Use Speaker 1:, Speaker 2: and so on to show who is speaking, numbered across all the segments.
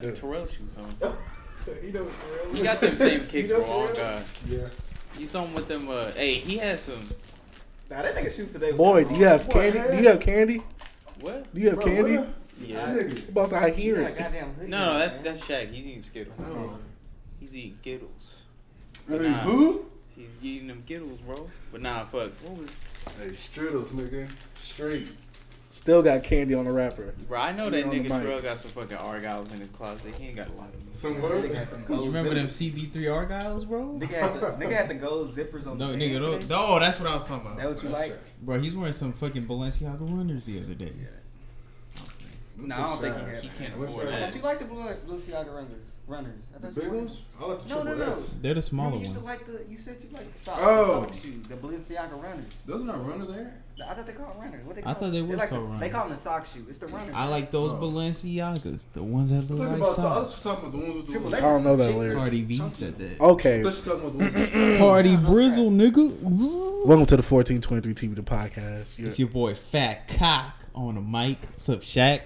Speaker 1: Yeah.
Speaker 2: Terrell shoes on.
Speaker 3: you know what's real?
Speaker 2: He got them same kicks,
Speaker 3: You know
Speaker 2: bro. All
Speaker 3: Terrell?
Speaker 2: God.
Speaker 1: Yeah.
Speaker 2: You saw him with them. Uh, hey, he had some.
Speaker 3: Nah, that nigga shoots today. was
Speaker 4: Boy, do you have
Speaker 3: What
Speaker 4: candy?
Speaker 3: hell?
Speaker 4: Do you have candy?
Speaker 2: What?
Speaker 4: Do you have
Speaker 1: Bro,
Speaker 4: candy?
Speaker 1: what
Speaker 2: Yeah.
Speaker 1: the- Nigga.
Speaker 4: Boss, I
Speaker 3: You
Speaker 4: hear
Speaker 3: got a
Speaker 4: it.
Speaker 3: goddamn hoodie
Speaker 2: No,
Speaker 3: on,
Speaker 2: no, that's
Speaker 3: man.
Speaker 2: that's Shaq. He's eating Skittles.
Speaker 1: Oh.
Speaker 2: He's eating Skittles.
Speaker 1: Hey,
Speaker 2: Nah.
Speaker 1: who?
Speaker 2: He's eating them Skittles, bro. But nah, fuck. What was?
Speaker 1: Hey, Striddles, nigga. Straight.
Speaker 4: Still got candy on the wrapper.
Speaker 2: Bro, I know
Speaker 4: Put
Speaker 2: that
Speaker 4: it on the
Speaker 2: nigga
Speaker 4: mic.
Speaker 2: Terrell got some fucking Argyles in his closet. He ain't got a lot of them.
Speaker 1: Some
Speaker 3: Nigga
Speaker 1: word.
Speaker 3: had some
Speaker 5: You
Speaker 3: gold
Speaker 5: remember them
Speaker 3: zippers.
Speaker 5: CB3 Argyles, bro?
Speaker 3: Nigga had the nigga had the gold zippers on.
Speaker 5: No,
Speaker 3: the
Speaker 5: nigga,
Speaker 3: pants
Speaker 5: those,
Speaker 3: today.
Speaker 5: no, that's what I was talking
Speaker 3: That
Speaker 5: about.
Speaker 3: what you like?
Speaker 5: Bro, he's wearing some fucking Balenciaga runners the other day.
Speaker 3: No, I don't think he had.
Speaker 2: He
Speaker 3: that.
Speaker 2: can't
Speaker 1: What's
Speaker 2: afford
Speaker 1: that?
Speaker 3: I thought
Speaker 2: that.
Speaker 3: you like the blue Balenciaga runners. Runners. I
Speaker 1: The
Speaker 3: thought
Speaker 1: big
Speaker 3: you liked-
Speaker 1: ones? I like the
Speaker 3: No, no,
Speaker 1: triple
Speaker 3: no.
Speaker 1: X.
Speaker 5: They're the
Speaker 3: Remember
Speaker 5: smaller
Speaker 3: you used to
Speaker 5: one.
Speaker 3: like the. You said you like the socks.
Speaker 1: Oh.
Speaker 3: Oh. Sock shoes, the Balenciaga runners.
Speaker 1: Those are not runners, eh? there.
Speaker 3: I thought they called runners. What they
Speaker 5: I
Speaker 3: call?
Speaker 5: thought they was
Speaker 3: like
Speaker 5: called
Speaker 3: the, They
Speaker 5: runners.
Speaker 3: call them the sock shoe. It's the runners.
Speaker 5: I like those
Speaker 1: Oh.
Speaker 5: Balenciagas, the ones that
Speaker 1: I'm
Speaker 5: look
Speaker 1: talking
Speaker 5: like
Speaker 1: about the other
Speaker 5: socks.
Speaker 1: something, the ones with the
Speaker 3: Triple
Speaker 1: little-
Speaker 3: X.
Speaker 4: don't know that
Speaker 3: Shit,
Speaker 4: lyric.
Speaker 5: Cardi B
Speaker 3: chunky.
Speaker 5: said that.
Speaker 1: I
Speaker 4: Okay.
Speaker 1: thought you talking about the ones with the-
Speaker 5: Oh, Cardi
Speaker 3: no, no,
Speaker 5: Brizzle, nigga.
Speaker 4: Welcome to the 1423 TV the podcast.
Speaker 5: It's
Speaker 4: You're-
Speaker 5: your boy Fat Cock on the mic. What's up, Shaq?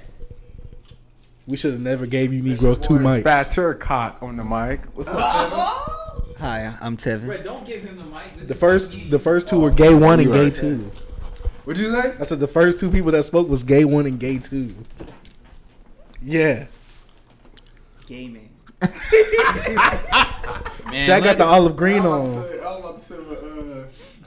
Speaker 4: We should have never gave you Negroes two mics.
Speaker 6: Fatter cock on the mic. What's up, Tevin?
Speaker 3: Hi, I'm Tevin.
Speaker 2: Bro, don't give him the mic. This
Speaker 4: The
Speaker 2: is
Speaker 4: first,
Speaker 2: fucking-
Speaker 4: the first two were gay one and
Speaker 6: You
Speaker 4: gay
Speaker 6: right.
Speaker 4: two.
Speaker 6: What'd you say?
Speaker 4: I said the first two people that spoke was gay one and gay two. Yeah,
Speaker 3: Gay man.
Speaker 2: Man,
Speaker 4: Shaq
Speaker 2: let-
Speaker 4: got the olive
Speaker 1: I
Speaker 4: green
Speaker 1: was
Speaker 4: on.
Speaker 1: about to say, I was about to say,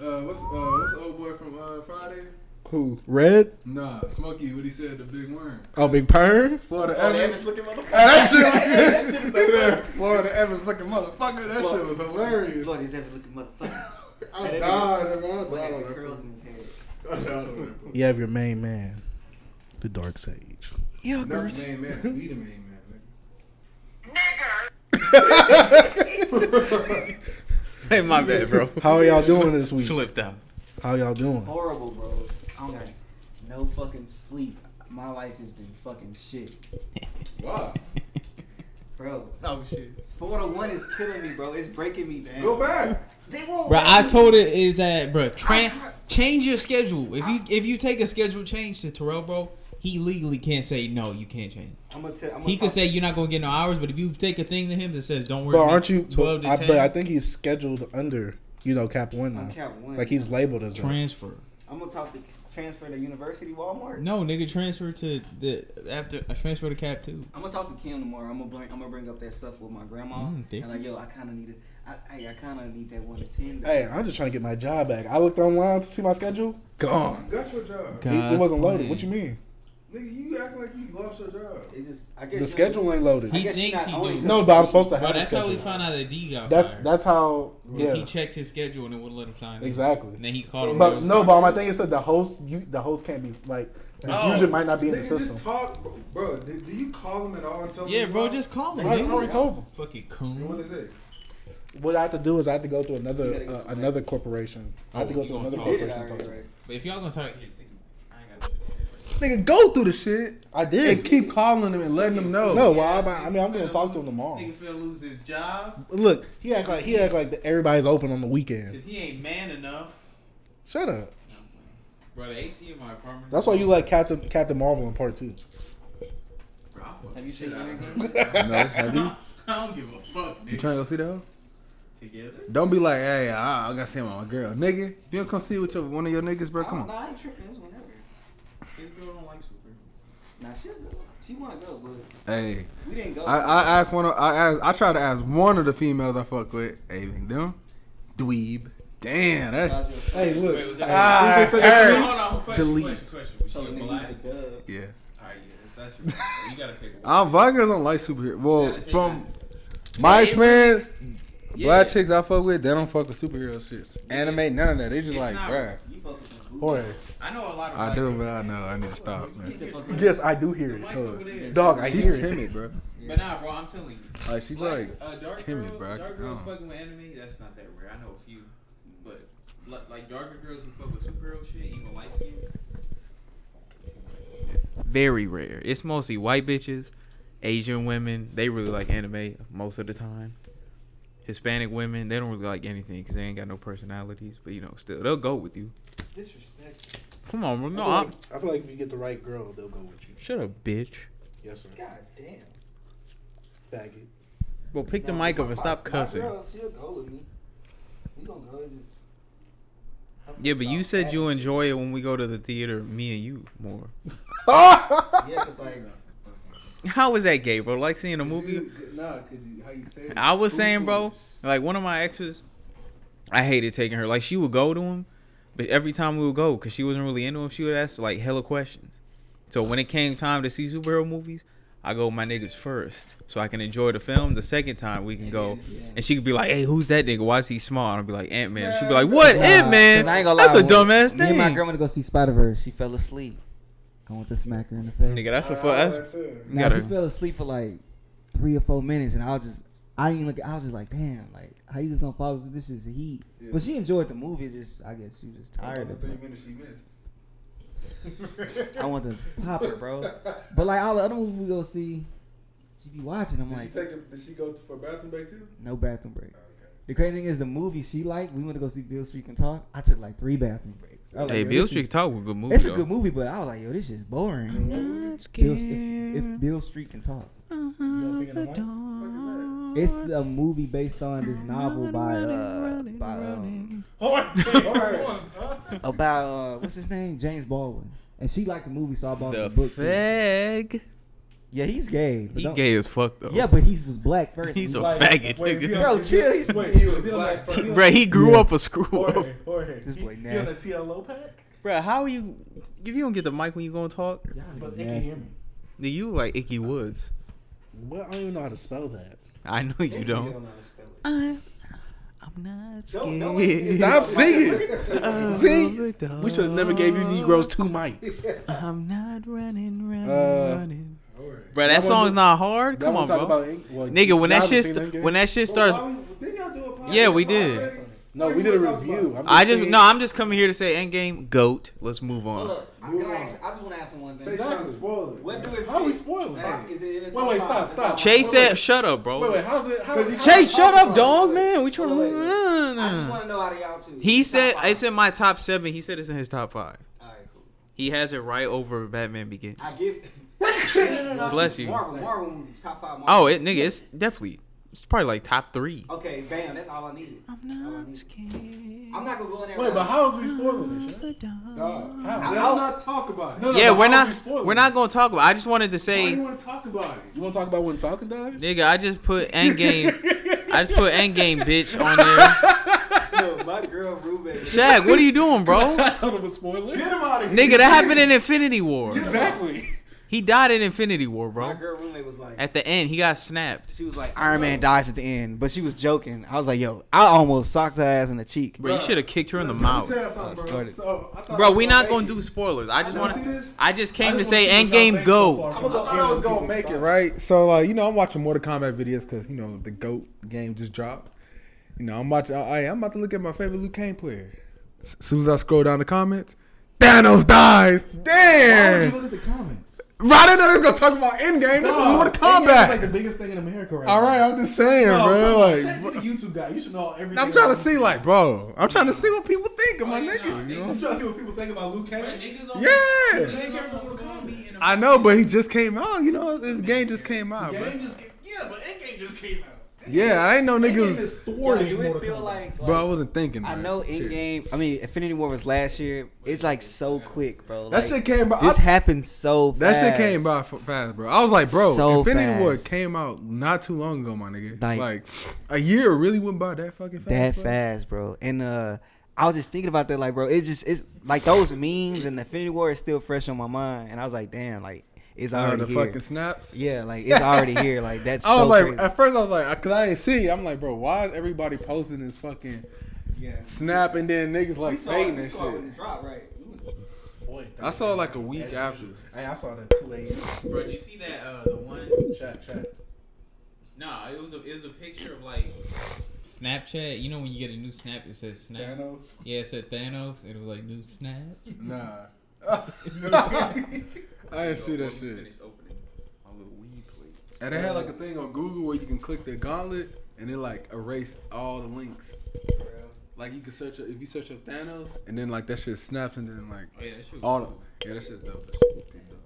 Speaker 1: uh, uh, what's, uh, what's the old boy from uh, Friday?
Speaker 4: Who? Red?
Speaker 1: Nah, Smokey, what he said, the big worm.
Speaker 4: Oh, Big Perm?
Speaker 1: Florida
Speaker 3: Oh, they
Speaker 1: Evans.
Speaker 3: was looking motherfucker.
Speaker 1: Hey, that shit was good. Florida Evans looking motherfucker. That shit was hilarious.
Speaker 3: Lord, he's ever looking motherfucker.
Speaker 1: I
Speaker 3: Hey, that
Speaker 1: died, nigga. I
Speaker 3: Look
Speaker 1: died
Speaker 3: at
Speaker 1: on
Speaker 3: the
Speaker 1: that.
Speaker 3: curls in his hair.
Speaker 1: I died on that.
Speaker 4: You have your main man, the Dark Sage.
Speaker 1: Not the main man. We the main man.
Speaker 2: Hey, my bad, bro.
Speaker 4: How are y'all doing this week?
Speaker 2: Slipped out.
Speaker 4: How y'all doing?
Speaker 3: Horrible, bro. I don't got no fucking sleep. My life has been fucking shit,
Speaker 1: nigga. Wow.
Speaker 3: bro.
Speaker 2: Oh shit.
Speaker 3: Four to one is killing me, bro. It's breaking me down.
Speaker 1: Go back.
Speaker 3: They won't.
Speaker 5: Bro,
Speaker 3: let
Speaker 5: I
Speaker 3: me-
Speaker 5: told it is that, bro. Tran- change your schedule. If you if you take a schedule change to Terrell, bro, he legally can't say no. You can't change.
Speaker 3: I'm gonna tell. I'm
Speaker 5: He
Speaker 3: gonna
Speaker 5: could say you're not gonna get no hours, but if you take a thing to him that says don't worry,
Speaker 4: But
Speaker 5: about
Speaker 4: aren't you?
Speaker 5: twelve
Speaker 4: But I,
Speaker 5: to
Speaker 4: but
Speaker 5: ten?
Speaker 4: I think he's scheduled under, you know, Cap One now.
Speaker 3: I'm Cap One.
Speaker 4: Like he's labeled as. that.
Speaker 5: transfer.
Speaker 3: I'm gonna talk to transfer to University Walmart.
Speaker 5: No, nigga, transfer to the after I transfer to Cap too.
Speaker 3: I'm gonna talk to Kim tomorrow. I'm gonna bring. I'm gonna bring up that stuff with my grandma.
Speaker 5: Mm,
Speaker 3: and like, yo,
Speaker 5: thickness.
Speaker 3: I kind of need it. I, I, I kind of need that one to ten. though.
Speaker 4: Hey, I'm just trying to get my job back. I looked online to see my schedule. Gone.
Speaker 1: Got your job.
Speaker 4: It, it wasn't loaded. What you mean?
Speaker 1: Nigga, you act like you lost your job.
Speaker 3: It just. I guess
Speaker 4: The
Speaker 3: you-
Speaker 4: schedule ain't loaded.
Speaker 3: I
Speaker 5: He
Speaker 3: guess you're
Speaker 5: thinks
Speaker 3: not
Speaker 5: he
Speaker 3: owning
Speaker 5: do.
Speaker 3: it.
Speaker 4: No, but I'm supposed to have
Speaker 5: Bro,
Speaker 4: a
Speaker 5: that's how we
Speaker 4: schedule.
Speaker 5: found out that D got
Speaker 4: That's
Speaker 5: fired.
Speaker 4: that's how.
Speaker 5: Because
Speaker 4: Yeah,
Speaker 5: he checked his schedule and it wouldn't let him sign. it.
Speaker 4: exactly.
Speaker 5: And then he called him.
Speaker 4: But no, but my thing is that the host, you, the host can't be like the
Speaker 2: Oh.
Speaker 4: user might not be in the
Speaker 1: Nigga,
Speaker 4: system.
Speaker 1: just talk, bro. bro do, do you call him at all and tell him?
Speaker 5: yeah,
Speaker 1: you
Speaker 5: bro,
Speaker 1: lied?
Speaker 5: just call him.
Speaker 4: I
Speaker 5: nigga.
Speaker 4: already told him.
Speaker 5: Fucking
Speaker 1: And
Speaker 5: coon.
Speaker 1: what they say?
Speaker 4: What I have to do is I have to go through
Speaker 3: You
Speaker 4: another
Speaker 3: gotta go
Speaker 4: uh,
Speaker 3: through
Speaker 4: another corporation. I have
Speaker 5: Oh,
Speaker 4: to go
Speaker 5: you
Speaker 4: through
Speaker 5: gonna
Speaker 4: another
Speaker 5: talk.
Speaker 3: Did it
Speaker 4: corporation.
Speaker 3: already, right?
Speaker 5: But if y'all gonna talk, here, take it. I ain't gotta finish it.
Speaker 6: Nigga, go through the shit
Speaker 4: I
Speaker 6: and
Speaker 4: did.
Speaker 6: keep calling him and letting him know.
Speaker 4: No, well, I'm, I mean I'm gonna talk to him tomorrow.
Speaker 2: Nigga finna lose his job
Speaker 4: Look, he act like he act like that everybody's open on the weekend.
Speaker 2: because he ain't man enough.
Speaker 4: Shut up.
Speaker 2: Bro, the AC in my apartment.
Speaker 4: That's why you like Captain Captain Marvel in part two.
Speaker 2: Bro, I fuck
Speaker 3: Have you
Speaker 2: shit
Speaker 3: seen
Speaker 2: out of
Speaker 3: Endgame?
Speaker 6: no, have you?
Speaker 2: I don't give a fuck,
Speaker 6: You
Speaker 2: nigga.
Speaker 6: trying to go see the hoe?
Speaker 2: Together.
Speaker 6: Don't be like, hey, I, I gotta see my girl, nigga. If you don't come see with your one of your niggas, bro, come
Speaker 3: I,
Speaker 6: on.
Speaker 3: Nah, I ain't tripping. It's whenever.
Speaker 2: This girl don't like Superman.
Speaker 3: Nah, she'll go. She wanna go, but
Speaker 6: Hey,
Speaker 3: we didn't go.
Speaker 6: I, I asked one of I asked I tried to ask one of the females I fuck with, hey, them dweeb. Damn, that
Speaker 4: Hey, look.
Speaker 2: Wait, was that-
Speaker 4: Hey, as soon as they said that
Speaker 6: Ah, Hey.
Speaker 4: to me-
Speaker 2: Hold on, question,
Speaker 6: Delete.
Speaker 2: question, question. Was she
Speaker 3: so
Speaker 2: a
Speaker 3: the Oh, nigga
Speaker 2: black?
Speaker 3: was a dub.
Speaker 6: yeah.
Speaker 2: Alright, yeah, it's that's your problem. You gotta pick one.
Speaker 6: I'm black girls don't like superheroes.
Speaker 1: Oh,
Speaker 6: Well,
Speaker 2: Yeah,
Speaker 6: from my
Speaker 2: Yeah.
Speaker 6: experience,
Speaker 2: Yeah.
Speaker 6: black chicks I fuck with, they don't fuck with superhero shit, anime, none of that. They just
Speaker 2: It's
Speaker 6: like,
Speaker 2: not-
Speaker 6: bruh.
Speaker 3: You fuck with them.
Speaker 4: Boy,
Speaker 2: I know a lot of
Speaker 6: I
Speaker 2: black
Speaker 6: do,
Speaker 2: girls.
Speaker 6: but I know I need to stop,
Speaker 3: You
Speaker 6: man.
Speaker 3: still fuck with
Speaker 4: yes, I do hear
Speaker 2: The
Speaker 4: it.
Speaker 2: mic's over there.
Speaker 4: Dog, I
Speaker 6: She's
Speaker 4: hear it.
Speaker 6: timid, bro.
Speaker 2: But nah, bro, I'm telling you.
Speaker 6: Like she's
Speaker 2: Black,
Speaker 6: like,
Speaker 2: uh, dark
Speaker 6: timid,
Speaker 2: girl,
Speaker 6: bro.
Speaker 2: Dark girls
Speaker 6: Oh.
Speaker 2: fucking with anime, that's not that rare. I know a few, but like, like darker girls who fuck with superhero shit, even light skin. Very rare. It's mostly white bitches, Asian women. They really like anime most of the time. Hispanic women, they don't really like anything because they ain't got no personalities. But you know, still, they'll go with you.
Speaker 3: Disrespect.
Speaker 2: Come on, bro. No,
Speaker 4: I feel,
Speaker 2: I'm,
Speaker 4: like, I feel like if you get the right girl, they'll go with you.
Speaker 2: shut up, bitch.
Speaker 4: Yes, sir.
Speaker 3: God damn.
Speaker 7: faggot.
Speaker 2: Well, pick the
Speaker 3: Nah,
Speaker 2: mic up
Speaker 3: my-
Speaker 2: and stop
Speaker 3: my- my
Speaker 2: cussing.
Speaker 3: girl, she'll go with me. We gonna go. It's just. her
Speaker 2: Yeah,
Speaker 3: face
Speaker 2: but you
Speaker 3: all
Speaker 2: said
Speaker 3: fat
Speaker 2: you
Speaker 3: and shit.
Speaker 2: enjoy it when we go to the theater, me and you more.
Speaker 3: Yeah, cause like
Speaker 2: How is that gay, bro? Like seeing a movie?
Speaker 1: Nah, cause you, how you say it.
Speaker 2: I was saying, bro, like one of my exes, I hated taking her. Like she would go to him, but every time we would go, cause she wasn't really into him, she would ask like hella questions. So when it came time to see superhero movies, I go with my niggas first, so I can enjoy the film. The second time we can go, and she could be like, "Hey, who's that nigga? Why is he small?" And I'd be like, "Ant Man." She'd be like, "What, Ant Man? That's a dumbass
Speaker 3: Me and my girl
Speaker 2: thing."
Speaker 3: went to go see Spider Verse. She fell asleep. Going with the smacker in the face.
Speaker 2: Nigga, that's a fu-
Speaker 1: I,
Speaker 2: that's
Speaker 1: too.
Speaker 2: you
Speaker 3: Now she
Speaker 2: gotta-
Speaker 3: fell asleep for like three or four minutes, and I was just, I didn't even look. I was just like, damn, like how you just gonna follow through? This is heat.
Speaker 1: Yeah.
Speaker 3: But she enjoyed the movie. Just, I guess she was just tired
Speaker 1: Another
Speaker 3: of it.
Speaker 1: three minutes she missed.
Speaker 3: I want to pop her, bro. But like all the other movies we go see, she be watching. I'm
Speaker 1: Did she
Speaker 3: like,
Speaker 1: take a, did she go for a bathroom break too?
Speaker 3: no bathroom break.
Speaker 1: Okay.
Speaker 3: The crazy thing is, the movie she liked, we went to go see Bill Street and Talk. I took like three bathroom breaks. I was
Speaker 2: Hey,
Speaker 3: like, yo,
Speaker 2: Bill
Speaker 3: this
Speaker 2: Street
Speaker 3: is-
Speaker 2: Talk was a good movie.
Speaker 3: It's a
Speaker 2: though.
Speaker 3: good movie, but I was like, yo, this is boring. Bill, if, if Bill Street can talk. It's a movie based on this novel by uh, by um, about uh, what's his name James Baldwin, and she liked the movie, so I bought the,
Speaker 2: The
Speaker 3: book too.
Speaker 2: fag.
Speaker 3: Yeah, he's gay. But
Speaker 2: He
Speaker 3: don't-
Speaker 2: gay as fuck though.
Speaker 3: Yeah, but he was black first.
Speaker 2: He's a
Speaker 3: Like,
Speaker 2: faggot,
Speaker 4: wait, is he
Speaker 2: nigga.
Speaker 4: on-
Speaker 3: bro.
Speaker 4: is
Speaker 3: Chill.
Speaker 4: he-
Speaker 3: He's
Speaker 1: Wait, he was
Speaker 4: Is he on
Speaker 1: black
Speaker 4: that-
Speaker 1: first.
Speaker 2: Bro, he grew
Speaker 3: Yeah.
Speaker 2: up a screw up.
Speaker 4: Jorge, Jorge.
Speaker 3: This
Speaker 4: He-
Speaker 3: boy
Speaker 4: He on the
Speaker 3: nasty.
Speaker 4: TLO pack?
Speaker 2: Bro, how are you? If you don't get the mic when you gonna talk,
Speaker 3: Y'all niggas
Speaker 4: But they can
Speaker 3: nasty.
Speaker 4: hear me.
Speaker 2: then you look like Icky Woods.
Speaker 7: Well, I don't even know how to spell that.
Speaker 2: I know you
Speaker 3: This nigga
Speaker 2: don't.
Speaker 3: know how to spell it.
Speaker 2: I'm, I'm not
Speaker 4: Don't- don't
Speaker 7: Stop singing.
Speaker 2: of
Speaker 7: See?
Speaker 2: the
Speaker 7: We should have never gave you Negroes two mics.
Speaker 2: I'm not running, running,
Speaker 7: Uh,
Speaker 2: running.
Speaker 1: Alright.
Speaker 2: Bro, that
Speaker 7: Y'all wanna
Speaker 2: song's
Speaker 7: do-
Speaker 2: not hard.
Speaker 7: Y'all
Speaker 2: Come on,
Speaker 7: wanna talk
Speaker 2: bro.
Speaker 7: about Eng- well,
Speaker 2: Nigga, when
Speaker 7: y'all
Speaker 2: that
Speaker 7: haven't
Speaker 2: shit
Speaker 7: seen
Speaker 2: st-
Speaker 7: Endgame?
Speaker 2: when that shit starts,
Speaker 1: Well, why- didn't y'all do a podcast?
Speaker 2: Yeah, we
Speaker 1: Why
Speaker 2: did.
Speaker 1: already?
Speaker 7: no,
Speaker 1: Why
Speaker 7: we
Speaker 1: you
Speaker 7: did a
Speaker 1: wanna talk about
Speaker 7: review.
Speaker 1: it?
Speaker 7: I'm
Speaker 2: I just
Speaker 7: saying-
Speaker 2: no. I'm just coming here to say Endgame goat. Let's move on.
Speaker 3: Hold up, I- can I ask- I just want to ask him one
Speaker 1: They
Speaker 3: thing.
Speaker 1: trying to spoil it.
Speaker 3: What do it?
Speaker 4: How are we
Speaker 3: fit?
Speaker 4: spoiling?
Speaker 3: Fuck, is it in the
Speaker 4: Wait, wait,
Speaker 3: top
Speaker 4: stop,
Speaker 3: five?
Speaker 4: stop.
Speaker 2: Chase
Speaker 4: Wait,
Speaker 2: said, "Shut up,
Speaker 4: Wait, wait,
Speaker 2: bro."
Speaker 4: how's it? How,
Speaker 1: 'Cause he-
Speaker 2: Chase, shut up,
Speaker 1: Wait,
Speaker 2: dog,
Speaker 1: wait.
Speaker 2: man. We trying to
Speaker 3: Wait,
Speaker 2: move
Speaker 3: wait. I just
Speaker 2: on.
Speaker 3: want to know out of y'all two.
Speaker 2: He
Speaker 3: Top
Speaker 2: said
Speaker 3: five.
Speaker 2: it's in my top seven. He said it's in his top five.
Speaker 3: All right, cool.
Speaker 2: He has it right over Batman Begins.
Speaker 3: I give. no, no, no, no,
Speaker 2: Bless
Speaker 3: shit.
Speaker 2: you.
Speaker 3: Marvel, Marvel movies, top five. Marvel.
Speaker 2: Oh, it, nigga, it's definitely it's probably like top three.
Speaker 3: Okay, bam, that's all I needed. I'm not scared. I'm not gonna go in there.
Speaker 4: wait, but how is we spoiling this? shit?
Speaker 1: Dog,
Speaker 4: How?
Speaker 1: let's
Speaker 3: I'll-
Speaker 1: not talk about it.
Speaker 4: No, no,
Speaker 2: Yeah,
Speaker 4: but
Speaker 2: we're
Speaker 4: how
Speaker 2: not
Speaker 4: is we spoiling
Speaker 2: we're
Speaker 4: it?
Speaker 2: not gonna talk about. I just wanted to
Speaker 1: Why you
Speaker 2: say,
Speaker 1: want to talk about it?
Speaker 7: You want to talk about when Falcon dies?
Speaker 2: nigga, I just put Endgame. I just put Endgame, bitch, on there.
Speaker 3: Yo, my girl Ruben.
Speaker 2: Shag, what are you doing, bro?
Speaker 7: I thought it was spoiler.
Speaker 1: Get him out of here.
Speaker 2: Nigga, that happened in Infinity War.
Speaker 7: Exactly.
Speaker 2: He died in Infinity War,
Speaker 3: My
Speaker 2: bro.
Speaker 3: girl roommate was like,
Speaker 2: At the end, he got snapped.
Speaker 3: she was like, Iron Man dies at the end, but she was joking. I was like, yo, I almost socked her ass in the cheek.
Speaker 2: Bro, you should have kicked her in the
Speaker 1: Listen, let me
Speaker 2: mouth.
Speaker 1: tell you something,
Speaker 3: I
Speaker 1: bro.
Speaker 3: started.
Speaker 1: So, I thought I
Speaker 2: Bro,
Speaker 1: was
Speaker 2: we
Speaker 1: gonna
Speaker 2: not
Speaker 1: make
Speaker 2: gonna
Speaker 1: it.
Speaker 2: do spoilers. I just
Speaker 1: You
Speaker 2: want
Speaker 1: see
Speaker 2: to.
Speaker 1: this?
Speaker 2: I just came
Speaker 4: I
Speaker 2: to
Speaker 4: just
Speaker 2: say
Speaker 4: wanna see what
Speaker 2: Endgame
Speaker 4: y'all
Speaker 2: go.
Speaker 4: think so
Speaker 1: I
Speaker 4: far.
Speaker 1: thought I was gonna make it right.
Speaker 8: right? So like you know, I'm watching Mortal Kombat videos because you know the goat game just dropped. You know, I'm watching. I, I'm about to look at my favorite Luke Kane player. As soon as I scroll down the comments, Thanos dies.
Speaker 4: Why would you
Speaker 8: Damn!
Speaker 4: look at the comments?
Speaker 8: Right, I didn't know they was gonna talk about Endgame. This is
Speaker 4: Dog,
Speaker 8: Mortal
Speaker 4: Endgame is
Speaker 8: Kombat.
Speaker 4: like the biggest thing in America right
Speaker 8: All
Speaker 4: now.
Speaker 8: right, I'm just saying,
Speaker 4: No,
Speaker 8: bro.
Speaker 4: come on,
Speaker 8: Like,
Speaker 4: Shaq, you the YouTube guy. You should know everything.
Speaker 8: I'm trying to
Speaker 4: about
Speaker 8: see,
Speaker 4: YouTube.
Speaker 8: like, bro. I'm trying to see what people think of my
Speaker 3: Oh,
Speaker 8: nigga. You know?
Speaker 4: I'm trying to see what people think about Luke Cage.
Speaker 8: Yeah.
Speaker 4: Main character was a comedy.
Speaker 8: I know, but he just came out. You know, this game just came out. Bro.
Speaker 4: Game just came, yeah, but Endgame just came out.
Speaker 8: Yeah, I ain't no
Speaker 4: Endgame
Speaker 8: niggas.
Speaker 4: is thwarting
Speaker 3: do it
Speaker 4: Mortal
Speaker 3: feel
Speaker 4: Kombat.
Speaker 3: like, like
Speaker 8: Bro, I wasn't thinking.
Speaker 3: I
Speaker 8: man.
Speaker 3: know Endgame. I mean, Infinity War was last year. It's like so quick, bro.
Speaker 8: That
Speaker 3: Like,
Speaker 8: shit came by.
Speaker 3: This
Speaker 8: I-
Speaker 3: happened so fast.
Speaker 8: that shit came by f- fast, bro. I was like, bro,
Speaker 3: So
Speaker 8: Infinity War
Speaker 3: fast.
Speaker 8: came out not too long ago, my nigga.
Speaker 3: Like-
Speaker 8: Like, a year really went by that fucking fast.
Speaker 3: that
Speaker 8: bro.
Speaker 3: fast, bro. And uh, I was just thinking about that, like, bro, it's just it's like those memes and the Infinity War is still fresh on my mind, and I was like, damn, like it's
Speaker 8: Uh,
Speaker 3: already
Speaker 8: the
Speaker 3: here.
Speaker 8: fucking snaps.
Speaker 3: Yeah, like it's already here. Like that's.
Speaker 8: I was
Speaker 3: so
Speaker 8: like,
Speaker 3: crazy.
Speaker 8: at first I was like, cause I didn't see. it. I'm like, bro, why is everybody posting this fucking
Speaker 4: Yeah.
Speaker 8: snap and then niggas like fading and shit?
Speaker 3: drop, right?
Speaker 4: Boy,
Speaker 8: I saw it like a week after.
Speaker 4: Hey, I saw that 2 a.m.
Speaker 2: Bro, did you see that? Uh, the one.
Speaker 4: Shaq, Shaq.
Speaker 2: Nah, it was a it was a picture of like
Speaker 5: Snapchat, you know when you get a new snap, it says snap.
Speaker 4: Thanos.
Speaker 5: Yeah, it said Thanos. and It was like new snap.
Speaker 8: Nah,
Speaker 4: You know what I'm saying?
Speaker 8: I didn't see that shit.
Speaker 2: opening my little weed plate.
Speaker 8: And they had like a thing on Google where you can click the gauntlet and it like erase all the links. Like you can search up, if you search up Thanos and then like that shit snaps and then like
Speaker 2: Oh yeah, that shit.
Speaker 8: all the yeah that shit's dope. That shit was dope.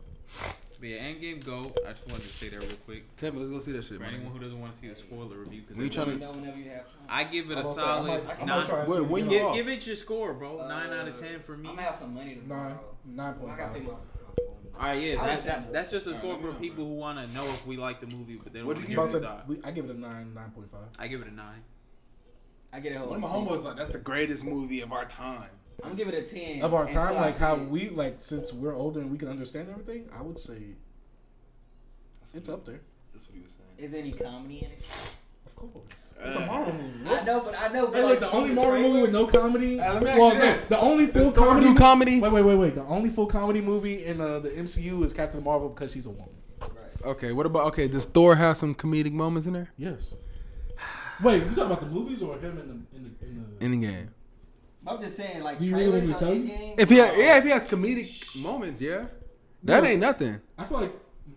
Speaker 8: But
Speaker 2: So yeah, Endgame Go. I just wanted to say that real quick
Speaker 8: Tampa, let's go see that shit,
Speaker 2: for
Speaker 8: man.
Speaker 2: anyone who doesn't want to see the spoiler review. Because
Speaker 8: We tryna-
Speaker 5: know whenever you have time.
Speaker 2: I give it a
Speaker 4: I'm also- I
Speaker 2: solid
Speaker 4: might- I might
Speaker 2: nine.
Speaker 4: try to see
Speaker 8: Wait, when
Speaker 4: it.
Speaker 8: you-
Speaker 2: Give, give it your score, bro. nine out of
Speaker 5: Uh,
Speaker 2: ten for me.
Speaker 5: I'm
Speaker 2: All
Speaker 5: gonna have some money to
Speaker 4: Nine, nine
Speaker 5: I
Speaker 4: point
Speaker 5: gotta pay
Speaker 4: five.
Speaker 5: my.
Speaker 2: right, yeah,
Speaker 4: I'll
Speaker 2: that's
Speaker 4: listen.
Speaker 2: that, that's just a
Speaker 8: Alright,
Speaker 2: score
Speaker 8: let me
Speaker 2: for
Speaker 8: know,
Speaker 2: people who want to know if we like the movie, but they don't
Speaker 8: What'd
Speaker 2: want to
Speaker 8: you
Speaker 2: give
Speaker 8: give
Speaker 2: it a dot.
Speaker 4: We, I give it a nine, nine point five.
Speaker 2: I give it a nine.
Speaker 5: I get it.
Speaker 8: One of my homeboys like, that's the greatest movie of our time.
Speaker 5: I'm gonna give it a ten.
Speaker 4: Of our
Speaker 5: until
Speaker 4: time,
Speaker 5: I
Speaker 4: like
Speaker 5: see
Speaker 4: how
Speaker 5: it.
Speaker 4: we like since we're older and we can understand everything, I would say it's up there.
Speaker 8: That's what he was saying.
Speaker 5: Is any comedy in it?
Speaker 4: Of course.
Speaker 8: It's a Marvel movie.
Speaker 5: I know, but I know. But
Speaker 4: Hey, look, the
Speaker 5: from
Speaker 4: only
Speaker 5: the
Speaker 4: Marvel
Speaker 5: trailer-
Speaker 4: movie with no comedy.
Speaker 8: Hey, let me ask
Speaker 4: well,
Speaker 8: you
Speaker 4: the-
Speaker 8: this.
Speaker 4: the only full
Speaker 8: Thor
Speaker 4: comedy.
Speaker 8: do comedy?
Speaker 4: Wait, wait, wait, wait. The only full comedy movie in uh, the MCU is Captain Marvel because she's a woman.
Speaker 8: Okay, what about okay? Does Thor have some comedic moments in there?
Speaker 4: Yes. Wait, you talking about the movies or him in the in the in the?
Speaker 8: In the game,
Speaker 5: I'm just saying, like,
Speaker 4: You really want me
Speaker 5: trailers
Speaker 4: to
Speaker 5: on
Speaker 4: tell you?
Speaker 5: Endgame-
Speaker 8: if he ha- yeah, if he has comedic moments, yeah, that
Speaker 4: No.
Speaker 8: ain't nothing.
Speaker 4: I feel like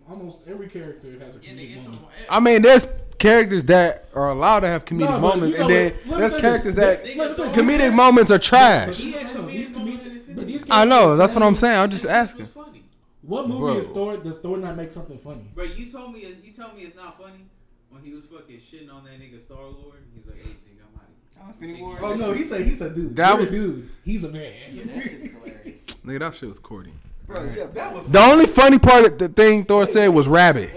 Speaker 4: almost every character has a comedic moment.
Speaker 8: I mean, there's characters that are allowed to have comedic
Speaker 4: No, but
Speaker 8: moments,
Speaker 4: you know
Speaker 8: and then
Speaker 4: what? Let me
Speaker 8: there's
Speaker 4: say this.
Speaker 8: characters that
Speaker 4: Let- let me say this.
Speaker 8: comedic moments are
Speaker 4: But
Speaker 8: trash.
Speaker 4: these-
Speaker 2: had
Speaker 4: no, these
Speaker 2: comedic moments
Speaker 4: comedic-
Speaker 2: in
Speaker 4: but these
Speaker 8: I know.
Speaker 4: characters
Speaker 8: That's what I'm
Speaker 4: say-
Speaker 8: saying. I'm just asking.
Speaker 2: It's funny,
Speaker 4: What movie
Speaker 8: Bro.
Speaker 4: is Thor? Does Thor not make something funny?
Speaker 2: bro. You told me you told me it's not funny when he was fucking shitting on that nigga Star Lord. He was like, "Hey, nigga, I'm out
Speaker 5: Oh, Infinity War.
Speaker 4: Oh no, he said he's a dude.
Speaker 8: That
Speaker 4: You're a
Speaker 8: was-
Speaker 4: dude. He's a man.
Speaker 5: Yeah, that shit is hilarious.
Speaker 8: Nigga, that shit was corny.
Speaker 5: Bro, yeah,
Speaker 4: That was
Speaker 8: The only funny part of the thing Thor said was rabbit.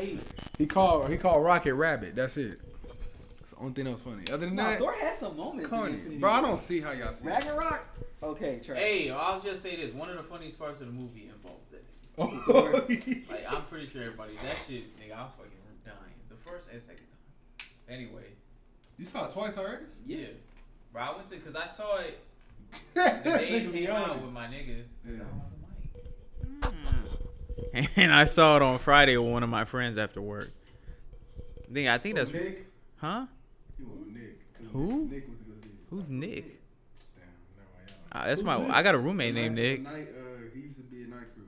Speaker 8: He called he called Rocket Rabbit. That's it. That's the only thing that was funny. Other than
Speaker 5: Nah,
Speaker 8: that,
Speaker 5: Thor has some moments. in
Speaker 8: corny.
Speaker 5: Infinity
Speaker 8: Bro, I
Speaker 5: War.
Speaker 8: don't see how y'all see. it.
Speaker 5: Ragnarok. Okay, trash.
Speaker 2: Hey, I'll just say this: one of the funniest parts of the movie involved that. Like I'm pretty sure everybody that shit, nigga, I was fucking dying the first and second time. Anyway,
Speaker 8: You saw it twice already.
Speaker 2: yeah, bro, I went to because I saw it the day it came out with my nigga. Mm. And I saw it on Friday with one of my friends after work. I think I think that's
Speaker 8: Nick.
Speaker 2: huh?
Speaker 8: He went with Nick.
Speaker 2: Who?
Speaker 8: Nick went to go see it.
Speaker 2: Who's Nick?
Speaker 8: Damn, never mind, y'all.
Speaker 2: Uh, that's
Speaker 8: Who's
Speaker 2: my
Speaker 8: Nick?
Speaker 2: I got a roommate named
Speaker 8: Night-
Speaker 2: Nick.
Speaker 8: Night, uh, he used to be a night crew.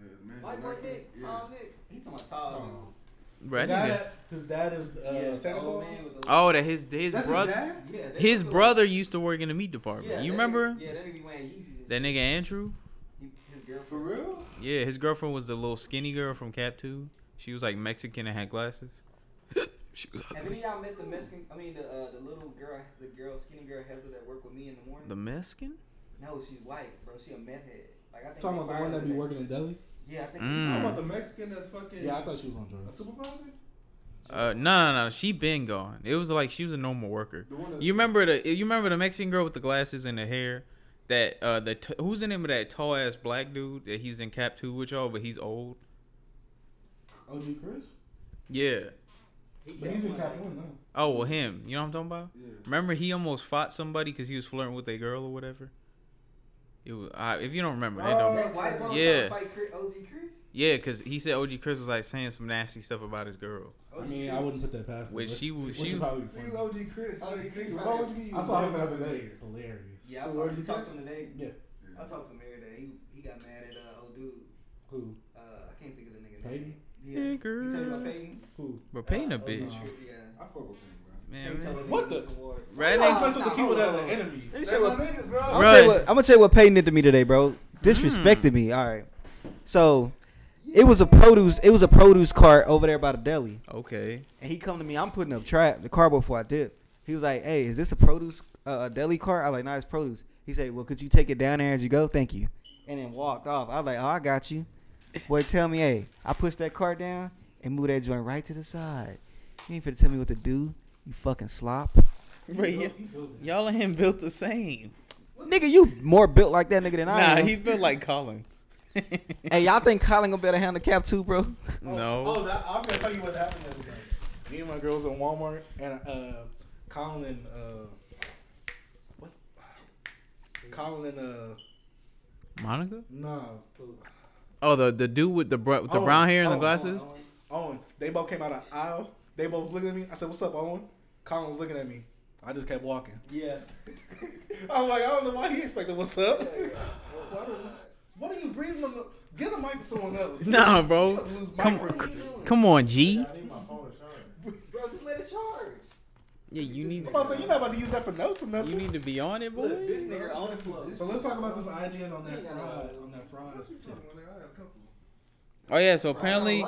Speaker 8: Uh, man,
Speaker 5: White boy
Speaker 8: night crew.
Speaker 5: Nick,
Speaker 8: Yeah.
Speaker 5: tall Nick. He's talking about tall.
Speaker 2: Bro, I
Speaker 4: The guy
Speaker 2: think that-
Speaker 4: that- his dad is
Speaker 5: dude. Yeah,
Speaker 4: Oh. uh, Santa
Speaker 5: old man
Speaker 4: Claus.
Speaker 5: with the-
Speaker 2: oh, that his his
Speaker 8: That's his
Speaker 2: brother
Speaker 8: dad?
Speaker 5: Yeah, that-
Speaker 2: his, brother used to work in the meat department.
Speaker 5: Yeah,
Speaker 2: you
Speaker 5: that
Speaker 2: remember
Speaker 5: nigga- yeah, that nigga wearing Yeezys. and
Speaker 2: that nigga Andrew?
Speaker 5: shit. He- His girlfriend.
Speaker 8: For real?
Speaker 2: Yeah, his girlfriend was the little skinny girl from Cap 2. She was like Mexican and had glasses. she was
Speaker 5: Have any of y'all met the Mexican? I mean, the uh, the little girl, the girl, skinny girl Heather that worked with me in the morning.
Speaker 2: the Mexican?
Speaker 5: no, she's white, bro. She a meth head. Like I think.
Speaker 4: Talking
Speaker 5: they
Speaker 4: about the
Speaker 5: fired
Speaker 4: one
Speaker 5: her
Speaker 4: that be
Speaker 5: today.
Speaker 4: working in Delhi.
Speaker 5: Yeah, I think.
Speaker 2: Mm.
Speaker 8: How about the Mexican that's fucking
Speaker 4: Yeah, I thought she was on
Speaker 8: a
Speaker 4: drugs.
Speaker 8: supervisor?
Speaker 2: Uh, no, no, no. She been gone. It was like she was a normal worker.
Speaker 8: The one that-
Speaker 2: You remember the you remember the Mexican girl with the glasses and the hair that uh the t- who's the name of that tall ass black dude that he's in Cap 2 with y'all but he's old?
Speaker 4: OG Chris,
Speaker 2: Yeah.
Speaker 4: but he's in Cap One now.
Speaker 2: Oh, well him. You know what I'm talking about?
Speaker 8: Yeah.
Speaker 2: Remember he almost fought somebody cuz he was flirting with a girl or whatever? It was, I, if you don't remember, that
Speaker 8: Oh.
Speaker 2: don't
Speaker 5: That white bro
Speaker 2: Yeah.
Speaker 5: yeah. fight Chris, OG Chris.
Speaker 2: Yeah, because he said OG Chris was like saying some nasty stuff about his girl,
Speaker 5: OG
Speaker 4: I mean,
Speaker 5: Chris.
Speaker 4: I wouldn't put that past. him,
Speaker 2: which
Speaker 4: but-
Speaker 2: she was.
Speaker 4: which
Speaker 2: She,
Speaker 4: would probably be
Speaker 8: Niggas
Speaker 4: funny.
Speaker 8: OG Chris.
Speaker 5: Oh,
Speaker 8: Like,
Speaker 5: yeah.
Speaker 8: nigga, why would you be?
Speaker 4: I saw him the other day. Hilarious.
Speaker 5: Yeah, I was
Speaker 8: OG
Speaker 5: talking, talked
Speaker 8: Chris?
Speaker 5: to him today.
Speaker 4: Yeah.
Speaker 5: I talked to him every day. He he got mad at uh, old dude.
Speaker 4: Who?
Speaker 5: Uh, I can't think of the nigga name.
Speaker 4: Peyton?
Speaker 5: Yeah.
Speaker 2: Yeah,
Speaker 5: He told you
Speaker 2: girl.
Speaker 5: about Peyton.
Speaker 4: Who?
Speaker 2: but Peyton a
Speaker 5: Uh, OG
Speaker 2: bitch,
Speaker 5: Chris, Yeah.
Speaker 8: I fuck with him,
Speaker 2: man.
Speaker 8: uh,
Speaker 5: He told
Speaker 2: man.
Speaker 5: that nigga
Speaker 4: What
Speaker 5: he
Speaker 4: the-
Speaker 5: was a warrior.
Speaker 2: Right,
Speaker 4: Y'all
Speaker 2: nigga?
Speaker 4: mess with the people that are
Speaker 8: bro.
Speaker 4: enemies.
Speaker 8: Say my niggas, bro.
Speaker 3: I'm gonna, tell you
Speaker 2: Bruh.
Speaker 3: what, I'm gonna tell you what Peyton did to me today, bro. Disrespected me. All right. So it was a produce. It was a produce cart over there by the deli,
Speaker 2: Okay.
Speaker 3: and he come to me. I'm putting up trap the cart before I dip. He was like, "Hey, is this a produce uh, a deli cart?" I was like, "Nah, it's produce." He said, "Well, could you take it down there as you go? Thank you." And then walked off. I was like, "Oh, I got you." Boy, tell me, hey, I pushed that cart down and moved that joint right to the side. You ain't finna tell me what to do. You fucking slop.
Speaker 2: y'all and him built the same.
Speaker 3: Nigga, you more built like that nigga than I am.
Speaker 2: built like Colin.
Speaker 3: Hey, y'all think Colin gonna be able to handle cap too, bro?
Speaker 2: no.
Speaker 4: Oh, that, I'm gonna tell you what happened the other day. Me and my girl was in Walmart, and uh, Colin and uh, what's Colin and uh,
Speaker 2: Monica?
Speaker 4: no,
Speaker 2: Oh, the the dude with the br- the
Speaker 4: Owen,
Speaker 2: brown hair and the
Speaker 4: Owen,
Speaker 2: glasses.
Speaker 5: Owen,
Speaker 4: Owen. They both came out of the aisle. They both looked at me. I said, "What's up, Owen?" Colin was looking at me. I just kept walking.
Speaker 5: Yeah.
Speaker 4: I'm like, I don't know why he expected what's up. Why do- What are you breathing? On the, get a mic to someone else.
Speaker 2: Nah, bro.
Speaker 4: You lose mic
Speaker 2: Come
Speaker 4: privileges.
Speaker 2: Come on, G.
Speaker 4: I need my phone to charge.
Speaker 5: Bro, just let it charge.
Speaker 2: Yeah, you need
Speaker 4: I'm about to say, you're not about to use that for notes or
Speaker 2: you
Speaker 4: nothing.
Speaker 2: need to be on it,
Speaker 5: Look,
Speaker 2: boy.
Speaker 5: this nigga on the floor.
Speaker 4: So let's talk about this IGN on
Speaker 5: that
Speaker 4: that
Speaker 5: fraud-
Speaker 4: fraud. On that fraud.
Speaker 8: What you talking about, nigga? I had a couple.
Speaker 2: Oh yeah, so apparently,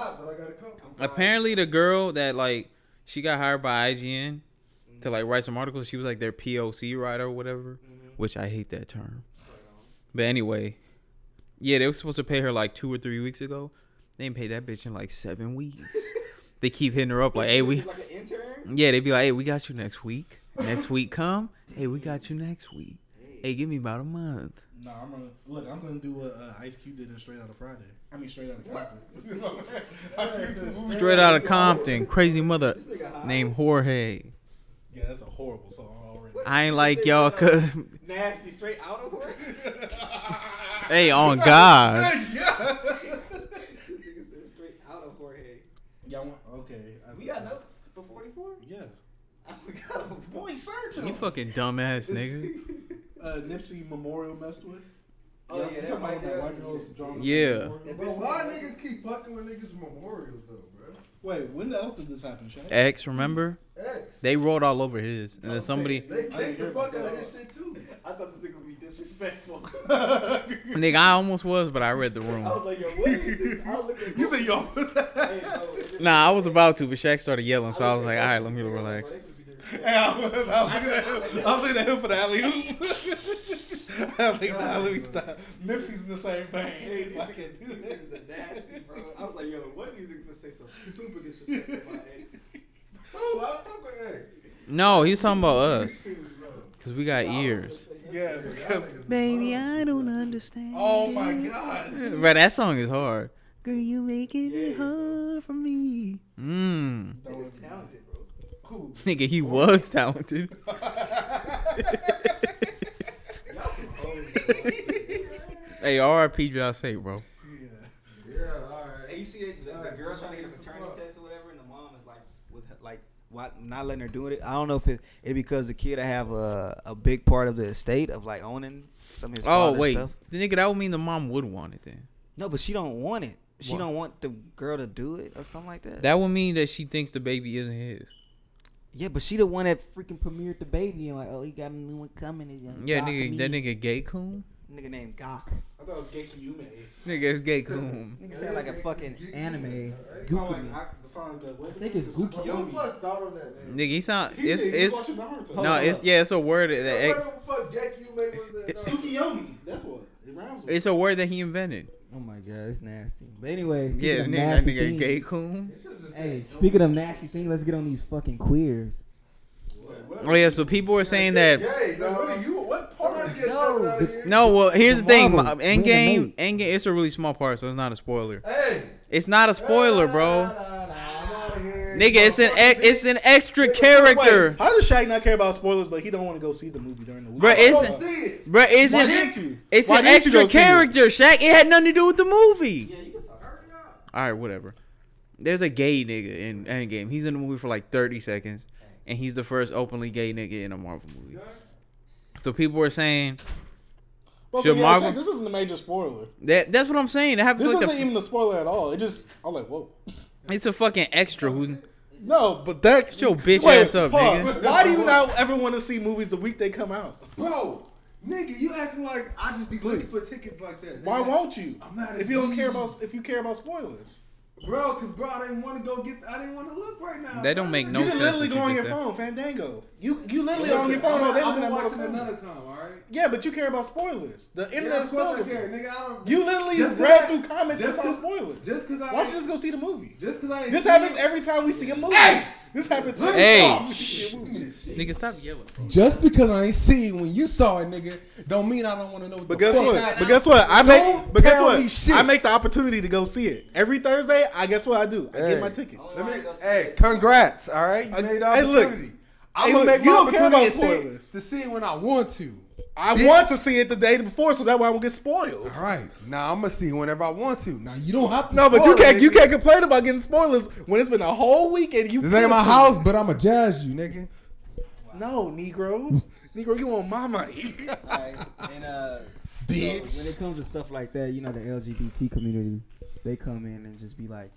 Speaker 2: apparently the girl that like she got hired by IGN to like write some articles. She was like their POC writer or whatever, which I hate that term. But anyway, yeah, they were supposed to pay her like two or three weeks ago. They didn't pay that bitch in like seven weeks. they keep hitting her up like, "Hey, we."
Speaker 3: Like an intern?
Speaker 2: Yeah, they'd be like, "Hey, we got you next week. Next week come. Hey, we got you next week. Hey, give me about a month."
Speaker 4: No, I'm gonna look. I'm gonna do what uh, Ice Cube did in Straight Outta Friday. I mean, Straight Outta Compton.
Speaker 2: Straight out of Compton, crazy mother
Speaker 3: nigga high.
Speaker 2: named Jorge.
Speaker 4: yeah, that's a horrible song already.
Speaker 2: I ain't like y'all, cause
Speaker 3: Nasty, straight out of work.
Speaker 2: hey, on God,
Speaker 3: Nigga said straight out of Jorge.
Speaker 4: Y'all want? Okay, I-
Speaker 3: We got notes for 44?
Speaker 4: Yeah.
Speaker 3: I forgot them.
Speaker 4: Boy, search
Speaker 2: you
Speaker 4: him.
Speaker 2: fucking dumbass nigga.
Speaker 4: uh, Nipsey Memorial messed with.
Speaker 3: Oh, yeah,
Speaker 4: you
Speaker 3: that
Speaker 4: talking
Speaker 3: white
Speaker 4: about that
Speaker 3: guy.
Speaker 4: white girl's drawing?
Speaker 2: Yeah.
Speaker 1: Bro, why niggas keep fucking with niggas' memorials though,
Speaker 4: Wait, when else did this happen, Shaq?
Speaker 2: X, remember?
Speaker 1: bro? X.
Speaker 2: They rolled all over his, and then somebody,
Speaker 1: They
Speaker 4: didn't
Speaker 1: kicked
Speaker 4: hear
Speaker 1: the fuck
Speaker 4: about
Speaker 1: out of
Speaker 4: that.
Speaker 1: his shit too.
Speaker 3: I thought this nigga would be disrespectful.
Speaker 2: nigga, I almost was, but I read the
Speaker 3: I was
Speaker 2: room.
Speaker 3: like, yo, what is this? I looked at
Speaker 4: You say y'all.
Speaker 3: Hey, bro, is it-
Speaker 2: Nah, I was about to, but Shaq started yelling, so I was like, all right, let me relax.
Speaker 4: I was looking at him- I was looking at him for the alley hoop. I was like, nah, let me stop. Nipsey's in the same
Speaker 3: Hey,
Speaker 4: vein.
Speaker 3: these niggas these niggas are nasty, bro. I was like, yo, what are these niggas gonna say some super disrespectful about X?
Speaker 1: Oh, I fuck with X.
Speaker 2: No, he was talking about us,
Speaker 1: Too, bro.
Speaker 2: cause we got ears.
Speaker 4: yeah, because
Speaker 2: Baby, I don't understand.
Speaker 4: oh my god,
Speaker 2: Bro, that song is hard. Girl, you making it hard for me. Mmm.
Speaker 3: Niggas talented, bro.
Speaker 2: Nigga, he was talented.
Speaker 3: Y'all some hoes, bro.
Speaker 2: Hey, R.I.P. Josh Fate, bro.
Speaker 1: Yeah, alright.
Speaker 3: Hey, you see that the, the girl trying to get a paternity test or whatever, and the mom is like, with her- like, why not letting her do it? I don't know if it it because the kid have a a big part of the estate of like owning some of his
Speaker 2: Oh
Speaker 3: father's
Speaker 2: wait,
Speaker 3: stuff.
Speaker 2: the nigga, that would mean the mom would want it then.
Speaker 3: No, but she don't want it. She
Speaker 2: Why?
Speaker 3: don't want the girl to do it or something like that.
Speaker 2: That would mean that she thinks the baby isn't his.
Speaker 3: yeah, but she the one that freaking premiered the baby and like, oh, he got a new one coming. It's gonna
Speaker 2: Yeah,
Speaker 3: dock
Speaker 2: nigga,
Speaker 3: me.
Speaker 2: that nigga gay coon.
Speaker 3: Nigga named Gok.
Speaker 4: I thought it was Geki Yume.
Speaker 2: Nigga it's gay coon.
Speaker 3: Nigga sound like a fucking anime.
Speaker 4: Oh,
Speaker 3: Gookumi.
Speaker 4: like, I, the song that was.
Speaker 5: I think it's
Speaker 1: Who the fuck thought of that name?
Speaker 2: Nigga, he sound
Speaker 4: He
Speaker 2: it's
Speaker 4: did.
Speaker 2: it's
Speaker 4: you watching Naruto.
Speaker 2: no it's yeah it's a word that
Speaker 1: Whatever
Speaker 2: that-
Speaker 1: the fuck Jackie you made was that? dog?
Speaker 4: Tsukiyomi. That's what it rhymes with.
Speaker 2: it's a word that he invented.
Speaker 5: Oh my god, it's nasty. But anyways,
Speaker 2: Yeah,
Speaker 5: speaking
Speaker 2: nigga,
Speaker 5: of
Speaker 2: that
Speaker 5: nasty
Speaker 2: nigga gay
Speaker 5: things,
Speaker 2: coon.
Speaker 5: hey, speaking of nasty things, let's get on these fucking queers.
Speaker 2: Oh yeah, so people were saying that.
Speaker 1: Gay, dog. What are you? What part? Get
Speaker 5: No,
Speaker 1: no. Out
Speaker 5: the-
Speaker 1: of here.
Speaker 2: No, well here's the thing.
Speaker 5: Marvel,
Speaker 2: my-
Speaker 5: we in the
Speaker 2: Endgame,
Speaker 5: mate.
Speaker 2: Endgame. It's a really small part, so it's not a spoiler.
Speaker 1: Hey.
Speaker 2: It's not a spoiler,
Speaker 1: Nah,
Speaker 2: bro.
Speaker 1: nah, nah, I'm out of here.
Speaker 2: Nigga, it's an ex- it's an extra
Speaker 4: Wait,
Speaker 2: character.
Speaker 4: how does Shaq not care about spoilers, but he don't want to go see the movie during the week?
Speaker 2: Bruh, it's-
Speaker 4: Why
Speaker 1: See it.
Speaker 2: Bro, it's
Speaker 4: didn't
Speaker 2: an,
Speaker 4: you?
Speaker 2: it's
Speaker 4: Why
Speaker 2: an
Speaker 4: didn't you go
Speaker 2: extra
Speaker 4: see it?
Speaker 2: character, Shaq. It had nothing to do with the movie. All right, whatever. There's a gay nigga in Endgame. He's in the movie for like 30 seconds, and he's the first openly gay nigga in a Marvel movie. So people were saying
Speaker 4: Well,
Speaker 2: Should
Speaker 4: yeah,
Speaker 2: Marvel-
Speaker 4: Shaq, this isn't a major spoiler.
Speaker 2: that. That's what I'm saying. It happens
Speaker 4: This
Speaker 2: like
Speaker 4: isn't
Speaker 2: the,
Speaker 4: even a spoiler at all. It just I'm like, whoa.
Speaker 2: it's a fucking extra who's
Speaker 4: No, but that
Speaker 2: your bitch
Speaker 4: Wait,
Speaker 2: ass up,
Speaker 4: pause.
Speaker 2: nigga.
Speaker 4: Why do you not ever want to see movies the week they come out?
Speaker 1: Bro, nigga, you acting like I just be looking for tickets like that.
Speaker 4: Why
Speaker 1: nigga.
Speaker 4: won't you?
Speaker 1: I'm not a
Speaker 4: If you don't care
Speaker 1: geek.
Speaker 4: about if you care about spoilers,
Speaker 1: Bro, cause bro, I didn't want to go get. I didn't want to look right now.
Speaker 2: That don't
Speaker 1: bro.
Speaker 2: make no
Speaker 4: you
Speaker 2: sense
Speaker 4: can literally
Speaker 2: what
Speaker 4: go
Speaker 2: you
Speaker 4: on your
Speaker 2: just said.
Speaker 4: phone, Fandango. You you literally
Speaker 1: Listen,
Speaker 4: on your phone all day
Speaker 1: I'm
Speaker 4: looking at
Speaker 1: gonna watch it
Speaker 4: motherfuckers.
Speaker 1: another time, all right?
Speaker 4: Yeah, but you care about spoilers. The
Speaker 1: Yeah,
Speaker 4: internet
Speaker 1: of
Speaker 4: is
Speaker 1: course I
Speaker 4: spoilers.
Speaker 1: care, nigga. I don't.
Speaker 4: You literally
Speaker 1: Just 'cause
Speaker 4: read
Speaker 1: I-
Speaker 4: through comments
Speaker 1: just
Speaker 4: just on
Speaker 1: 'cause-
Speaker 4: spoilers.
Speaker 1: just 'cause I-
Speaker 4: Why don't you just go see the movie?
Speaker 1: just cause I ain't
Speaker 4: This
Speaker 1: seen
Speaker 4: happens
Speaker 1: it-
Speaker 4: every time we see a movie. This happens. every
Speaker 2: Hey!
Speaker 4: time we see a movie.
Speaker 2: nigga. Stop yelling.
Speaker 8: Just because I ain't seen when you saw it, nigga, don't mean I don't want to know what
Speaker 4: But
Speaker 8: the
Speaker 4: guess
Speaker 8: fuck
Speaker 4: what? But guess what? I
Speaker 8: Don't
Speaker 4: make. But guess
Speaker 8: tell me
Speaker 4: what?
Speaker 8: shit.
Speaker 4: I make the opportunity to go see it every Thursday. I guess what I do? I
Speaker 7: Hey.
Speaker 4: get my tickets.
Speaker 1: Oh.
Speaker 3: Let me-
Speaker 7: Hey, congrats! All right, you
Speaker 4: I-
Speaker 7: made the
Speaker 4: hey, look.
Speaker 7: opportunity. I'm
Speaker 4: Hey,
Speaker 7: gonna
Speaker 4: look,
Speaker 7: make
Speaker 4: you
Speaker 7: my
Speaker 4: don't care
Speaker 7: opportunity to
Speaker 4: about
Speaker 7: see,
Speaker 4: spoilers.
Speaker 7: to see it when I want to.
Speaker 4: I
Speaker 7: Bitch.
Speaker 4: want to see it the day before, so that way I won't get spoiled.
Speaker 7: All right, now I'm gonna see it whenever I want to. Now you don't have to.
Speaker 4: No, but you
Speaker 7: spoil it,
Speaker 4: can't. You
Speaker 7: nigga.
Speaker 4: can't complain about getting spoilers when it's been a whole week and you.
Speaker 7: This ain't my
Speaker 4: pissed.
Speaker 7: house, but I'ma jazz you, nigga.
Speaker 4: No, Negro. Negro, you want my money?
Speaker 5: Alright, and uh,
Speaker 7: Bitch.
Speaker 5: when it comes to stuff like that, you know the LGBT community, they come in and just be like,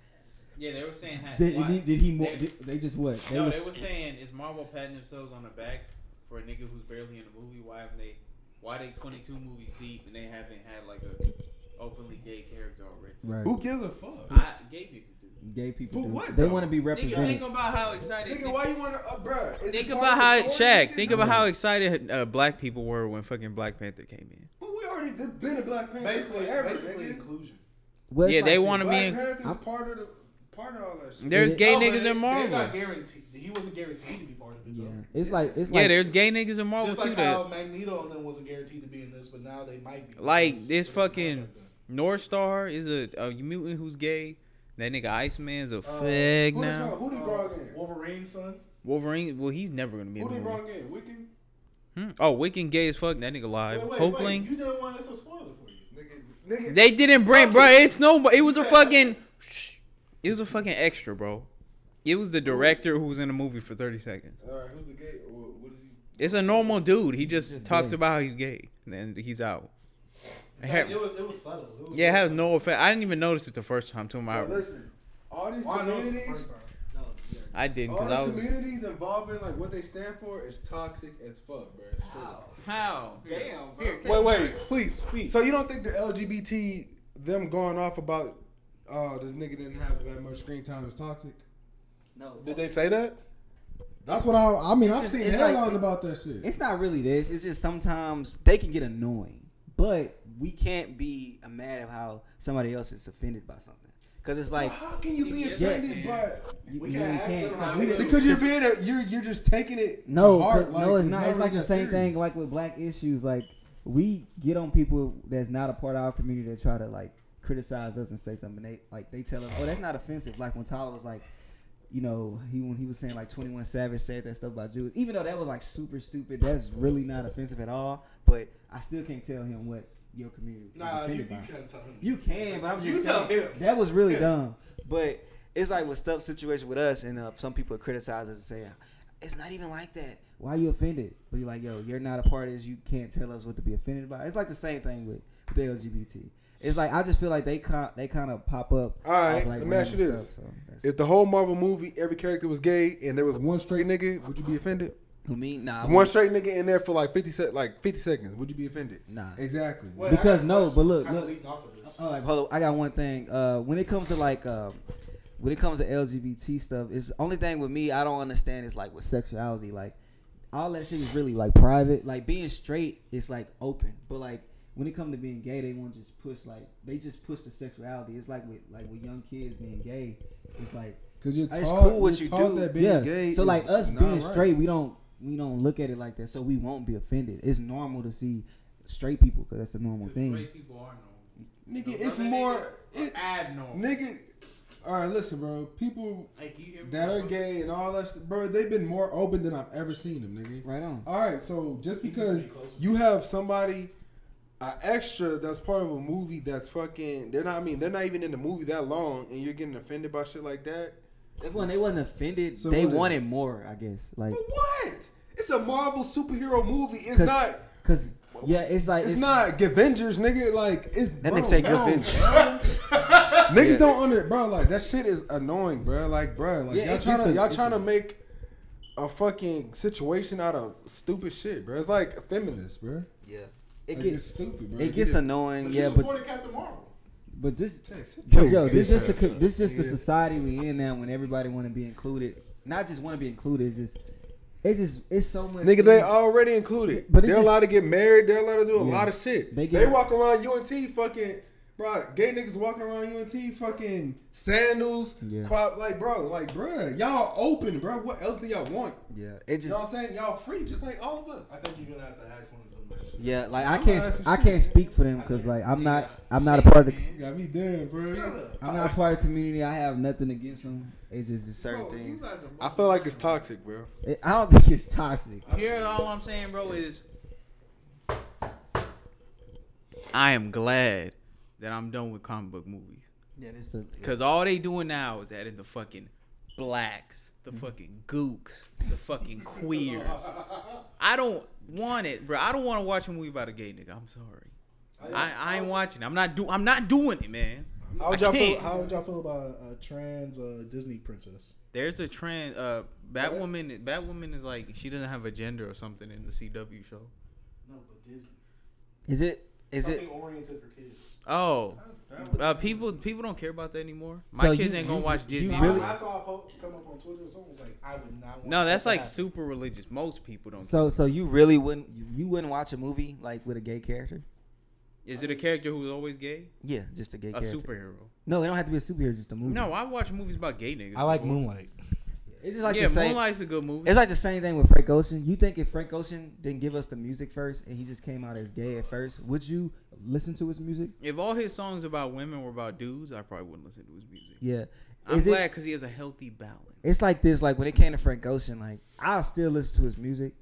Speaker 2: Yeah, they were saying.
Speaker 5: did, did he, did he mo-
Speaker 2: They-
Speaker 5: did, they just what? They
Speaker 2: No,
Speaker 5: was-
Speaker 2: they were saying is Marvel patting themselves on the back for a nigga who's barely in the movie. Why haven't they? Why they twenty two movies deep and they haven't had like a openly gay character already.
Speaker 3: Right.
Speaker 8: Who gives a fuck?
Speaker 2: I gay niggas do.
Speaker 3: Gay people.
Speaker 8: For
Speaker 3: do-
Speaker 8: what,
Speaker 3: They
Speaker 8: though?
Speaker 3: want to be
Speaker 2: Nigga,
Speaker 3: represented.
Speaker 2: think about how excited.
Speaker 8: Nigga, why you wanna, uh, bruh? is
Speaker 2: Think
Speaker 8: it part
Speaker 2: about
Speaker 8: of
Speaker 2: how
Speaker 8: the story,
Speaker 2: Shaq.
Speaker 8: nigga?
Speaker 2: Think about how excited uh, black people were when fucking Black Panther came in.
Speaker 8: But we already did- been a Black Panther
Speaker 4: Basically,
Speaker 8: forever,
Speaker 4: basically
Speaker 8: nigga.
Speaker 4: inclusion.
Speaker 3: Well, it's
Speaker 2: yeah, they
Speaker 3: like-
Speaker 2: want to be.
Speaker 8: Black
Speaker 2: In,
Speaker 8: Panther's
Speaker 3: I'm-
Speaker 8: part of the part of all that shit.
Speaker 2: there's
Speaker 3: Yeah,
Speaker 2: gay
Speaker 4: No, Oh, but
Speaker 2: niggas
Speaker 4: they-
Speaker 2: in
Speaker 4: They're
Speaker 2: Marvel.
Speaker 4: not guaranteed. He wasn't guaranteed to be part of it.
Speaker 3: Yeah,
Speaker 4: Though.
Speaker 3: it's like it's
Speaker 2: Yeah,
Speaker 3: like
Speaker 2: there's gay niggas in Marvel
Speaker 4: Just
Speaker 2: too.
Speaker 4: like
Speaker 2: That
Speaker 4: how Magneto and them wasn't guaranteed to be in this, but now they might be.
Speaker 2: Like, this
Speaker 4: Because-
Speaker 2: fucking- North Star is a, a mutant who's gay. That nigga Iceman's a
Speaker 4: Uh,
Speaker 2: fag
Speaker 8: Who they
Speaker 2: now.
Speaker 8: brought- Who they
Speaker 4: Uh,
Speaker 8: brought in?
Speaker 4: Wolverine's son.
Speaker 2: Wolverine. Well, he's never gonna be. In
Speaker 8: Who
Speaker 2: the
Speaker 8: they
Speaker 2: movie.
Speaker 8: brought in? Wiccan?
Speaker 2: Hmm? Oh, Wiccan gay as fuck. That nigga live.
Speaker 4: Wait, wait,
Speaker 2: Hopeling.
Speaker 4: wait. You didn't want us to spoil it for you.
Speaker 8: Nigga, nigga.
Speaker 2: They didn't bring, bro. It's no. It was a
Speaker 4: Yeah.
Speaker 2: fucking. It was a fucking extra, bro. It was the director who was in the movie for thirty seconds.
Speaker 8: All right, who's the gay? Or what is he?
Speaker 2: It's a normal dude. He just,
Speaker 3: Just
Speaker 2: talks
Speaker 3: gay.
Speaker 2: about how he's gay, and then he's out. It
Speaker 4: Like,
Speaker 2: had-
Speaker 4: it, was, it was subtle. It was
Speaker 2: yeah, it has no effect. I didn't even notice it the first time. To my,
Speaker 8: Yo, listen, all these
Speaker 4: Well, I know it's the
Speaker 8: communities,
Speaker 4: first time.
Speaker 2: I didn't
Speaker 8: all
Speaker 2: because I
Speaker 8: these
Speaker 2: was
Speaker 8: communities involving like what they stand for is toxic as fuck, bro. It's true.
Speaker 2: how.
Speaker 4: Damn, bro.
Speaker 1: Wait, wait, please speak. So you don't think the LGBT them going off about oh this nigga didn't have that much screen time is toxic?
Speaker 3: no.
Speaker 8: Did they say that?
Speaker 1: That's what I I mean I've
Speaker 3: It's-
Speaker 1: seen
Speaker 3: it's
Speaker 1: headlines
Speaker 3: like-
Speaker 1: about that shit.
Speaker 3: It's not really this. It's just sometimes they can get annoying, but we can't be mad at how somebody else is offended by something. Cause it's like
Speaker 1: How can you be
Speaker 2: Yeah,
Speaker 1: offended by
Speaker 2: man.
Speaker 3: you,
Speaker 4: We
Speaker 3: you
Speaker 4: can
Speaker 3: really
Speaker 4: ask
Speaker 3: can't.
Speaker 4: them
Speaker 3: 'cause
Speaker 4: how
Speaker 3: we
Speaker 4: they
Speaker 3: didn't-
Speaker 4: feel.
Speaker 1: because you're being a, you're you're just taking it
Speaker 3: no,
Speaker 1: to heart,
Speaker 3: 'cause-
Speaker 1: like,
Speaker 3: no, it's not. It's
Speaker 1: never
Speaker 3: like the
Speaker 1: that
Speaker 3: same
Speaker 1: serious.
Speaker 3: thing like with black issues. Like we get on people that's not a part of our community that try to like criticize us and say something. They like they tell us, oh, that's not offensive. Like when Tyler was like. You know, he when he was saying like Twenty One Savage said that stuff about Jews, even though that was like super stupid. That's really not offensive at all. But I still can't tell him what your community is
Speaker 4: Nah, you, you
Speaker 3: offended by.
Speaker 4: can't tell him.
Speaker 3: You can, but I'm just
Speaker 4: You tell
Speaker 3: saying
Speaker 4: him.
Speaker 3: that was really dumb. But it's like with stuff situation with us, and uh, some people criticize us and say, "It's not even like that. Why you offended?" But you're like, "Yo, you're not a part of this. You can't tell us what to be offended by." It's like the same thing with, with the LGBT. It's like I just feel like they con- they kind of pop up.
Speaker 1: All right,
Speaker 3: off,
Speaker 1: let me ask
Speaker 3: random
Speaker 1: you this.
Speaker 3: so that's-
Speaker 1: If the whole Marvel movie, every character was gay, and there was one straight nigga, would you be offended?
Speaker 3: who mean nah? I
Speaker 1: One straight nigga in there for like fifty se- like fifty seconds, would you be offended?
Speaker 3: wouldn't- nah.
Speaker 1: Exactly.
Speaker 4: Wait, I
Speaker 3: Because
Speaker 4: got a
Speaker 3: no,
Speaker 4: question.
Speaker 3: but look,
Speaker 4: Kinda
Speaker 3: look.
Speaker 4: leading off of this.
Speaker 3: All right, hold on. I got one thing. Uh, when it comes to like, um, when it comes to LGBT stuff, it's the only thing with me I don't understand is like with sexuality. Like, all that shit is really like private. Like being straight is like open, but like when it comes to being gay, they want to just push like they just push the sexuality. It's like with like with young kids being gay, it's like
Speaker 1: Because you're
Speaker 3: It's
Speaker 1: taught,
Speaker 3: cool what
Speaker 1: you're
Speaker 3: you
Speaker 1: taught
Speaker 3: do.
Speaker 1: that being
Speaker 3: Yeah.
Speaker 1: gay.
Speaker 3: So
Speaker 1: is
Speaker 3: like us
Speaker 1: not
Speaker 3: being
Speaker 1: right.
Speaker 3: straight, we don't we don't look at it like that, so we won't be offended. It's normal to see straight people because that's a normal thing.
Speaker 2: people are normal.
Speaker 1: nigga, it's more. It,
Speaker 2: abnormal.
Speaker 1: nigga, all right, listen, bro. People
Speaker 2: Like you hear
Speaker 1: that are gay and all that, st- bro, they've been more open than I've ever seen them, nigga.
Speaker 3: Right on.
Speaker 1: All right, so just because
Speaker 4: stay closer.
Speaker 1: you have somebody, an extra that's part of a movie that's fucking, they're not. I mean, they're not even in the movie that long, and you're getting offended by shit like that.
Speaker 3: They wasn't, they wasn't offended.
Speaker 1: So
Speaker 3: they
Speaker 1: what is
Speaker 3: wanted more, I guess. Like,
Speaker 1: But what? It's a Marvel superhero movie. It's
Speaker 3: Cause-
Speaker 1: not.
Speaker 3: cause yeah, it's like
Speaker 1: It's, not Avengers, nigga. Like it's
Speaker 3: That
Speaker 1: bro,
Speaker 3: nigga say
Speaker 1: no,
Speaker 3: Avengers.
Speaker 1: bro. Niggas don't under bro. Like that shit is annoying, bro. Like bro, like
Speaker 3: Yeah,
Speaker 1: y'all
Speaker 3: it-
Speaker 1: trying
Speaker 3: it's
Speaker 1: to
Speaker 3: a-
Speaker 1: y'all
Speaker 3: it's
Speaker 1: trying
Speaker 3: a-
Speaker 1: to make a fucking situation out of stupid shit, bro. It's like feminist, bro.
Speaker 3: Yeah, it
Speaker 1: Like, it's
Speaker 3: gets
Speaker 1: stupid, bro.
Speaker 3: it gets annoying.
Speaker 4: But
Speaker 3: yeah,
Speaker 4: you
Speaker 3: but
Speaker 4: supported Captain Marvel.
Speaker 3: but this
Speaker 1: your
Speaker 3: yo, this
Speaker 1: gay
Speaker 3: just a, co-
Speaker 1: ass up.
Speaker 3: this just the
Speaker 1: Yeah.
Speaker 3: society we in now when everybody want to be included. Not just want to be included. It's just it's just it's so much.
Speaker 1: Nigga, they
Speaker 3: eas-
Speaker 1: already included.
Speaker 3: But
Speaker 1: But
Speaker 3: it
Speaker 1: they're
Speaker 3: just-
Speaker 1: allowed to get married. They're allowed to do a
Speaker 3: Yeah.
Speaker 1: lot of shit.
Speaker 3: They
Speaker 1: They,
Speaker 3: get-
Speaker 1: walk around UNT fucking, bro. Gay niggas walking around UNT fucking sandals,
Speaker 3: Yeah.
Speaker 1: crop like, bro, like, bro, y'all open, bro. What else do y'all want?
Speaker 3: Yeah, it
Speaker 1: You know what
Speaker 3: just
Speaker 1: I'm saying? Y'all free, just like all of us.
Speaker 4: I think you're gonna have to ask one of them. actually.
Speaker 3: yeah. Like I
Speaker 1: I'm
Speaker 3: can't
Speaker 1: not asking
Speaker 3: I
Speaker 1: shit,
Speaker 3: can't
Speaker 1: man.
Speaker 3: speak for them because like I'm not I'm not a part of the
Speaker 1: You got me dead, bro.
Speaker 3: I'm not a part of the community. I have nothing against them. It's just it's certain things.
Speaker 1: I feel like it's toxic, bro.
Speaker 3: It, I don't think it's toxic.
Speaker 2: Here, all I'm saying, bro, is I am glad that I'm done with comic book movies.
Speaker 3: Yeah, it's the
Speaker 2: Cause all they doing now is adding the fucking blacks, the fucking gooks, the fucking queers. I don't want it, bro. I don't want to watch a movie about a gay nigga. I'm sorry. I, I ain't watching. I'm not do. I'm not doing it, man.
Speaker 8: How
Speaker 2: I
Speaker 8: would y'all feel?
Speaker 2: can't.
Speaker 8: How would y'all feel about a, a trans uh, Disney princess?
Speaker 2: There's a trend. Uh, Batwoman. Batwoman is like she doesn't have a gender or something in the CW show.
Speaker 4: No, but Disney.
Speaker 3: Is it Is
Speaker 4: something
Speaker 3: it?
Speaker 4: oriented for kids?
Speaker 2: Oh, uh, people people don't care about that anymore. My
Speaker 3: So
Speaker 2: kids
Speaker 3: you-
Speaker 2: ain't gonna
Speaker 3: you-
Speaker 2: watch
Speaker 3: you
Speaker 2: Disney.
Speaker 3: really-
Speaker 4: I, I saw a post come up on Twitter. Someone was like, "I would not." Want
Speaker 2: no, that's
Speaker 4: that
Speaker 2: like
Speaker 4: to happen.
Speaker 2: super religious. Most people don't.
Speaker 3: So so you really wouldn't you wouldn't watch a movie like with a gay character?
Speaker 2: Is it a character who's always gay?
Speaker 3: Yeah, just a gay
Speaker 2: A
Speaker 3: character.
Speaker 2: superhero?
Speaker 3: no, it don't have to be a superhero, just a movie.
Speaker 2: No, I watch movies about gay niggas.
Speaker 4: I like Moonlight.
Speaker 3: it's just like
Speaker 2: yeah,
Speaker 3: the same.
Speaker 2: Moonlight's a good movie.
Speaker 3: It's like the same thing with Frank Ocean. You think if Frank Ocean didn't give us the music first and he just came out as gay at first, would you listen to his music?
Speaker 2: if all his songs about women were about dudes, I probably wouldn't listen to his music.
Speaker 3: Yeah.
Speaker 2: I'm
Speaker 3: Is it-
Speaker 2: glad because he has a healthy balance.
Speaker 3: it's like this. Like when it came to Frank Ocean, like I'll still listen to his music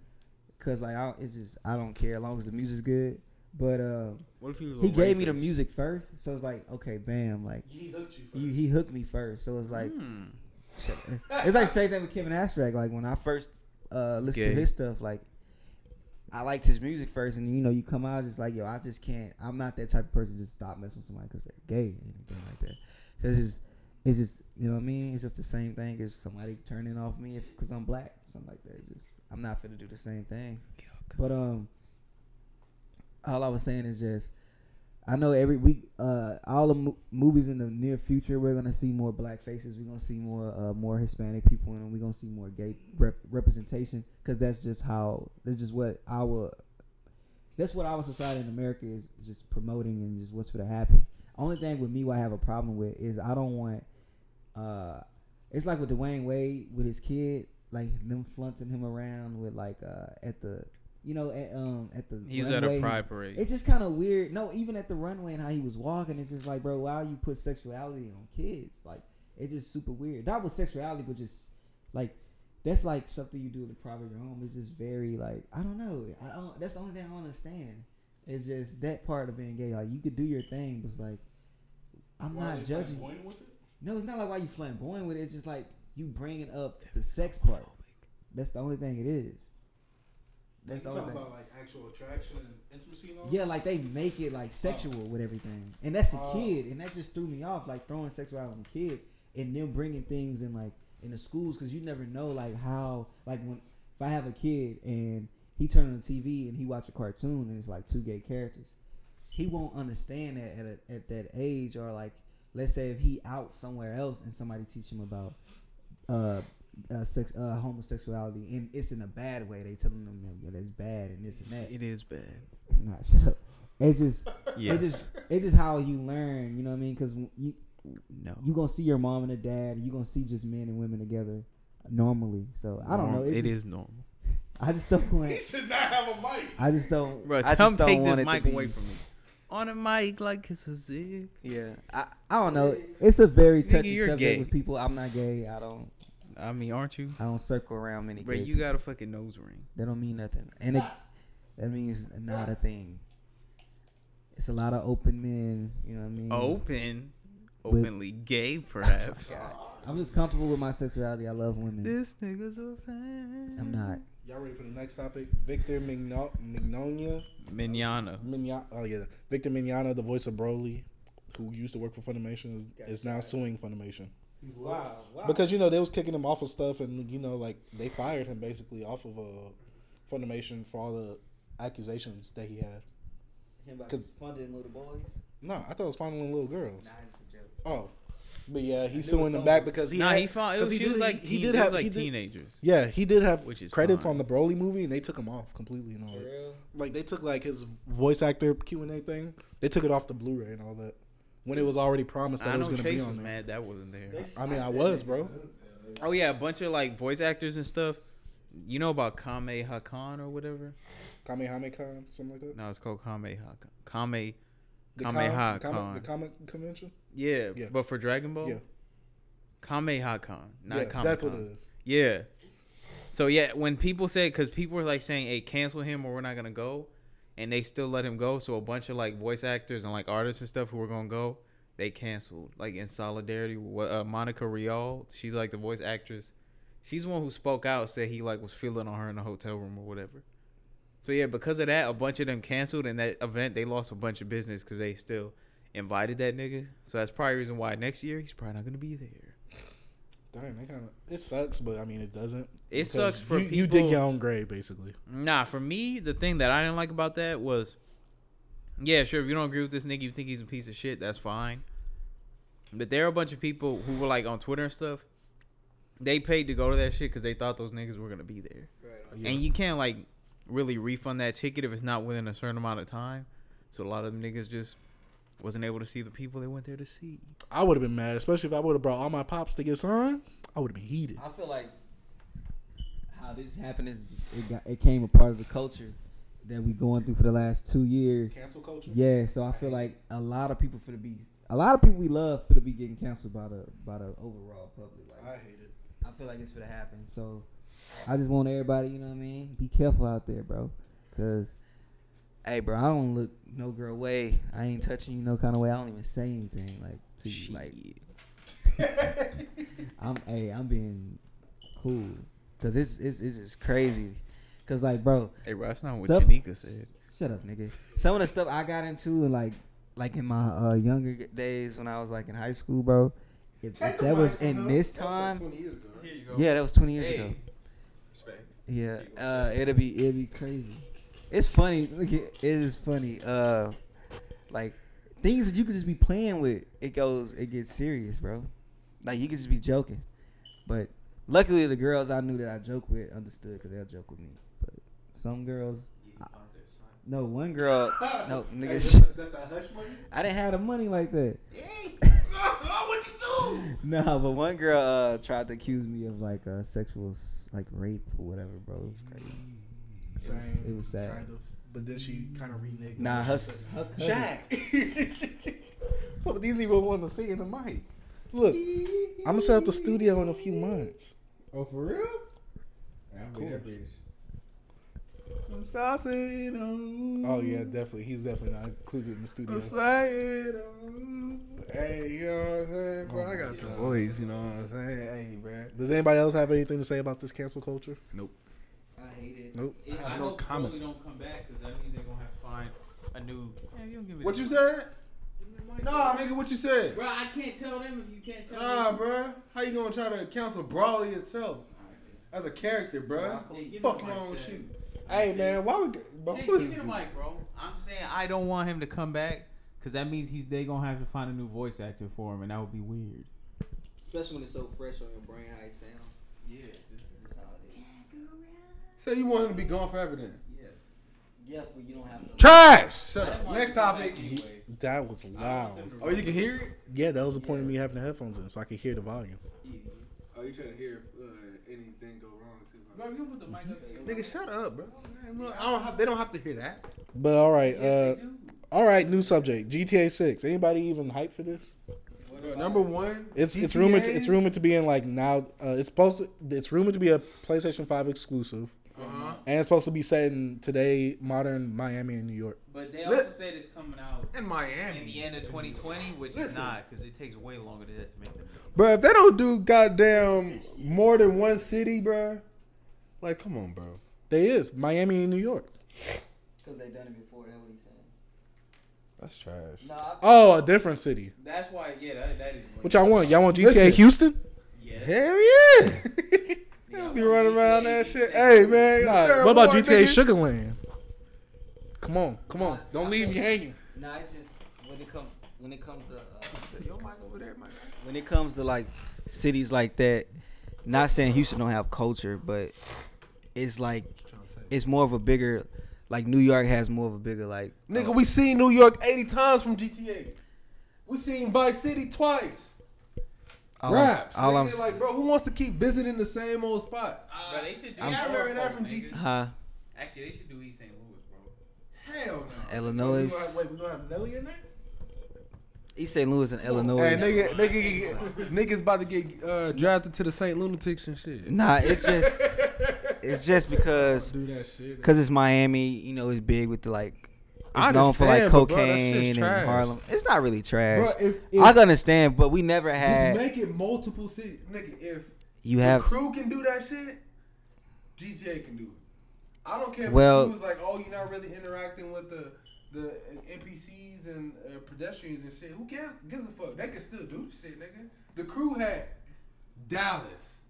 Speaker 3: because like I don't, it's just I don't care as long as the music's good. But uh,
Speaker 2: What if he was? a
Speaker 3: he gave me the
Speaker 2: rapist?
Speaker 3: music first, so it's like okay, bam, like
Speaker 4: He hooked you. First.
Speaker 3: you, he hooked me first, so it's like
Speaker 2: Hmm.
Speaker 3: shit. it's like the same thing with Kevin Astrak. Like when I first uh, listened
Speaker 2: Gay.
Speaker 3: to his stuff, like I liked his music first, and you know you come out just like yo, I just can't. I'm not that type of person to just stop messing with somebody because they're gay or anything like that. Cause it's just, it's just you know what I mean. It's just the same thing. If somebody turning off me if because I'm black, something like that. It's just I'm not finna do the same thing. But um, all I was saying is just. I know every week, uh, all the mo- movies in the near future, we're gonna see more black faces. We're gonna see more, uh, more Hispanic people, and we're gonna see more gay rep- representation because that's just how that's just what our that's what our society in America is just promoting and just what's gonna happen. Only thing with me, what I have a problem with is I don't want. Uh, it's like with Dwayne Wade with his kid, like them flaunting him around with like uh, at the, you know, at, um, at the
Speaker 2: He was at a
Speaker 3: runways.
Speaker 2: pride parade.
Speaker 3: It's just kind of weird. No, even at the runway and how he was walking, it's just like, bro, why you put sexuality on kids? Like, it's just super weird. Not with sexuality, but just like that's like something you do in the private of your home. It's just very like I don't know. I don't. That's the only thing I don't understand. It's just that part of being gay. Like you could do your thing, but it's like I'm
Speaker 4: Why are
Speaker 3: not
Speaker 4: they
Speaker 3: judging.
Speaker 4: flamboyant with it?
Speaker 3: No, it's not like why you flamboyant with it. It's just like you bringing up the sex part. That's the only thing it is. That's
Speaker 4: Like,
Speaker 3: the
Speaker 4: you
Speaker 3: only
Speaker 4: talking
Speaker 3: thing.
Speaker 4: about like actual attraction and intimacy and all?
Speaker 3: Yeah, like they make it like sexual with everything, and that's a
Speaker 4: Oh.
Speaker 3: kid, and that just threw me off. Like throwing sexuality on a kid, and them bringing things in like in the schools because you never know like how like when if I have a kid and he turn on the TV and he watch a cartoon and it's like two gay characters, he won't understand that at a, at that age or like let's say if he out somewhere else and somebody teach him about uh, uh, sex, uh, homosexuality and it's in a bad way. They telling them that yeah, that's bad and this and that.
Speaker 2: It is bad.
Speaker 3: It's not shut up. It's just
Speaker 2: Yes.
Speaker 3: it's just it's just how you learn. You know what I mean? Because you
Speaker 2: no.
Speaker 3: you gonna see your mom and a dad. You gonna see just men and women together normally. So I don't know. It's
Speaker 2: It
Speaker 3: just,
Speaker 2: is normal.
Speaker 3: I just don't
Speaker 4: He
Speaker 3: want.
Speaker 4: should not have a mic.
Speaker 3: I just don't.
Speaker 2: Bro,
Speaker 3: I
Speaker 2: Tom,
Speaker 3: just don't
Speaker 2: take
Speaker 3: want
Speaker 2: this
Speaker 3: it to
Speaker 2: mic
Speaker 3: be,
Speaker 2: away from me. On a mic like it's a zig.
Speaker 3: Yeah, I, I don't know. It's a very
Speaker 2: Nigga,
Speaker 3: touchy
Speaker 2: you're
Speaker 3: subject
Speaker 2: gay.
Speaker 3: with people. I'm not gay. I don't.
Speaker 2: I mean, aren't you?
Speaker 3: I don't circle around many
Speaker 2: Bro,
Speaker 3: gay
Speaker 2: you
Speaker 3: people.
Speaker 2: got a fucking nose ring.
Speaker 3: That don't mean nothing, and it, that means not a thing. It's a lot of open men. You know what I mean?
Speaker 4: Mm.
Speaker 2: Oh. Open,
Speaker 3: With-
Speaker 2: openly gay,
Speaker 4: Oh
Speaker 2: perhaps.
Speaker 3: I'm just comfortable with my sexuality. I love women.
Speaker 2: this nigga's a fan.
Speaker 3: I'm not.
Speaker 4: Y'all ready for the next topic? Victor Migno- Mignonia.
Speaker 2: Mignana.
Speaker 4: Mignon- oh yeah, Victor Mignogna, the voice of Broly, who used to work for Funimation, is, is now suing Funimation
Speaker 3: Wow. wow.
Speaker 4: because you know they was kicking him off of stuff, and you know like they fired him basically off of uh, Funimation for all the accusations that he had. Cause-
Speaker 3: funding little boys.
Speaker 4: No, I thought it was fondling little girls.
Speaker 3: Nah, it's a joke.
Speaker 4: Oh, but yeah, he's suing them back because he
Speaker 2: nah,
Speaker 4: had-
Speaker 2: he found. It
Speaker 4: 'cause
Speaker 2: was, she
Speaker 4: did-
Speaker 2: was like,
Speaker 4: he
Speaker 2: teen,
Speaker 4: did
Speaker 2: it
Speaker 4: have
Speaker 2: was
Speaker 4: he
Speaker 2: like
Speaker 4: did-
Speaker 2: teenagers.
Speaker 4: Yeah, he did have
Speaker 2: Which is
Speaker 4: credits
Speaker 2: fine.
Speaker 4: on the Broly movie, and they took him off completely and all that. Like they took like his voice actor Q and A thing. They took it off the Blu-ray and all that when it was already promised that
Speaker 2: I
Speaker 4: it was
Speaker 2: know
Speaker 4: going to be
Speaker 2: Chase
Speaker 4: on
Speaker 2: was
Speaker 4: there.
Speaker 2: mad that wasn't there.
Speaker 4: I mean, I was, bro.
Speaker 2: Oh yeah, a bunch of like voice actors and stuff. You know about Kame Hakan or whatever?
Speaker 4: Kamehameha Con, something like that.
Speaker 2: No, it's called Kame Hakan. Kame.
Speaker 4: The
Speaker 2: Kamehameha
Speaker 4: comic-
Speaker 2: Con.
Speaker 4: the comic convention.
Speaker 2: Yeah,
Speaker 4: Yeah.
Speaker 2: but for Dragon Ball,
Speaker 4: Yeah.
Speaker 2: Kame Hakan, not
Speaker 4: yeah,
Speaker 2: Kame.
Speaker 4: that's what it is.
Speaker 2: Yeah. So yeah, when people said because people were like saying, "Hey, cancel him or we're not gonna go," and they still let him go. So a bunch of like voice actors and like artists and stuff who were gonna go, they canceled. Like in solidarity, with what, uh, Monica Rial, she's like the voice actress. She's the one who spoke out, said he like was feeling on her in the hotel room or whatever. So yeah, because of that, a bunch of them canceled, and that event they lost a bunch of business because they still invited that nigga. So that's probably the reason why next year he's probably not gonna be there.
Speaker 4: Dang, that kind of it sucks, but I mean, it doesn't.
Speaker 2: It
Speaker 4: because
Speaker 2: sucks for
Speaker 4: you, you dig
Speaker 2: people-
Speaker 4: your own grave, basically.
Speaker 2: Nah, for me, the thing that I didn't like about that was
Speaker 9: yeah, sure. If you don't agree with this nigga, you think he's a piece of shit. That's fine. But there are a bunch of people who were like on Twitter and stuff. They paid to go to that shit because they thought those niggas were gonna be there. And you can't like really refund that ticket if it's not within a certain amount of time. So a lot of them niggas just wasn't able to see the people they went there to see.
Speaker 4: I would have been mad, especially if I would have brought all my pops to get signed. I would have been heated.
Speaker 3: I feel like how this happened is just- it got it came a part of the culture that we going through for the last two years.
Speaker 10: Cancel culture.
Speaker 3: Yeah, so I feel like a lot of people for to be a lot of people we love for to be getting canceled by the by the overall public.
Speaker 10: I
Speaker 3: Like
Speaker 10: hate it.
Speaker 3: I feel like it's for to happen. So I just want everybody, you know what I mean, be careful out there, bro, because. Hey bro, I don't look no girl way. I ain't touching you no kind of way. I don't even say anything like to you. Like I'm hey, I'm being cool because it's it's it's just crazy. Cause like, bro,
Speaker 9: Hey, bro, that's not what
Speaker 3: Stuff-
Speaker 9: Janika said.
Speaker 3: shut up, nigga. Some of the stuff I got into and like like in my uh, younger g- days when I was like in high school, bro. If, if that was in this time,
Speaker 10: Twenty years ago.
Speaker 9: Here you go.
Speaker 3: yeah, that was twenty years ago.
Speaker 9: Respect.
Speaker 3: Yeah, uh, it'll be it'll be crazy. It's funny. Look, it it is funny. Uh, like things that you could just be playing with. It goes. It gets serious, bro. Like you could just be joking, but luckily the girls I knew that I joke with understood because they'll joke with me. But some girls, no, one girl, no
Speaker 10: Hey,
Speaker 3: nigga,
Speaker 10: that's,
Speaker 3: she-
Speaker 10: that's that hush money.
Speaker 3: I didn't have the money like that.
Speaker 10: what you do?
Speaker 3: No, but one girl uh, tried to accuse me of like uh, sexual, s- like rape or whatever, bro. It was crazy. It was- it was sad.
Speaker 10: Kind of, but then she kind of reneged. on
Speaker 3: Nah,
Speaker 10: what
Speaker 3: her,
Speaker 10: she said.
Speaker 3: s- her cousin.
Speaker 10: Shaq. so but these niggas want to sing in the mic.
Speaker 4: Look, I'm gonna set up the studio in a few months.
Speaker 8: Oh, for real? Yeah, I believe that bitch.
Speaker 1: I'm saucing on.
Speaker 8: Oh yeah, definitely. He's definitely not included in the studio.
Speaker 1: I'm saying on. Hey, you know what I'm saying? Bro, I got the voice, you know what I'm saying? Hey, bro.
Speaker 4: Does anybody else have anything to say about this cancel culture?
Speaker 2: I hate it.
Speaker 4: Nope.
Speaker 2: I,
Speaker 8: have no
Speaker 2: hope
Speaker 8: comments.
Speaker 2: Broly don't come back because that means they're gonna have to find
Speaker 9: A new. Yeah, you don't give it
Speaker 1: What you said? Nah, nigga, what you said?
Speaker 2: Bro, I can't tell them if you can't tell
Speaker 1: Nah,
Speaker 2: them.
Speaker 1: bruh. How you gonna try to cancel Brawley itself as a character, bruh?
Speaker 2: Hey, give me
Speaker 1: Fuck
Speaker 2: the mic,
Speaker 1: wrong with
Speaker 2: Shaq.
Speaker 1: you?
Speaker 8: Hey man, why would bro,
Speaker 2: Jay,
Speaker 8: who
Speaker 2: give
Speaker 8: is
Speaker 2: me the
Speaker 8: this-
Speaker 2: mic, bro. I'm saying I don't want him to come back because that means he's they gonna have to find a new voice actor for him, and that would be weird.
Speaker 3: Especially when it's so fresh on your brain, how it sounds.
Speaker 2: Yeah, just
Speaker 3: That's how it is.
Speaker 1: Say you want him to be gone forever then.
Speaker 2: yes.
Speaker 3: Yeah, but you don't have to.
Speaker 1: Trash! Shut up. Next topic.
Speaker 2: Anyway.
Speaker 4: That was loud.
Speaker 1: Oh, you can hear it?
Speaker 4: Yeah, that was the point of me having the headphones in, so I could hear the volume.
Speaker 1: Oh, you trying to hear if uh, anything go wrong too?
Speaker 2: Bro, you put the mic up.
Speaker 1: Nigga, shut up, bro. I don't have, they don't have to hear that.
Speaker 4: But all right, uh, all right, new subject: GTA Six. Anybody even hype for this?
Speaker 1: Bro, number one, E
Speaker 4: It's it's rumored
Speaker 1: GTAs?
Speaker 4: it's rumored to be in like now. Uh, it's supposed to it's rumored to be a PlayStation Five exclusive,
Speaker 1: Uh-huh.
Speaker 4: and it's supposed to be set in today modern Miami and New York.
Speaker 2: But they
Speaker 1: Let-
Speaker 2: also said it's coming out
Speaker 1: in
Speaker 2: in the
Speaker 1: Miami.
Speaker 2: end of 2020, which is
Speaker 1: Listen.
Speaker 2: not because it takes way longer than that to make them.
Speaker 8: Bro, if they don't do goddamn more than one city, bro, like come on, bro.
Speaker 4: They is Miami and New York.
Speaker 3: Because they've done it before, that's what he's saying.
Speaker 8: That's trash.
Speaker 3: No, I,
Speaker 4: Oh, a different city.
Speaker 2: That's why, yeah, that, that is.
Speaker 4: What y'all want? Y'all want GTA
Speaker 8: Listen.
Speaker 4: Houston?
Speaker 2: Yeah.
Speaker 8: Hell yeah! He'll be running around that shit. Hey man,
Speaker 4: Nah,
Speaker 8: third
Speaker 4: what about
Speaker 8: ward,
Speaker 4: GTA
Speaker 8: nigga.
Speaker 4: Sugarland? Come on, come on! Don't leave me hanging.
Speaker 3: nah, it's just when it comes when it comes to uh, when it comes to like cities like that. Not saying Houston don't have culture, but it's like it's more of a bigger like New York has more of a bigger like
Speaker 1: Nigga, we seen New York 80 times from GTA. We seen Vice City twice.
Speaker 3: all I'm-
Speaker 1: Raps.
Speaker 3: all I'm
Speaker 1: nigga, like, bro, who wants to keep visiting the same old spots?
Speaker 2: Bro, they should do.
Speaker 1: Yeah, I remember
Speaker 2: Norfolk,
Speaker 1: that from
Speaker 2: nigga.
Speaker 1: GT.
Speaker 3: huh
Speaker 2: Actually, they should do East St. Louis, bro.
Speaker 1: Hell no.
Speaker 3: Illinois,
Speaker 1: We gonna have- Wait, we gonna have Nelly in there?
Speaker 3: East St. Louis and Illinois.
Speaker 1: Hey, nigga, nigga, niggas about to get uh, drafted to the St. Lunatics and shit.
Speaker 3: Nah, it's just it's just because
Speaker 1: Do that shit.
Speaker 3: Cause it's Miami, you know, it's big with the like.
Speaker 1: I
Speaker 3: It's known for like
Speaker 1: understand, but bro, that shit's
Speaker 3: cocaine
Speaker 1: trash.
Speaker 3: and Harlem. It's not really trash.
Speaker 1: Bro, if, if
Speaker 3: I can understand, but we never
Speaker 1: just
Speaker 3: had.
Speaker 1: make it multiple cities, nigga. If
Speaker 3: you
Speaker 1: the
Speaker 3: have
Speaker 1: crew can do that shit, GTA can do it. I don't care.
Speaker 3: Well-
Speaker 1: if the crew's like, oh, you're not really interacting with the the NPCs and uh, pedestrians and shit. Who cares? Gives a fuck. They can still do the shit, nigga. The crew had Dallas,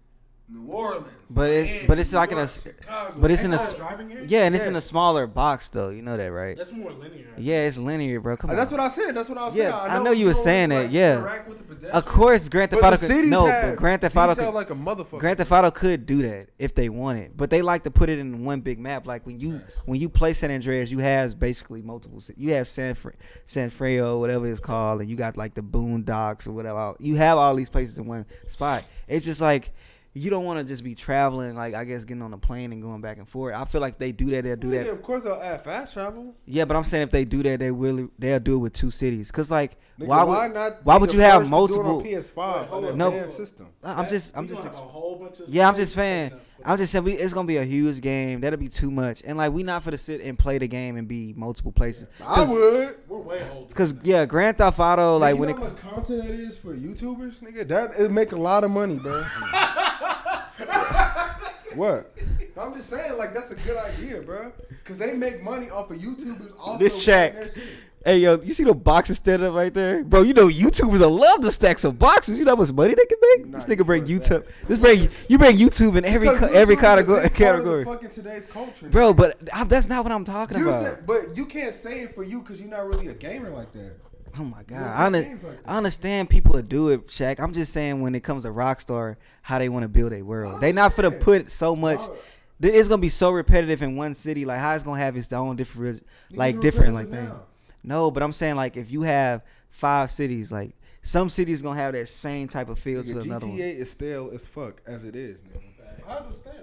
Speaker 8: New Orleans.
Speaker 3: But it's-
Speaker 8: Miami,
Speaker 3: but it's
Speaker 8: New
Speaker 3: like in a
Speaker 8: York,
Speaker 3: s-
Speaker 8: Chicago.
Speaker 3: But it's in
Speaker 4: Ain't
Speaker 3: a
Speaker 4: that
Speaker 3: s-
Speaker 4: driving area?
Speaker 3: yeah, and it's in a smaller box though. You know that, right?
Speaker 4: That's more linear.
Speaker 3: Yeah, it's linear, bro. Come
Speaker 8: Uh,
Speaker 3: on.
Speaker 8: That's what I said. That's what I was
Speaker 3: Yeah,
Speaker 8: saying.
Speaker 3: I know you were
Speaker 8: people,
Speaker 3: saying that,
Speaker 8: like,
Speaker 3: yeah.
Speaker 8: interact with the pedestrian.
Speaker 3: of course, Grand Theft
Speaker 1: But the
Speaker 3: Auto. Could,
Speaker 1: cities
Speaker 3: no,
Speaker 1: have
Speaker 3: but Grand Theft Auto.
Speaker 1: detail
Speaker 3: Could,
Speaker 1: like a motherfucker.
Speaker 3: Grand Theft Auto could do that if they wanted, but they like to put it in one big map. Like when you when you play San Andreas, you has basically multiple. ci- You have San Fr- San Freo, whatever it's called, and you got like the Boondocks or whatever. You have all these places in one spot. It's just like you don't want to just be traveling. Like I guess getting on a plane and going back and forth. I feel like they do that. They'll do
Speaker 1: Yeah,
Speaker 3: that.
Speaker 1: of course they'll add fast travel.
Speaker 3: Yeah, but I'm saying if they do that, they will. They'll do it with two cities. Cause like
Speaker 1: Nigga,
Speaker 3: why
Speaker 1: why,
Speaker 3: would
Speaker 1: not?
Speaker 3: why
Speaker 1: be
Speaker 3: would
Speaker 1: the
Speaker 3: you have
Speaker 1: first to do it
Speaker 3: multiple-
Speaker 1: on PS5 on
Speaker 4: Wait,
Speaker 1: that
Speaker 3: no.
Speaker 1: man system?
Speaker 3: I'm just I'm
Speaker 4: We
Speaker 3: just
Speaker 4: gonna have a whole bunch of
Speaker 3: Yeah, I'm
Speaker 4: space
Speaker 3: just saying.
Speaker 4: taken up for
Speaker 3: I'm just saying we, it's gonna be a huge game. That'll be too much, and like we not for to sit and play the game and be multiple places.
Speaker 1: I would.
Speaker 4: that. We're way older.
Speaker 3: Cause yeah, Grand Theft Auto, like
Speaker 1: you
Speaker 3: when
Speaker 1: know
Speaker 3: it,
Speaker 1: how much content that is for YouTubers, nigga. That it make a lot of money, bro. what? I'm just saying, like that's a good idea, bro. Cause they make money off of YouTubers. Also
Speaker 3: This
Speaker 1: doing
Speaker 3: Shaq.
Speaker 1: their shit.
Speaker 3: hey yo, you see the boxes stand up right there, bro. You know YouTubers will love the stacks of boxes. You know how much money they can make.
Speaker 1: Nah,
Speaker 3: this
Speaker 1: you
Speaker 3: nigga bring
Speaker 1: right.
Speaker 3: YouTube. This bring you bring YouTube in every
Speaker 1: Cause
Speaker 3: co- every
Speaker 1: YouTube is a big part of
Speaker 3: category.
Speaker 1: the
Speaker 3: category.
Speaker 1: Fucking today's culture,
Speaker 3: Bro, but I, that's not what I'm talking
Speaker 1: You
Speaker 3: about.
Speaker 1: said, but you can't say it for you because you're not really a gamer like that.
Speaker 3: Oh my god!
Speaker 1: don't
Speaker 3: I,
Speaker 1: play
Speaker 3: under-
Speaker 1: games like that.
Speaker 3: I understand people would do it, Shaq. I'm just saying when it comes to Rockstar, how they want to build a world. They not for to put so much.
Speaker 1: Oh.
Speaker 3: th- It's gonna be so repetitive in one city. Like how it's gonna have its own different, like
Speaker 1: do
Speaker 3: different, like
Speaker 1: repetitive
Speaker 3: thing.
Speaker 1: now.
Speaker 3: No, but I'm saying like if you have five cities, like some cities gonna have that same type of feel to
Speaker 1: Nigga,
Speaker 3: another
Speaker 1: GTA
Speaker 3: one.
Speaker 1: is stale as fuck as it is, nigga.
Speaker 4: How's it still?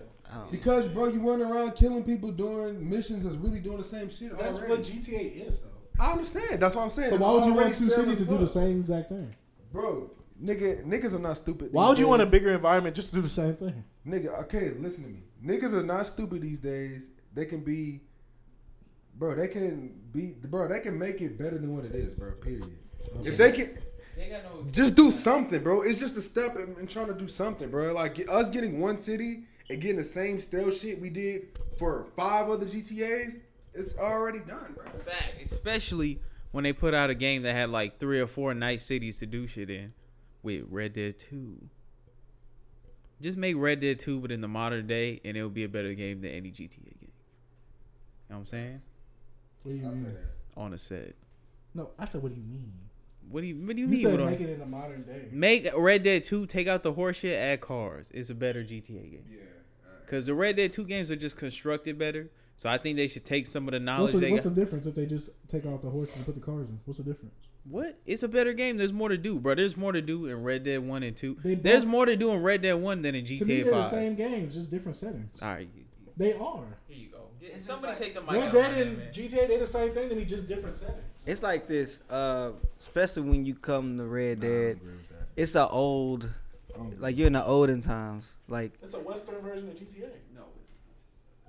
Speaker 1: Because bro, you run around killing people doing missions that's really doing the same shit.
Speaker 4: That's
Speaker 1: already.
Speaker 4: what GTA is, though.
Speaker 1: I understand. That's what I'm saying.
Speaker 11: So
Speaker 1: It's
Speaker 11: why would you
Speaker 1: already
Speaker 11: want two
Speaker 1: stale
Speaker 11: cities to
Speaker 1: as
Speaker 11: do the
Speaker 1: fuck.
Speaker 11: same exact thing?
Speaker 1: Bro, nigga, niggas are not stupid.
Speaker 11: Why
Speaker 1: these
Speaker 11: would you wanna
Speaker 1: days.
Speaker 4: bigger environment just
Speaker 11: Do the same thing.
Speaker 1: Nigga, okay, listen to me. Niggas are not stupid these days. They can be, bro. They can be, bro. They can make it better than what it is, bro. Period. If they can.
Speaker 12: They got no.
Speaker 1: Just do something, bro. It's just a step in, in trying to do something, bro. Like get- us getting one city and getting the same stale shit we did for five other GTAs, it's already done, bro.
Speaker 2: Fact, especially when they put out a game that had like three or four nice cities to do shit in with Red Dead 2. Just make Red Dead 2 but in the modern day and it'll be a better game than any GTA game. You know what I'm saying?
Speaker 11: What do you mean?
Speaker 2: On a set.
Speaker 11: No, I said, what do you mean?
Speaker 2: What do you what do you,
Speaker 11: You
Speaker 2: mean?
Speaker 11: said
Speaker 2: what
Speaker 11: make
Speaker 2: on-
Speaker 11: it in the modern day.
Speaker 2: Make Red Dead 2, take out the horseshit, add cars. It's a better GTA game. Yeah. Because the Red Dead 2 games are just constructed better. So I think they should take some of the knowledge
Speaker 11: What's the,
Speaker 2: they
Speaker 11: what's
Speaker 2: got.
Speaker 11: the difference if they just take off the horses and put the cars in? What's the difference?
Speaker 2: What? It's a better game. There's more to do, bro. There's more to do in Red Dead 1 and 2.
Speaker 11: They
Speaker 2: There's
Speaker 11: both-
Speaker 2: more to do in Red Dead 1 than in GTA
Speaker 11: to me, they're
Speaker 2: 5.
Speaker 11: the same games, just different settings.
Speaker 2: All right.
Speaker 11: They are.
Speaker 2: Here you go. Somebody take the
Speaker 11: Red Dead and GTA, they're the same thing to me, just different settings.
Speaker 3: It's like this, uh, especially when you come to Red Dead. It's a old, like you're in the olden times. Like
Speaker 4: It's a Western version of GTA. No.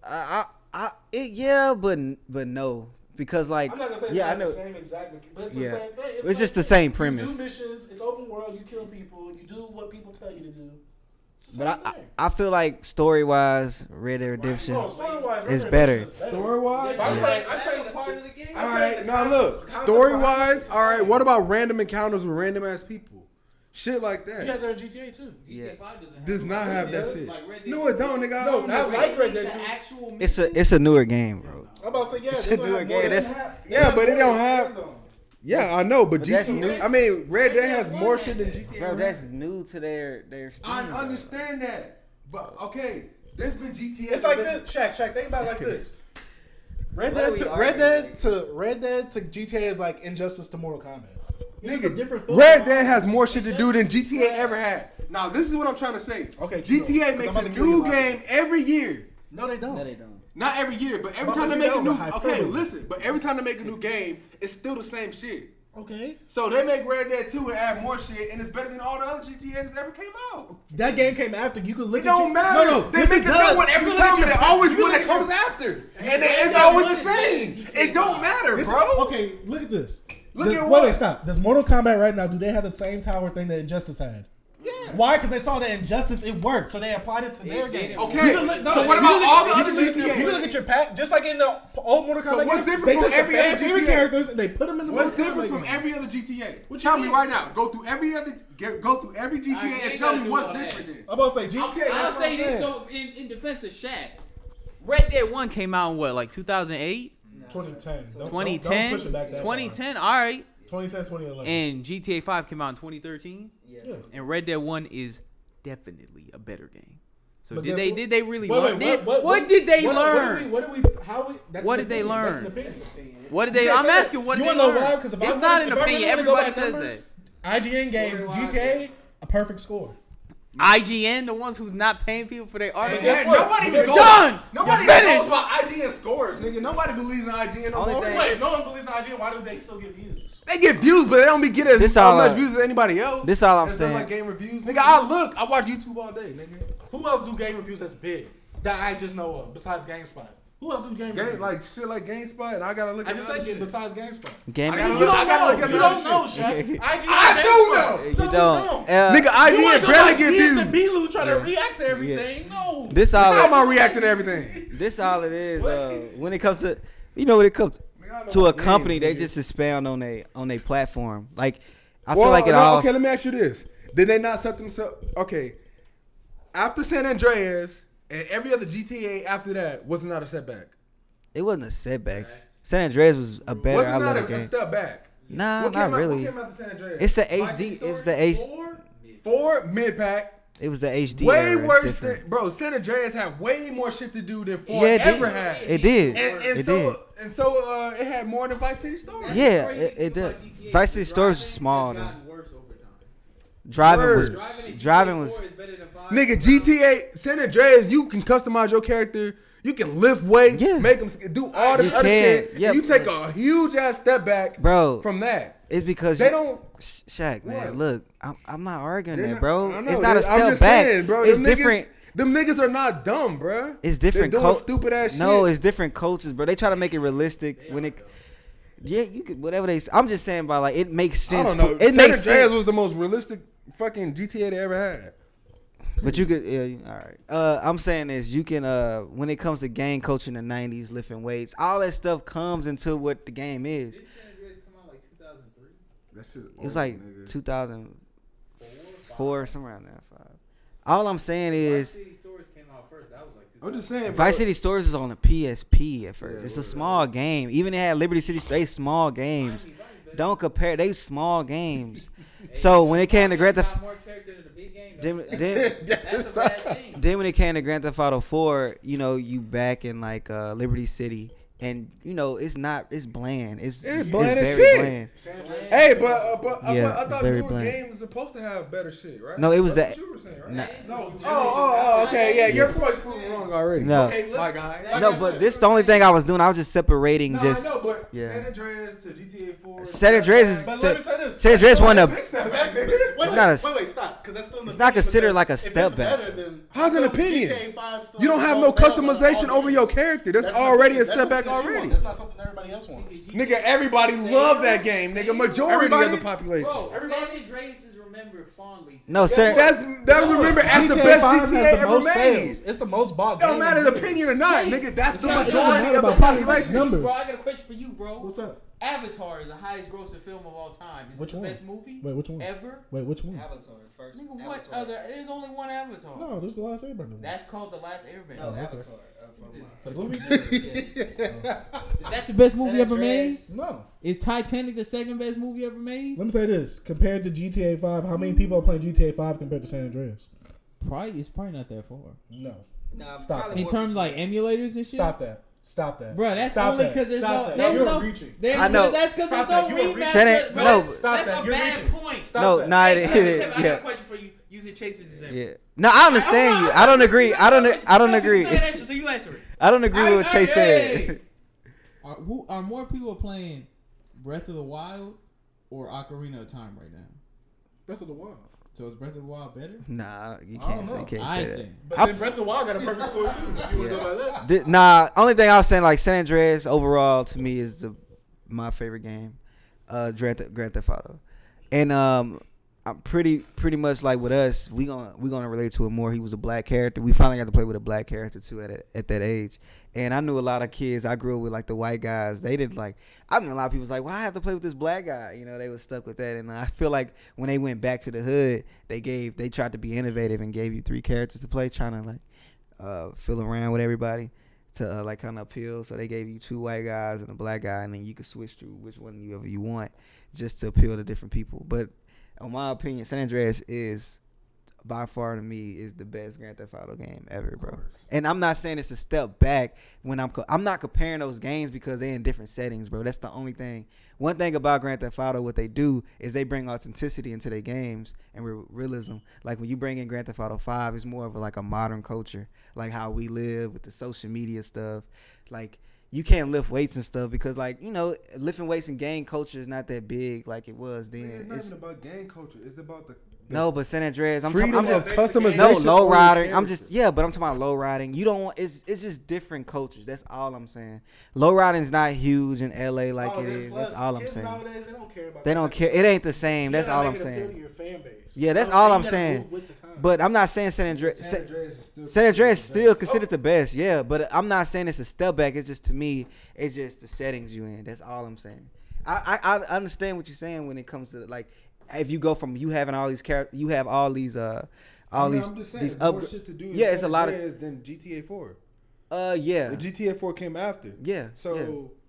Speaker 3: I, I, I it, yeah, but but no, because like
Speaker 4: I'm not going to say it's
Speaker 3: yeah, I
Speaker 4: not
Speaker 3: know.
Speaker 4: the same exact, mecha- but it's
Speaker 3: Yeah.
Speaker 4: the same thing.
Speaker 3: It's just the same premise.
Speaker 4: You do missions, it's open world, you kill people, you do what people tell you to do. It's the
Speaker 3: But
Speaker 4: same
Speaker 3: I,
Speaker 4: thing.
Speaker 3: I, I feel like story wise, Red Dead Redemption.
Speaker 4: No, story-wise,
Speaker 3: It's
Speaker 4: Red Dead
Speaker 3: better.
Speaker 4: Redemption is
Speaker 1: Story wise,
Speaker 4: I'm saying, I'm
Speaker 12: That's
Speaker 4: saying,
Speaker 12: a part of the game.
Speaker 1: all right. Now look, story wise, all right. What about random encounters with random ass people? Shit like that
Speaker 4: you got that in GTA too.
Speaker 3: Yeah.
Speaker 1: does not have that shit. No, it don't, nigga. I
Speaker 4: No,
Speaker 1: don't
Speaker 4: not
Speaker 1: know.
Speaker 4: like Red Dead 2.
Speaker 12: Actual
Speaker 3: It's a it's a newer game, bro.
Speaker 4: I'm about to say, yeah,
Speaker 3: It's
Speaker 4: they're
Speaker 3: a
Speaker 4: gonna
Speaker 3: newer
Speaker 4: have more
Speaker 3: game.
Speaker 4: than
Speaker 3: That's
Speaker 4: that.
Speaker 1: Yeah, but it don't
Speaker 4: Stand
Speaker 1: have.
Speaker 4: on.
Speaker 1: Yeah, I know, but,
Speaker 3: But that's
Speaker 1: GTA.
Speaker 3: new.
Speaker 1: I mean, Red Dead has more shit than GTA.
Speaker 3: Bro, that's new to their their.
Speaker 1: I
Speaker 3: thing, bro.
Speaker 1: understand that, but okay, there's been GTA.
Speaker 4: It's like this, Shaq. Shaq, think about it like this. Red
Speaker 3: Why
Speaker 4: Dead,
Speaker 3: we
Speaker 4: to,
Speaker 3: arguing?
Speaker 4: Red Dead to Red Dead to GTA is like Injustice to Mortal Kombat. It's just a
Speaker 1: Nigga,
Speaker 4: different. feel.
Speaker 1: Red Dead has more shit to do than GTA ever had. Now, this is what I'm trying to say.
Speaker 4: Okay, keep
Speaker 1: GTA
Speaker 4: going, 'cause
Speaker 1: makes
Speaker 4: I'm about
Speaker 1: a
Speaker 4: to kill you
Speaker 1: new
Speaker 4: about
Speaker 1: game every year.
Speaker 4: No, they don't.
Speaker 3: No, they don't.
Speaker 1: Not every year, but every
Speaker 4: Well,
Speaker 1: time they
Speaker 4: see,
Speaker 1: make
Speaker 4: that
Speaker 1: a
Speaker 4: was a
Speaker 1: new okay,
Speaker 4: hyperbole.
Speaker 1: listen, but every time they make a new game, it's still the same shit.
Speaker 4: Okay,
Speaker 1: So they make Red Dead 2 and add more shit, and it's better than all the other GTAs that ever came out.
Speaker 4: that game came after. You could look.
Speaker 1: It
Speaker 4: at
Speaker 1: don't
Speaker 4: you-
Speaker 1: matter.
Speaker 4: No, no,
Speaker 1: they
Speaker 4: yes,
Speaker 1: make
Speaker 4: it
Speaker 1: a new
Speaker 4: does.
Speaker 1: one every
Speaker 4: You
Speaker 1: time,
Speaker 4: look
Speaker 1: and
Speaker 4: at
Speaker 1: it's
Speaker 4: your-
Speaker 1: always
Speaker 4: you
Speaker 1: one
Speaker 4: look
Speaker 1: that
Speaker 4: at your-
Speaker 1: comes after, and
Speaker 12: Red
Speaker 1: it- it's
Speaker 12: Dead
Speaker 1: always the
Speaker 12: was the
Speaker 1: same.
Speaker 12: GTA.
Speaker 1: It don't matter,
Speaker 4: This-
Speaker 1: bro.
Speaker 11: Okay, look at this.
Speaker 1: Look
Speaker 11: Does-
Speaker 1: at
Speaker 11: wait,
Speaker 1: what?
Speaker 11: wait, stop. Does Mortal Kombat right now, do they have the same tower thing that Injustice had?
Speaker 1: Yeah,
Speaker 4: Why? Because they saw the injustice. It worked, so they applied it to their game.
Speaker 1: Okay,
Speaker 4: You can look- no,
Speaker 1: so what
Speaker 4: you
Speaker 1: about
Speaker 4: can look-
Speaker 1: all the
Speaker 4: you
Speaker 1: other
Speaker 4: can look-
Speaker 1: GTA
Speaker 4: You can look at your pack, just like in the old Mortal Kombat.
Speaker 1: So what's
Speaker 4: games,
Speaker 1: different
Speaker 4: they
Speaker 1: from
Speaker 4: took the
Speaker 1: every
Speaker 4: fan
Speaker 1: other
Speaker 4: favorite
Speaker 1: GTA?
Speaker 4: characters and they put them in the
Speaker 1: What's
Speaker 4: Mortal
Speaker 1: different
Speaker 4: Kombat
Speaker 1: from
Speaker 4: game.
Speaker 1: every other GTA?
Speaker 4: What you
Speaker 1: tell me
Speaker 4: mean?
Speaker 1: right now. Go through every other. Get, go through every GTA
Speaker 2: Alright, you
Speaker 1: and
Speaker 2: ain't
Speaker 1: tell
Speaker 2: gotta
Speaker 1: me
Speaker 2: do
Speaker 1: what's
Speaker 2: all that.
Speaker 1: different. Then
Speaker 4: I'm about to say GTA. that's
Speaker 2: I'll
Speaker 4: what I'm
Speaker 2: say this
Speaker 4: saying.
Speaker 2: though, in, in defense of Shaq, Red Dead One came out in what, like 2008,
Speaker 4: 2010. Don't- don't- Don't,
Speaker 2: 2010,
Speaker 4: push it back that
Speaker 2: 2010. All right,
Speaker 4: Far. 2010, 2011.
Speaker 2: and GTA Five came out in 2013,
Speaker 4: yeah.
Speaker 2: and Red Dead One is definitely a better game. So
Speaker 4: But
Speaker 2: did
Speaker 4: guess
Speaker 2: they
Speaker 4: what-
Speaker 2: did they really
Speaker 4: Wait,
Speaker 2: learn?
Speaker 4: wait,
Speaker 2: did, what, did they
Speaker 4: what-
Speaker 2: learn?
Speaker 4: What did we? What did we? How we? That's
Speaker 2: What
Speaker 4: an
Speaker 2: did they
Speaker 4: opinion. That's an
Speaker 2: learn?
Speaker 4: opinion.
Speaker 2: What did they?
Speaker 4: Yeah,
Speaker 2: I'm
Speaker 4: say that.
Speaker 2: asking. What
Speaker 4: you
Speaker 2: did they
Speaker 4: wanna know
Speaker 2: learn?
Speaker 4: why? Because
Speaker 2: It's not an opinion. Everybody says that.
Speaker 4: IGN gave GTA a perfect score.
Speaker 2: IGN, the ones who's not paying people for their
Speaker 1: And
Speaker 2: articles.
Speaker 1: guess what? Nobody even
Speaker 2: You're
Speaker 1: goes-
Speaker 2: done.
Speaker 1: Nobody
Speaker 2: You're
Speaker 1: even knows
Speaker 2: finished.
Speaker 1: about IGN scores, nigga. Nobody believes in IGN no
Speaker 3: Only
Speaker 1: more.
Speaker 3: thing-
Speaker 1: Wait,
Speaker 4: no one believes in IGN. Why do they still get views?
Speaker 1: They get views, but they don't be getting
Speaker 3: This
Speaker 1: as
Speaker 3: all
Speaker 1: much
Speaker 3: I-
Speaker 1: views as anybody else.
Speaker 3: This all I'm
Speaker 1: It's not
Speaker 3: saying.
Speaker 1: like game reviews, nigga. I look. I watch YouTube all day, nigga.
Speaker 4: Who else do game reviews that's big that I just know of besides GameSpot? Who else do game,
Speaker 1: Game
Speaker 4: reviews?
Speaker 1: like shit, like GameSpot, and I gotta look
Speaker 4: I
Speaker 1: at
Speaker 4: just
Speaker 1: other
Speaker 4: said
Speaker 1: shit.
Speaker 4: besides GameSpot.
Speaker 3: Game.
Speaker 4: You
Speaker 1: look- I
Speaker 4: don't
Speaker 1: gotta
Speaker 4: know.
Speaker 1: look at
Speaker 4: You
Speaker 1: other
Speaker 4: don't know, Shaq. IGN
Speaker 1: I do
Speaker 3: You
Speaker 1: know.
Speaker 4: No,
Speaker 3: don't.
Speaker 4: you don't.
Speaker 3: Uh,
Speaker 1: Nigga,
Speaker 4: You want
Speaker 1: IGN
Speaker 4: to go by
Speaker 1: barely get
Speaker 4: CS
Speaker 1: views.
Speaker 4: and Belu trying to react to everything? No.
Speaker 3: this
Speaker 1: How am
Speaker 3: all.
Speaker 1: I reacting to everything?
Speaker 3: This all it is. Uh, when it comes to, you know, when it comes to a company, they just expound on they on their platform. Like, I feel
Speaker 8: Well,
Speaker 3: like it
Speaker 8: no,
Speaker 3: all.
Speaker 8: Okay, let me ask you this: Did they not set themselves? Okay, after San Andreas and every other GTA after that was not a setback.
Speaker 3: It wasn't a setback. San Andreas was a better. I
Speaker 8: Wasn't
Speaker 3: love
Speaker 8: that
Speaker 3: the
Speaker 8: a, a
Speaker 3: game.
Speaker 8: step back?
Speaker 3: Nah,
Speaker 8: What
Speaker 3: not
Speaker 8: came out-
Speaker 3: really.
Speaker 8: What came out to San Andreas?
Speaker 3: It's the
Speaker 8: Viking
Speaker 3: HD. It's
Speaker 8: Story?
Speaker 3: the H.
Speaker 8: Four, four mid pack.
Speaker 3: It was the HD.
Speaker 8: Way
Speaker 3: era. It's
Speaker 8: worse
Speaker 3: different.
Speaker 8: than bro. San Andreas had way more shit to do than four
Speaker 3: Yeah, it
Speaker 8: ever
Speaker 3: did.
Speaker 8: had.
Speaker 3: It did.
Speaker 8: And, and
Speaker 3: it
Speaker 8: so
Speaker 3: did.
Speaker 8: and so uh, it had more than Vice City Stories.
Speaker 3: Yeah, it, it did. Vice City Stories was small. Though. Driving
Speaker 8: Worse.
Speaker 3: was driving was
Speaker 8: Nigga, GTA San Andreas, you can customize your character. You can lift weights,
Speaker 3: Yeah.
Speaker 8: make them do all this
Speaker 3: You
Speaker 8: other
Speaker 3: can.
Speaker 8: shit. and
Speaker 3: Yep.
Speaker 8: You take a huge ass step back
Speaker 3: bro.
Speaker 8: from that.
Speaker 3: it's because
Speaker 8: They
Speaker 3: you-
Speaker 8: don't.
Speaker 3: Sh- Shaq, man,
Speaker 8: What?
Speaker 3: look, I'm, I'm not arguing
Speaker 8: they're
Speaker 3: that,
Speaker 8: not-
Speaker 3: bro.
Speaker 8: I know,
Speaker 3: it's not a
Speaker 8: they're- I'm
Speaker 3: step
Speaker 8: just
Speaker 3: back.
Speaker 8: saying, bro,
Speaker 3: it's
Speaker 8: them niggas-
Speaker 3: different.
Speaker 8: them niggas are not dumb, bro.
Speaker 3: It's different.
Speaker 8: They're doing
Speaker 3: cul-
Speaker 8: stupid ass shit.
Speaker 3: No, it's different cultures, bro. They try to make it realistic when it. Yeah, you could whatever they. s- I'm just saying by like it makes sense.
Speaker 8: I don't know.
Speaker 3: for- It
Speaker 8: San
Speaker 3: makes
Speaker 8: Andreas
Speaker 3: sense.
Speaker 8: was the most realistic fucking GTA they ever had.
Speaker 3: But you could, yeah, you- all right. Uh, I'm saying this: you can, uh, when it comes to gang culture in the '90s, lifting weights, all that stuff comes into what the game is. It
Speaker 8: That shit.
Speaker 3: was like 2004, somewhere around that. Five. All I'm saying is,
Speaker 8: I'm just saying, bro.
Speaker 3: Vice City Stories was on the PSP at first. it's a small game. Even they had Liberty City. They small games. Don't compare. They small games. so when it came to Grand Theft,
Speaker 2: more character than the big game.
Speaker 3: then, then,
Speaker 2: That's a bad thing.
Speaker 3: then when it came to Grand Theft Auto Four, you know, you back in like uh, Liberty City, and you know, it's not, it's bland. It's,
Speaker 8: It's
Speaker 3: it's
Speaker 8: bland as
Speaker 3: very
Speaker 8: shit.
Speaker 3: bland.
Speaker 8: Hey, but uh, but, uh,
Speaker 3: Yeah,
Speaker 8: but I
Speaker 3: it's
Speaker 8: thought
Speaker 3: very
Speaker 8: newer
Speaker 3: bland.
Speaker 8: games was supposed to have better shit, right?
Speaker 3: No, it was
Speaker 8: That's
Speaker 3: that-
Speaker 8: what you were saying, right?
Speaker 3: Nah.
Speaker 8: Oh, oh, oh, okay, yeah, your point's proven wrong already.
Speaker 3: No.
Speaker 8: my guy.
Speaker 3: No, but this the only thing I was doing. I was just separating.
Speaker 8: No,
Speaker 3: just
Speaker 8: I know, but
Speaker 3: yeah.
Speaker 8: San Andreas to GTA 4.
Speaker 3: San Andreas is
Speaker 4: But
Speaker 3: San-
Speaker 4: let me say this.
Speaker 3: San Andreas one of
Speaker 8: That's
Speaker 4: But that's- wait,
Speaker 8: nigga.
Speaker 4: wait,
Speaker 3: not a-
Speaker 4: wait, wait, stop, because that's still. in the
Speaker 3: it's not
Speaker 4: picture,
Speaker 3: considered
Speaker 4: but
Speaker 3: like a
Speaker 4: if it's
Speaker 3: step back.
Speaker 4: better than-
Speaker 8: How's an
Speaker 4: still
Speaker 8: opinion?
Speaker 4: GTA five still
Speaker 8: You don't have
Speaker 4: goes
Speaker 8: no
Speaker 4: sales on all
Speaker 8: customization
Speaker 4: the
Speaker 8: over your character. That's,
Speaker 4: That's not
Speaker 8: already
Speaker 4: something-
Speaker 8: a step
Speaker 4: that's something that
Speaker 8: back
Speaker 4: you want.
Speaker 8: already.
Speaker 4: That's not something everybody else wants.
Speaker 8: Nigga, everybody love that game, nigga. Majority
Speaker 1: Everybody-
Speaker 8: of the population.
Speaker 2: San Andreas is remembered fondly.
Speaker 3: no, San,
Speaker 8: That's that was remember as the
Speaker 4: GTA
Speaker 8: best
Speaker 4: five has
Speaker 8: GTA
Speaker 4: the
Speaker 8: ever
Speaker 4: most
Speaker 8: made.
Speaker 4: sales. It's the most bought
Speaker 8: It
Speaker 4: game.
Speaker 8: don't matter the opinion or not, nigga. That's the
Speaker 2: not-
Speaker 13: It doesn't
Speaker 8: majority
Speaker 13: matter
Speaker 8: of the
Speaker 13: about politics, it's
Speaker 8: population.
Speaker 13: numbers.
Speaker 2: Bro, I got a question for you, bro.
Speaker 4: What's up?
Speaker 2: Avatar is the highest grossing film of all time. Is
Speaker 13: Which
Speaker 2: it the
Speaker 13: one?
Speaker 2: best movie
Speaker 13: Wait, which one?
Speaker 2: ever?
Speaker 13: Wait, which one?
Speaker 3: Avatar first.
Speaker 2: Nigga, what other? There's only one Avatar.
Speaker 13: No, this is the last everybody. knew.
Speaker 2: That's called The Last Airbender.
Speaker 3: Avatar.
Speaker 13: The movie?
Speaker 2: Is that the best movie ever made?
Speaker 13: No.
Speaker 2: Is Titanic the second best movie ever made?
Speaker 13: Let me say this: compared to GTA Five, how many people are playing GTA Five compared to San Andreas?
Speaker 2: Probably, it's probably not that far.
Speaker 13: No.
Speaker 3: Nah,
Speaker 13: Stop
Speaker 3: probably
Speaker 2: In
Speaker 3: more-
Speaker 2: terms of like emulators and shit.
Speaker 13: Stop that. Stop that.
Speaker 2: Bro, that's
Speaker 13: Stop
Speaker 2: only
Speaker 13: that.
Speaker 2: because there's
Speaker 4: Stop
Speaker 2: no,
Speaker 4: that.
Speaker 2: there's
Speaker 4: You're
Speaker 2: no,
Speaker 4: reaching.
Speaker 2: there's
Speaker 3: I know.
Speaker 2: no, that's because
Speaker 4: Stop
Speaker 2: there's
Speaker 4: that.
Speaker 2: no
Speaker 4: You are reaching.
Speaker 3: Said
Speaker 2: remaster.
Speaker 3: it-
Speaker 2: bro,
Speaker 3: no.
Speaker 2: that's,
Speaker 4: Stop
Speaker 2: that's
Speaker 4: that.
Speaker 2: a
Speaker 4: You're
Speaker 2: bad
Speaker 4: reaching.
Speaker 2: point.
Speaker 4: Stop
Speaker 3: No,
Speaker 4: that.
Speaker 3: nah,
Speaker 2: Hey,
Speaker 3: it,
Speaker 2: Kevin,
Speaker 3: it-
Speaker 2: Kevin, I got
Speaker 3: yeah,
Speaker 2: a question for you. Using Chase's example.
Speaker 3: yeah. No, I understand you. I don't agree. I don't. I don't agree.
Speaker 2: It's not an answer, so you answer it.
Speaker 3: I don't agree with what
Speaker 2: I-
Speaker 3: Chase
Speaker 2: I-
Speaker 3: said.
Speaker 2: hey. Are, who, are more people playing Breath of the Wild or Ocarina of Time right now?
Speaker 8: Breath of the Wild.
Speaker 2: So is Breath of the Wild better?
Speaker 3: Nah, you can't. Say, you can't
Speaker 2: I
Speaker 3: say that.
Speaker 2: think.
Speaker 4: But
Speaker 3: I-
Speaker 4: then Breath of the Wild got a perfect score too. if You want to go by that?
Speaker 3: Di- nah, only thing I was saying, like San Andreas overall to me is the my favorite game, uh, Grand, Theft- Grand Theft Auto, and um, I'm pretty pretty much like with us, we gonna we gonna relate to it more. He was a black character. We finally got to play with a black character too at a, at that age. And I knew a lot of kids. I grew up with like the white guys. They didn't like. I mean, a lot of people was like, "Why I have to play with this black guy?" You know, they was stuck with that. And I feel like when they went back to the hood, they gave they tried to be innovative and gave you three characters to play, trying to like uh, fill around with everybody to uh, like kind of appeal. So they gave you two white guys and a black guy, and then you could switch through which one you ever you want, just to appeal to different people. But in my opinion, San Andreas is by far to me is the best Grand Theft Auto game ever, bro. And I'm not saying it's a step back when I'm co- I'm not comparing those games because they're in different settings, bro. That's the only thing. One thing about Grand Theft Auto, what they do is they bring authenticity into their games and re- realism. Like when you bring in Grand Theft Auto Five, it's more of a, like a modern culture, like how we live with the social media stuff, like you can't lift weights and stuff because like you know lifting weights in gang culture is not that big like it was then.
Speaker 1: It's not
Speaker 3: It's-
Speaker 1: even about gang culture. It's about the.
Speaker 3: no, but San Andreas, I'm, talking.
Speaker 1: Freedom
Speaker 3: I'm just
Speaker 1: of customization
Speaker 3: no low
Speaker 1: or
Speaker 3: riding. I'm
Speaker 1: character.
Speaker 3: just yeah, but I'm talking about low riding. You don't want it's it's just different cultures. That's all I'm saying. Low riding is not huge in LA like
Speaker 4: Oh,
Speaker 3: it
Speaker 4: then
Speaker 3: is.
Speaker 4: plus,
Speaker 3: That's all I'm
Speaker 4: kids
Speaker 3: saying.
Speaker 4: Nowadays, they don't care about
Speaker 3: They
Speaker 4: that
Speaker 3: don't
Speaker 4: type of
Speaker 3: care. It ain't the same.
Speaker 4: You
Speaker 3: that's
Speaker 4: gotta
Speaker 3: all
Speaker 4: make
Speaker 3: I'm
Speaker 4: it appeal to
Speaker 3: saying.
Speaker 4: your fan base.
Speaker 3: Yeah, that's
Speaker 4: You
Speaker 3: all
Speaker 4: gotta
Speaker 3: I'm
Speaker 4: move
Speaker 3: saying.
Speaker 4: with the times.
Speaker 3: But I'm not saying San Andreas. San,
Speaker 1: Andreas is still
Speaker 3: San Andreas
Speaker 1: considered the
Speaker 3: still considered the best. Yeah, but I'm not saying it's a step back. It's just to me, it's just the settings you in. That's all I'm saying. I, I, I understand what you're saying when it comes to like if you go from you having all these characters, you have all these uh all
Speaker 1: I mean,
Speaker 3: these
Speaker 1: I'm just saying,
Speaker 3: these
Speaker 1: it's more
Speaker 3: upgra-
Speaker 1: shit to do. in
Speaker 3: yeah, it's a
Speaker 1: San
Speaker 3: lot of
Speaker 1: Andreas than GTA Four.
Speaker 3: uh yeah
Speaker 1: The GTA Four came after.
Speaker 3: yeah.
Speaker 1: So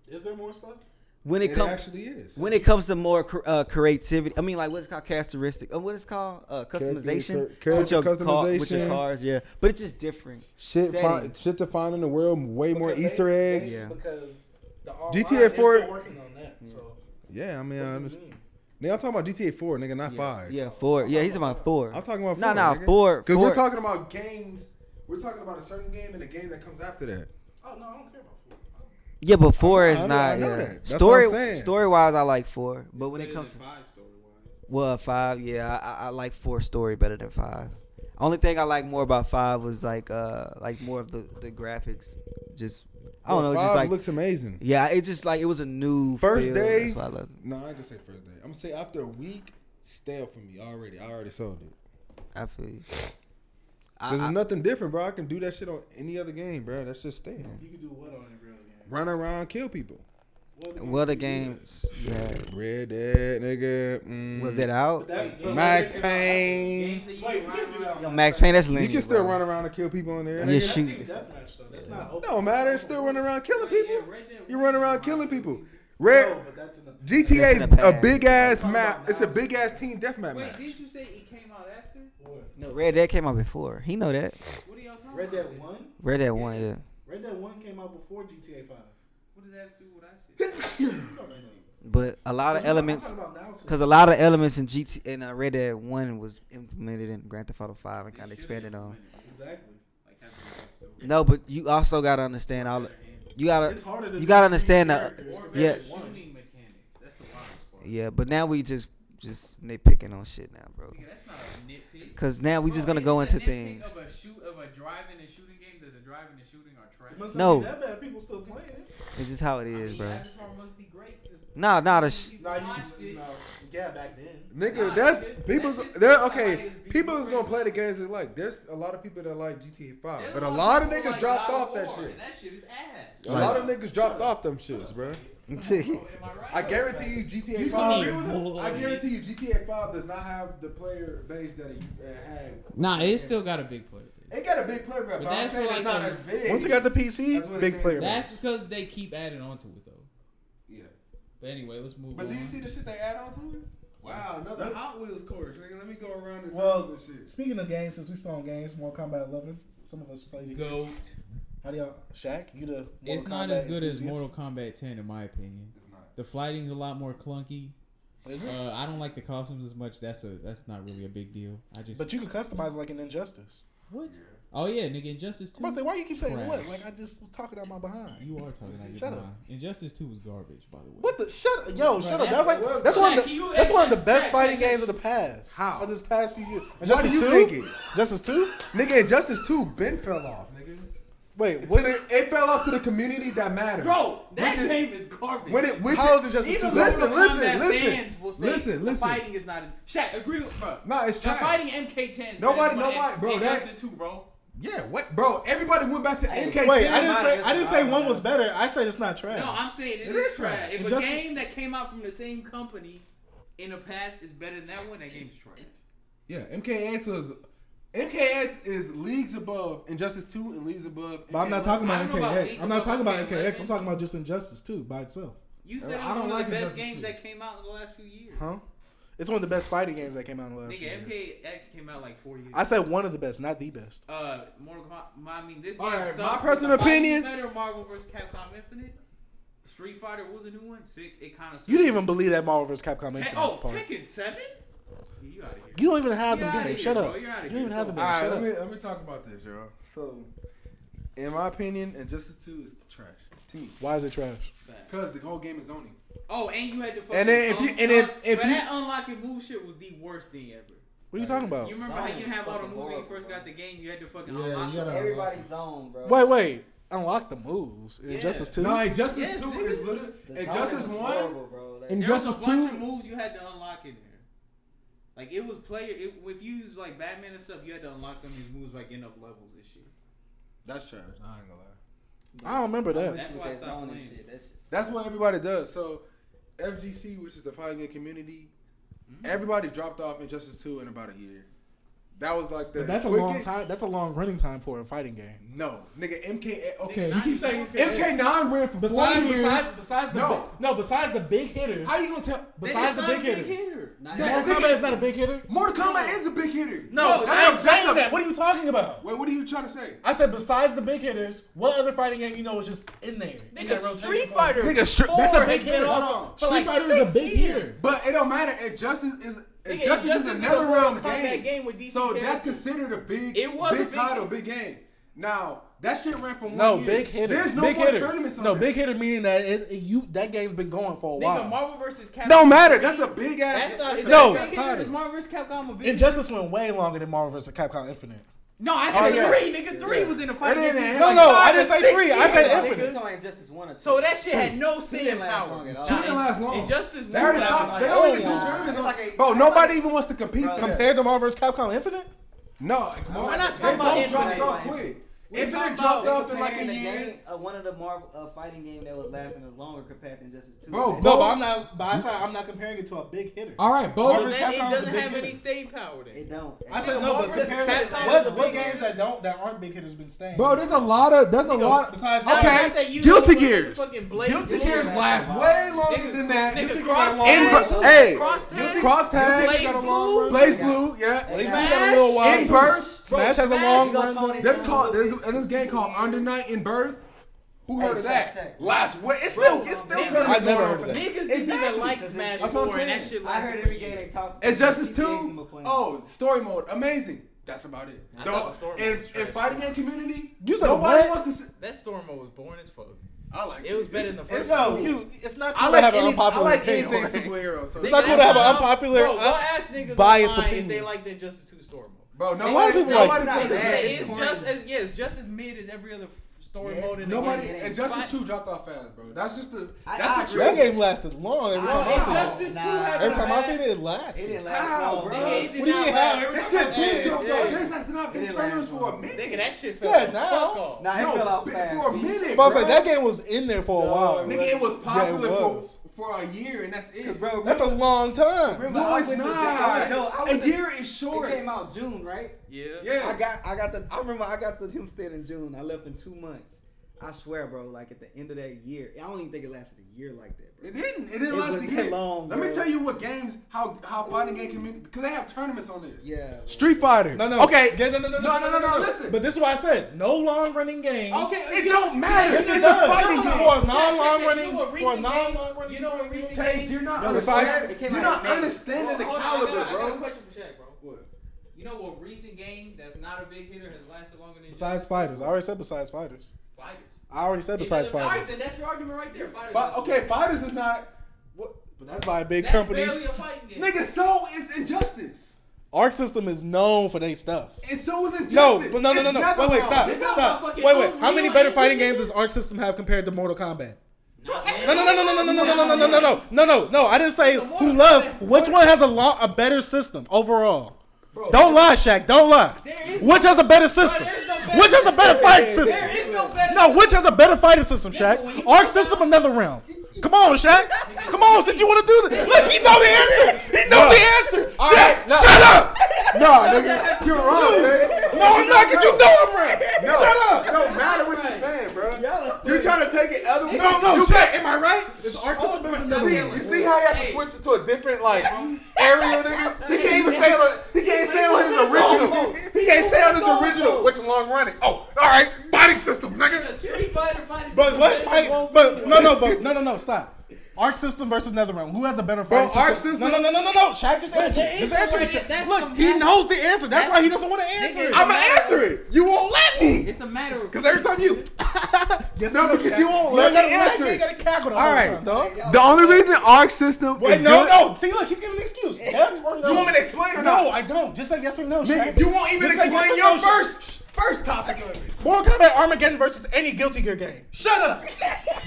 Speaker 3: yeah.
Speaker 4: Is there more stuff?
Speaker 3: when it,
Speaker 1: it
Speaker 3: comes
Speaker 1: actually is.
Speaker 3: when it comes to more cr- uh, creativity, I mean like what's it called characteristic, uh, what is called uh, customization,
Speaker 1: Character-
Speaker 3: with your car- with your
Speaker 1: customization.
Speaker 3: cars, yeah. But it's just different.
Speaker 1: Shit,
Speaker 3: setting.
Speaker 1: find, shit to find in the world. Way more
Speaker 4: Because they-
Speaker 1: Easter
Speaker 4: they-
Speaker 1: eggs.
Speaker 3: Yeah.
Speaker 4: Because the online,
Speaker 1: GTA
Speaker 4: they're still
Speaker 1: 4
Speaker 4: working on that. So
Speaker 1: Yeah, I mean, I understand.
Speaker 4: mean?
Speaker 1: Nigga, I'm talking about GTA Four, nigga, not Five.
Speaker 3: Yeah, Ford. Yeah, he's about Ford.
Speaker 1: I'm talking about
Speaker 3: No,
Speaker 1: four.
Speaker 3: no,
Speaker 1: nigga.
Speaker 3: Ford.
Speaker 1: Because we're
Speaker 3: Ford-
Speaker 1: talking about games. We're talking about a certain game and a game that comes after that.
Speaker 4: oh no, I don't care about food.
Speaker 3: Yeah, but four
Speaker 1: I
Speaker 3: is
Speaker 1: know-
Speaker 3: not.
Speaker 1: I know
Speaker 3: yeah.
Speaker 1: that. That's what I'm
Speaker 3: Story
Speaker 1: saying.
Speaker 3: story wise, I like four, but when it comes to
Speaker 2: five story-wise.
Speaker 3: well five, yeah, I- I, I like four story better than five. Only thing I like more about five was like uh like more of the the graphics, just I don't know,
Speaker 1: Five
Speaker 3: just like
Speaker 1: looks amazing.
Speaker 3: yeah, it just like it was a new
Speaker 1: First
Speaker 3: feel,
Speaker 1: day-
Speaker 3: That's why I love it.
Speaker 1: No, I ain't gonna say first day. I'm gonna say after a week, stale for me already. I already sold it.
Speaker 3: I feel. you. I,
Speaker 1: Cause
Speaker 3: I-
Speaker 1: it's nothing different, bro. I can do that shit on any other game, bro. That's just stale.
Speaker 4: You can do what on a real game?
Speaker 1: Run around, kill people.
Speaker 4: What other
Speaker 3: well, the
Speaker 4: games you
Speaker 3: games, yeah,
Speaker 1: Red Dead, nigga. Mm.
Speaker 3: was it
Speaker 4: do?
Speaker 3: out?
Speaker 4: That- no,
Speaker 1: Max
Speaker 4: wait,
Speaker 1: Payne?
Speaker 4: Wait, we can do that. on
Speaker 3: Max Payne, that's
Speaker 1: You
Speaker 3: linear,
Speaker 1: can still
Speaker 3: bro.
Speaker 1: run around and kill people on there.
Speaker 3: Yeah,
Speaker 1: nigga.
Speaker 4: That's
Speaker 3: shoot.
Speaker 4: team deathmatch though. That's not open.
Speaker 1: No matter, it's still running around killing people. You run around killing people.
Speaker 4: No,
Speaker 1: Red
Speaker 4: but that's in the-
Speaker 1: GTA
Speaker 3: That's in the
Speaker 1: is a
Speaker 3: past.
Speaker 1: big ass
Speaker 4: Talking about
Speaker 1: map. It's a
Speaker 4: now.
Speaker 1: big ass team deathmatch
Speaker 14: Wait,
Speaker 1: map.
Speaker 14: did you say it came out after?
Speaker 4: What?
Speaker 3: No, Red Dead came out before. He know that.
Speaker 14: What are y'all talking
Speaker 4: Red
Speaker 14: about?
Speaker 4: Dead One.
Speaker 3: Red Dead one, yeah.
Speaker 14: Yes.
Speaker 4: Red Dead One came out before GTA Five.
Speaker 14: What did that have to do with what I said?
Speaker 4: You talking about-
Speaker 3: But a lot of
Speaker 4: I'm
Speaker 3: elements.
Speaker 4: talking about now, so-
Speaker 3: Because a lot of elements in GT in uh, Red Dead One was implemented in Grand Theft Auto Five and kind of expanded on.
Speaker 4: Exactly.
Speaker 2: Like, have a good story.
Speaker 3: No, but you also gotta understand all. You gotta
Speaker 4: It's harder to
Speaker 3: you
Speaker 4: do
Speaker 3: gotta
Speaker 4: three
Speaker 3: understand that.
Speaker 4: characters
Speaker 2: Or
Speaker 4: compared
Speaker 3: Yeah.
Speaker 2: better
Speaker 4: to one.
Speaker 2: shooting mechanics. That's the wildest part.
Speaker 3: Yeah, but now we just just nitpicking on shit now, bro.
Speaker 2: Nigga, that's not a nitpick.
Speaker 3: Cause now we just gonna go into things.
Speaker 2: Of a shoot of a driving and shooting game that the driving and shooting are trash.
Speaker 4: It must not
Speaker 3: No.
Speaker 4: be that bad. People still playing it.
Speaker 3: It's just how it
Speaker 2: I
Speaker 3: is,
Speaker 2: mean,
Speaker 3: bro.
Speaker 2: Avatar must be great. 'cause
Speaker 3: Nah, nah, the sh-
Speaker 2: people
Speaker 4: Nah,
Speaker 2: watched
Speaker 4: you,
Speaker 2: it.
Speaker 4: nah, yeah, back then.
Speaker 1: Nigga,
Speaker 2: Nah,
Speaker 1: that's
Speaker 2: nigga,
Speaker 1: people's.
Speaker 2: that's just
Speaker 1: they're,
Speaker 2: how it
Speaker 1: okay,
Speaker 2: is being
Speaker 1: people's gonna
Speaker 2: racist.
Speaker 1: play the games they like. There's a lot of people that like GTA Five,
Speaker 2: There's
Speaker 1: but a lot of
Speaker 2: people
Speaker 1: niggas
Speaker 2: like
Speaker 1: dropped
Speaker 2: God of
Speaker 1: off that
Speaker 2: War,
Speaker 1: shit.
Speaker 2: and That shit is ass.
Speaker 1: A lot of niggas dropped off them shits, bro.
Speaker 2: Am I right?
Speaker 1: I guarantee you, GTA Five. I guarantee you, GTA Five does not have the player base that it uh, had.
Speaker 5: Nah, it's still got a big player. base.
Speaker 1: It got a big player base, but, I'm
Speaker 5: that's
Speaker 1: saying it's
Speaker 5: like
Speaker 1: not
Speaker 5: a-
Speaker 1: as big.
Speaker 7: Once you got the
Speaker 1: That's what
Speaker 7: PC,
Speaker 1: it
Speaker 7: big
Speaker 1: is.
Speaker 7: player.
Speaker 5: That's
Speaker 7: base.
Speaker 5: because they keep adding on to it though.
Speaker 1: yeah.
Speaker 5: But anyway, let's move
Speaker 1: But
Speaker 5: on.
Speaker 1: do you see the shit they add on to it? Wow, another Hot Wheels course. Nigga, let me go around this
Speaker 15: Well-
Speaker 1: and shit.
Speaker 15: Speaking of games, since we still on games, Mortal Kombat 11. Some of us played it.
Speaker 5: Goat.
Speaker 15: How do y'all, Shaq? You the Mortal
Speaker 14: It's not
Speaker 15: Kombat
Speaker 14: as good as
Speaker 15: enthusiast?
Speaker 14: Mortal Kombat 10, in my opinion.
Speaker 1: It's not.
Speaker 14: The fighting's a lot more clunky.
Speaker 15: Is it?
Speaker 14: Uh, I don't like the costumes as much. That's a that's not really a big deal. I just
Speaker 15: But you can customize like an Injustice.
Speaker 14: what? Oh yeah, nigga, Injustice
Speaker 15: I'm
Speaker 14: Two.
Speaker 15: about to say, why you keep saying
Speaker 14: Trash.
Speaker 15: what? Like I just was talking out my behind.
Speaker 14: You are talking about
Speaker 15: Shut
Speaker 14: your
Speaker 15: up.
Speaker 14: mind. Injustice Two was garbage, by the way.
Speaker 15: What the shut? up- Yo, shut up.
Speaker 14: that's
Speaker 15: That's like that's one of the that's one of the best fighting games of the past.
Speaker 1: How?
Speaker 15: Of this past few years.
Speaker 1: Why do
Speaker 15: Injustice
Speaker 1: you
Speaker 15: two.
Speaker 1: think it?
Speaker 15: Justice two.
Speaker 1: Nigga, Injustice 2 Ben fell off, nigga.
Speaker 4: Wait,
Speaker 8: To
Speaker 4: what?
Speaker 8: the- it fell off to the community that mattered.
Speaker 2: Bro, that
Speaker 8: Which is-
Speaker 2: game is garbage.
Speaker 8: When it, which
Speaker 4: How is it just a
Speaker 2: Even
Speaker 4: two-
Speaker 8: Listen,
Speaker 2: Mortal
Speaker 8: listen,
Speaker 2: Kombat
Speaker 8: listen,
Speaker 2: fans will say
Speaker 8: listen,
Speaker 2: the
Speaker 8: listen.
Speaker 2: Fighting is not as Shaq. Agree with bro.
Speaker 8: No, it's
Speaker 2: the
Speaker 8: trash.
Speaker 2: fighting MK10. is
Speaker 8: Nobody-
Speaker 2: better than
Speaker 8: nobody- bro, that-
Speaker 2: Injustice 2, bro.
Speaker 8: Yeah, what, bro? Everybody went back to MK10.
Speaker 4: Wait, I didn't say I didn't say one was better. I said it's not trash.
Speaker 2: No, I'm saying
Speaker 8: It
Speaker 2: it
Speaker 8: is
Speaker 2: is
Speaker 8: trash.
Speaker 2: trash. If a
Speaker 4: Injustice-
Speaker 2: game that came out from the same company in the past is better than that one, that game's trash.
Speaker 8: Yeah, MKX was. MKX is leagues above Injustice 2 and leagues above.
Speaker 16: But I'm not talking
Speaker 2: I
Speaker 16: about
Speaker 2: don't know about
Speaker 16: MKX.
Speaker 2: League
Speaker 16: I'm not
Speaker 2: of
Speaker 16: talking about
Speaker 2: Legends.
Speaker 16: MKX. I'm talking about just Injustice too by itself.
Speaker 2: You said it was
Speaker 8: Uh, I don't
Speaker 2: one
Speaker 8: like
Speaker 2: of the best
Speaker 8: Injustice
Speaker 2: games
Speaker 8: 2.
Speaker 2: that came out in the last few years.
Speaker 4: Huh? It's one of the best fighting games that came out in the last few
Speaker 2: Nigga,
Speaker 4: years.
Speaker 2: MKX came out like four years.
Speaker 4: I said one of the best, not the best.
Speaker 2: uh, Mortal Kombat. I mean, this.
Speaker 8: All
Speaker 2: game
Speaker 8: right,
Speaker 2: sucks.
Speaker 8: my personal
Speaker 2: The fighting's
Speaker 8: opinion-
Speaker 2: Better Marvel vs. Capcom Infinite. Street Fighter what was a new one. Six. It kind of.
Speaker 4: You didn't even believe that Marvel vs. Capcom
Speaker 2: Te-
Speaker 4: Infinite
Speaker 2: oh,
Speaker 4: part.
Speaker 2: Tekken Seven. Yeah, You out of here.
Speaker 4: You don't even have
Speaker 2: Get
Speaker 4: the
Speaker 2: outta
Speaker 4: game.
Speaker 2: here,
Speaker 4: Shut
Speaker 2: bro.
Speaker 4: up. You
Speaker 2: You're outta
Speaker 4: don't
Speaker 2: here.
Speaker 4: even have the
Speaker 2: All
Speaker 4: game.
Speaker 8: All right,
Speaker 4: Shut
Speaker 8: let
Speaker 4: up.
Speaker 8: me, let me talk about this, y'all. So, in my opinion, Injustice 2 is trash to me
Speaker 4: Why is it trash?
Speaker 8: because the whole game is zoning.
Speaker 2: Oh, and you had to. Fucking
Speaker 8: And then if you- and if-
Speaker 2: unlock-
Speaker 8: if
Speaker 2: but
Speaker 8: you-
Speaker 2: that unlocking move shit was the worst thing ever.
Speaker 4: What are you talking
Speaker 8: Oh.
Speaker 4: about?
Speaker 2: You remember how you didn't have all the
Speaker 3: Fucking
Speaker 2: moves when you
Speaker 3: horrible,
Speaker 2: first
Speaker 3: bro.
Speaker 2: got the game? You had to fucking
Speaker 17: Yeah,
Speaker 2: unlock.
Speaker 17: you gotta.
Speaker 3: Everybody's zone, bro.
Speaker 4: Wait, wait. Unlock the moves.
Speaker 2: Yeah.
Speaker 4: Injustice two.
Speaker 8: No, Injustice
Speaker 2: Yes,
Speaker 8: 2
Speaker 2: nigga.
Speaker 8: is literally.
Speaker 3: The zone
Speaker 8: Injustice
Speaker 3: is
Speaker 8: 1.
Speaker 3: horrible, bro.
Speaker 2: There
Speaker 3: Like,
Speaker 2: was a
Speaker 8: Injustice
Speaker 2: bunch
Speaker 8: 2.
Speaker 2: of moves you had to unlock in there. Like it was player. It, if you use like Batman and stuff, you had to unlock some of these moves by getting up levels and shit.
Speaker 8: That's trash. I ain't gonna lie.
Speaker 4: I don't remember that.
Speaker 2: That's why I
Speaker 3: that
Speaker 2: stopped
Speaker 3: zone and
Speaker 2: playing.
Speaker 3: shit. That's just.
Speaker 8: That's what everybody does. So, FGC, which is the fighting game community,
Speaker 1: Hmm?
Speaker 8: everybody dropped off Injustice 2 in about a year. That was like the.
Speaker 4: But that's a
Speaker 8: quickest-
Speaker 4: long time. That's a long running time for a fighting game.
Speaker 8: No, nigga, MK. Okay,
Speaker 2: Nigga,
Speaker 8: you
Speaker 2: not
Speaker 8: keep
Speaker 2: even
Speaker 8: saying
Speaker 2: MK.
Speaker 8: MK9 ran for
Speaker 2: Besides-
Speaker 8: four years.
Speaker 2: besides- besides
Speaker 8: the No.
Speaker 2: no, besides the big hitters.
Speaker 8: How you gonna tell?
Speaker 2: Besides
Speaker 4: the big hitters.
Speaker 3: Not
Speaker 8: Yeah,
Speaker 3: even-
Speaker 8: Mortal Kombat is
Speaker 4: not a big hitter.
Speaker 8: Mortal Kombat is a big hitter.
Speaker 2: No,
Speaker 8: that's
Speaker 2: I
Speaker 8: a-
Speaker 2: ain't
Speaker 8: that's a-
Speaker 4: What are you talking about?
Speaker 8: Wait, what are you trying to say?
Speaker 4: I said besides the big hitters, what other fighting game you know is just in there?
Speaker 2: Nigga, Street Fighter.
Speaker 8: Nigga, Stri-
Speaker 2: four
Speaker 8: that's a
Speaker 2: big hitter.
Speaker 8: Hold on.
Speaker 2: Street Fighter is a big hitter.
Speaker 8: But it don't matter. Injustice is
Speaker 2: Nigga,
Speaker 8: Injustice is
Speaker 2: Injustice is
Speaker 8: another
Speaker 2: a
Speaker 8: realm
Speaker 2: Mortal Kombat
Speaker 8: game.
Speaker 2: game with DC
Speaker 8: so that's
Speaker 2: characters.
Speaker 8: considered a big,
Speaker 2: It was a
Speaker 8: big
Speaker 2: big
Speaker 8: title,
Speaker 2: game.
Speaker 8: big game. Now that shit ran for one
Speaker 4: No
Speaker 8: year.
Speaker 4: big hitter.
Speaker 8: There's no
Speaker 4: big
Speaker 8: more
Speaker 4: hitter.
Speaker 8: tournaments. On
Speaker 4: no
Speaker 8: there.
Speaker 4: big hitter meaning that it, it- you that game's been going for a
Speaker 2: Nigga,
Speaker 4: while.
Speaker 2: Marvel versus Capcom.
Speaker 8: Don't matter. That's a big ass.
Speaker 2: That's not. Is
Speaker 4: No.
Speaker 2: that a big hitter? Is Marvel versus Capcom a big? hitter?
Speaker 4: Injustice went way longer than Marvel vs. Capcom Infinite.
Speaker 2: No, I said
Speaker 4: Oh, yeah.
Speaker 2: three. Nigga, three was in the fight.
Speaker 8: didn't
Speaker 2: game.
Speaker 8: have-
Speaker 4: No,
Speaker 8: Like
Speaker 4: no, I
Speaker 2: five
Speaker 4: didn't
Speaker 2: or
Speaker 4: say
Speaker 2: six
Speaker 4: three. I
Speaker 2: years
Speaker 4: said
Speaker 2: ago.
Speaker 3: Nigga,
Speaker 4: Infinite.
Speaker 3: it's only Injustice one or two.
Speaker 2: So that shit had no
Speaker 3: didn't
Speaker 2: staying
Speaker 3: last
Speaker 2: power.
Speaker 3: long at all.
Speaker 8: Two didn't last long.
Speaker 2: Injustice.
Speaker 8: They already stopped. They don't even do
Speaker 3: oh, wow.
Speaker 8: tournaments.
Speaker 3: It's
Speaker 8: on-
Speaker 3: like a-
Speaker 8: Bro,
Speaker 3: it's
Speaker 8: nobody
Speaker 3: like-
Speaker 8: even wants to compete.
Speaker 3: Bro,
Speaker 8: for that.
Speaker 4: Compared to Marvel vs. Capcom Infinite?
Speaker 8: No, come on.
Speaker 2: We're not
Speaker 8: They
Speaker 2: talking about
Speaker 8: both dropped
Speaker 3: Infinite.
Speaker 8: off quick.
Speaker 3: We're talking
Speaker 8: Infinite dropped
Speaker 3: about
Speaker 8: off in like a
Speaker 3: comparing the
Speaker 8: year.
Speaker 3: Game, uh, one of the Marvel uh, fighting game that was lasting the longer compared to Injustice Two.
Speaker 8: Bro,
Speaker 3: That shit-
Speaker 8: both-
Speaker 4: No, but I'm not. But I said I'm not comparing it to a big hitter.
Speaker 8: All right,
Speaker 2: So
Speaker 8: both.
Speaker 2: then it
Speaker 4: Capcom's a
Speaker 2: doesn't
Speaker 4: big
Speaker 2: have
Speaker 4: hitter.
Speaker 2: any staying power then.
Speaker 3: it don't.
Speaker 4: I
Speaker 3: It
Speaker 4: said
Speaker 3: don't.
Speaker 4: no,
Speaker 2: Marvel
Speaker 4: but
Speaker 2: versus
Speaker 4: compared to
Speaker 2: Capcom is a
Speaker 4: what, what
Speaker 2: big
Speaker 4: games
Speaker 2: hitter.
Speaker 4: that don't that aren't big hitters been staying?
Speaker 8: Bro, there's a lot of. There's a lot.
Speaker 4: besides
Speaker 2: Y'all
Speaker 8: Okay.
Speaker 2: guys that use
Speaker 8: Guilty
Speaker 2: those
Speaker 8: Gears.
Speaker 2: fucking blades
Speaker 8: Guilty
Speaker 2: to
Speaker 8: Gears
Speaker 2: do
Speaker 8: lasts way longer
Speaker 2: Nigga,
Speaker 8: than that.
Speaker 2: nigga,
Speaker 8: Guilty Gear
Speaker 2: cross
Speaker 8: got a long
Speaker 2: tag.
Speaker 8: run,
Speaker 2: In-
Speaker 8: too.
Speaker 2: hey,
Speaker 8: Cross
Speaker 2: cross tag.
Speaker 8: tag. Blaze
Speaker 2: Blaze
Speaker 8: got a long
Speaker 2: Blue.
Speaker 8: run. Blaze Blue, yeah.
Speaker 3: Blaze
Speaker 8: Blaze
Speaker 3: Blue
Speaker 8: Blue.
Speaker 3: got
Speaker 2: a little
Speaker 8: In birth.
Speaker 4: Smash has a long run. though.
Speaker 8: There's called there's and this game called Under Night in Birth. Who
Speaker 3: Hey,
Speaker 8: heard of
Speaker 3: check,
Speaker 8: that?
Speaker 3: check.
Speaker 8: Last way. It's still it's still
Speaker 2: Bro,
Speaker 8: turning.
Speaker 2: I've
Speaker 4: never
Speaker 8: going
Speaker 4: heard
Speaker 8: on
Speaker 4: of
Speaker 8: for
Speaker 4: that.
Speaker 2: Niggas didn't
Speaker 8: Exactly.
Speaker 2: even like Smash
Speaker 8: That's what I'm
Speaker 2: 4 and that
Speaker 8: saying.
Speaker 2: shit
Speaker 3: I
Speaker 2: lasted
Speaker 3: heard
Speaker 2: for
Speaker 3: every game
Speaker 2: years.
Speaker 3: they talk.
Speaker 8: It's Justice
Speaker 3: GTA 's been
Speaker 8: Two.
Speaker 3: playing.
Speaker 8: Oh, story mode, amazing. That's about it.
Speaker 2: I
Speaker 8: No,
Speaker 2: thought the story mode
Speaker 8: in,
Speaker 2: was
Speaker 8: in
Speaker 2: trash,
Speaker 8: fighting game community,
Speaker 4: You said
Speaker 8: nobody
Speaker 4: what?
Speaker 8: wants to. See,
Speaker 2: That Storm was boring as fuck.
Speaker 8: I like
Speaker 2: It was better than the
Speaker 8: It's-
Speaker 2: first
Speaker 8: it's-
Speaker 2: one.
Speaker 4: No, you. It's not
Speaker 8: I
Speaker 4: cool to
Speaker 8: like
Speaker 4: have an
Speaker 8: any, I
Speaker 4: unpopular
Speaker 8: like
Speaker 4: opinion.
Speaker 8: anything
Speaker 4: Like,
Speaker 8: superhero. So
Speaker 4: It's not cool to have an unpopular,
Speaker 2: Bro,
Speaker 4: uh,
Speaker 2: y'all ass niggas
Speaker 4: biased
Speaker 2: biased online if they
Speaker 4: opinion.
Speaker 2: like the Justice 2 Storm mode.
Speaker 8: bro,
Speaker 3: why
Speaker 8: nobody,
Speaker 4: people like
Speaker 8: nobody
Speaker 3: that?
Speaker 8: plays
Speaker 3: Yeah,
Speaker 8: that.
Speaker 3: it's
Speaker 2: It's
Speaker 3: corny.
Speaker 2: just as yeah, it's just as mid as every other f- story
Speaker 3: Yeah, it's
Speaker 2: mode in the
Speaker 8: Nobody
Speaker 2: game.
Speaker 3: Yeah.
Speaker 8: and
Speaker 2: But-
Speaker 8: Justice Two dropped off fast, bro. That's just the
Speaker 3: I- I
Speaker 8: that's the
Speaker 3: agree.
Speaker 4: that
Speaker 8: truth.
Speaker 4: game lasted long. Every
Speaker 3: I-
Speaker 4: time I
Speaker 3: it's
Speaker 4: seen it.
Speaker 2: Injustice 2
Speaker 3: Nah.
Speaker 2: had
Speaker 4: Every
Speaker 2: a
Speaker 4: time I
Speaker 2: bad-
Speaker 4: seen it, it lasted.
Speaker 3: It didn't last
Speaker 8: How,
Speaker 3: long,
Speaker 8: bro?
Speaker 3: bro.
Speaker 2: Nigga, it did
Speaker 4: What do you
Speaker 2: not
Speaker 4: mean,
Speaker 2: last.
Speaker 4: how?
Speaker 8: That shit
Speaker 3: Hey,
Speaker 8: since jumped off.
Speaker 3: hey.
Speaker 8: There's not, there's not been
Speaker 3: It lasts
Speaker 8: trailers for a
Speaker 3: long.
Speaker 8: minute.
Speaker 2: Nigga, that shit fell
Speaker 4: Yeah,
Speaker 2: the
Speaker 4: now.
Speaker 2: fuck off.
Speaker 3: Nah, it
Speaker 8: no,
Speaker 3: fell out
Speaker 8: bi-
Speaker 3: fast.
Speaker 8: for a minute.
Speaker 4: But I was
Speaker 8: bro.
Speaker 4: like, that game was in there for a
Speaker 3: No,
Speaker 4: while.
Speaker 3: it
Speaker 8: Nigga, it was
Speaker 4: Yeah, it
Speaker 8: popular
Speaker 4: was.
Speaker 8: For, for a year, and that's it.
Speaker 3: 'Cause, bro,
Speaker 4: That's a long time.
Speaker 3: remember
Speaker 8: no,
Speaker 3: I
Speaker 8: it's
Speaker 3: went
Speaker 8: not.
Speaker 3: to- I went- no, I went
Speaker 8: a
Speaker 3: to-
Speaker 8: year is short.
Speaker 3: It came out June, right?
Speaker 2: Yeah.
Speaker 8: yeah,
Speaker 3: I got, I got the. I remember I got the Hempstead in June. I left in two months. I swear, bro. Like at the end of that year, I don't even think it lasted a year like that, bro.
Speaker 8: It didn't. It didn't
Speaker 3: It
Speaker 8: last a
Speaker 3: wasn't
Speaker 8: year.
Speaker 3: that long,
Speaker 8: Let me
Speaker 3: bro.
Speaker 8: tell you what games, how how fighting game community, because they have tournaments on this.
Speaker 3: Yeah. bro.
Speaker 4: Street Fighter. No, no.
Speaker 8: Okay.
Speaker 4: Yeah, no, no, no,
Speaker 8: No, no, no, no, listen.
Speaker 4: But this is why I said no long running games.
Speaker 2: Okay,
Speaker 8: It
Speaker 2: you-
Speaker 8: don't matter.
Speaker 4: Yes,
Speaker 8: It's
Speaker 4: it
Speaker 8: a
Speaker 4: does.
Speaker 8: fighting
Speaker 4: No,
Speaker 8: game.
Speaker 4: For a
Speaker 2: Check, check,
Speaker 4: non-long
Speaker 2: check.
Speaker 4: running,
Speaker 2: You a
Speaker 4: for a
Speaker 2: recent game-
Speaker 4: non-long
Speaker 2: You know what
Speaker 4: running.
Speaker 2: recent
Speaker 8: Chase,
Speaker 2: games?
Speaker 8: you're not
Speaker 4: No, besides-
Speaker 8: understanding.
Speaker 3: it came
Speaker 8: You're
Speaker 3: out
Speaker 8: not
Speaker 3: in May.
Speaker 8: understanding the
Speaker 2: Hold on, I got-
Speaker 8: caliber,
Speaker 2: I got a
Speaker 8: bro.
Speaker 2: question for Shaq, bro.
Speaker 8: What?
Speaker 2: You know what recent game that's not a big hitter has lasted longer than
Speaker 4: Besides fighters, I already said besides fighters.
Speaker 2: fighters?
Speaker 4: I already said besides
Speaker 2: All right,
Speaker 4: fighters.
Speaker 2: then that's your argument right there. Fighters.
Speaker 8: Fi- okay, fighters is not. What?
Speaker 4: But that's why big
Speaker 2: that's
Speaker 4: companies.
Speaker 2: barely a fighting game.
Speaker 8: Nigga, so is injustice.
Speaker 4: Arc System is known for their stuff.
Speaker 18: And so is Injustice.
Speaker 4: No, but no, no, no, no.
Speaker 18: There's
Speaker 4: Wait, wait,
Speaker 18: nothing
Speaker 4: stop,
Speaker 18: wrong. There's
Speaker 4: stop.
Speaker 18: nothing
Speaker 4: Wait,
Speaker 18: wrong.
Speaker 4: wait. How many
Speaker 18: Real
Speaker 4: better
Speaker 18: life
Speaker 4: fighting
Speaker 18: niggas.
Speaker 4: games does Arc System have compared to Mortal Kombat?
Speaker 18: No,
Speaker 4: No, no, no, no, no, no, no, no, no, no, no, no, no, no, no, no. I didn't say who loves. Which one has a lo- a better system overall? Don't lie, Shaq. Don't lie. Which has a better system? Which has a better fight system? No, which has a better fighting system, Shaq? Arc system, another round. Come on, Shaq. Come on, since you want to do this. Look, he know the answer. He knows the answer. Shaq, shut up.
Speaker 8: No, nigga, you're wrong, man.
Speaker 4: No, I'm not, 'cause you know I'm right.
Speaker 8: No,
Speaker 4: Shut up.
Speaker 8: No matter what you're saying, bro. You're trying to take it other way.
Speaker 4: No, no,
Speaker 8: You
Speaker 4: Shaq,
Speaker 8: got-
Speaker 4: am I right? It's Arc system, versus another
Speaker 8: See,
Speaker 4: round.
Speaker 8: you see how he has to switch it to a different like area, nigga. He can't even stay on. He can't stay on his original. He can't stay on his original. Which long running? Oh, all right, fighting system, nigga.
Speaker 4: But what? Fight, but no, no, but no, no, no, stop. Arc system versus Netherrealm. Who has a better
Speaker 8: Bro,
Speaker 4: fighting
Speaker 8: Arc
Speaker 4: system?
Speaker 8: System-
Speaker 4: No, no, no, no, no, no. Shaq just answered.
Speaker 8: there
Speaker 4: it. Just
Speaker 8: is no
Speaker 4: answer
Speaker 8: way
Speaker 4: it.
Speaker 8: that-
Speaker 4: Shaq.
Speaker 8: that's
Speaker 4: Look,
Speaker 8: a
Speaker 4: he
Speaker 8: matter-
Speaker 4: knows the answer. That's why he doesn't want to answer it.
Speaker 8: I'ma answer it. You won't let me.
Speaker 1: It's a matter of
Speaker 8: Cause every time you. no, because you won't
Speaker 4: You
Speaker 8: let
Speaker 4: gotta
Speaker 8: me
Speaker 4: answer.
Speaker 8: answer
Speaker 4: You gotta
Speaker 8: it.
Speaker 4: cackle the
Speaker 8: All
Speaker 4: whole
Speaker 8: right.
Speaker 4: time, dog.
Speaker 8: The only reason Arc System
Speaker 4: Wait,
Speaker 8: is
Speaker 4: no,
Speaker 8: good.
Speaker 4: no. See, look, he's giving an excuse. Yes or no?
Speaker 8: You want me to explain or
Speaker 4: no?
Speaker 8: not?
Speaker 4: I don't. Just say yes or no.
Speaker 8: Nigga,
Speaker 4: Shaq.
Speaker 8: you won't even
Speaker 4: Just say
Speaker 8: explain
Speaker 4: yes or
Speaker 8: your
Speaker 4: no, Shaq.
Speaker 8: first first topic of it.
Speaker 4: Mortal Kombat Armageddon versus any Guilty Gear game. Shut up.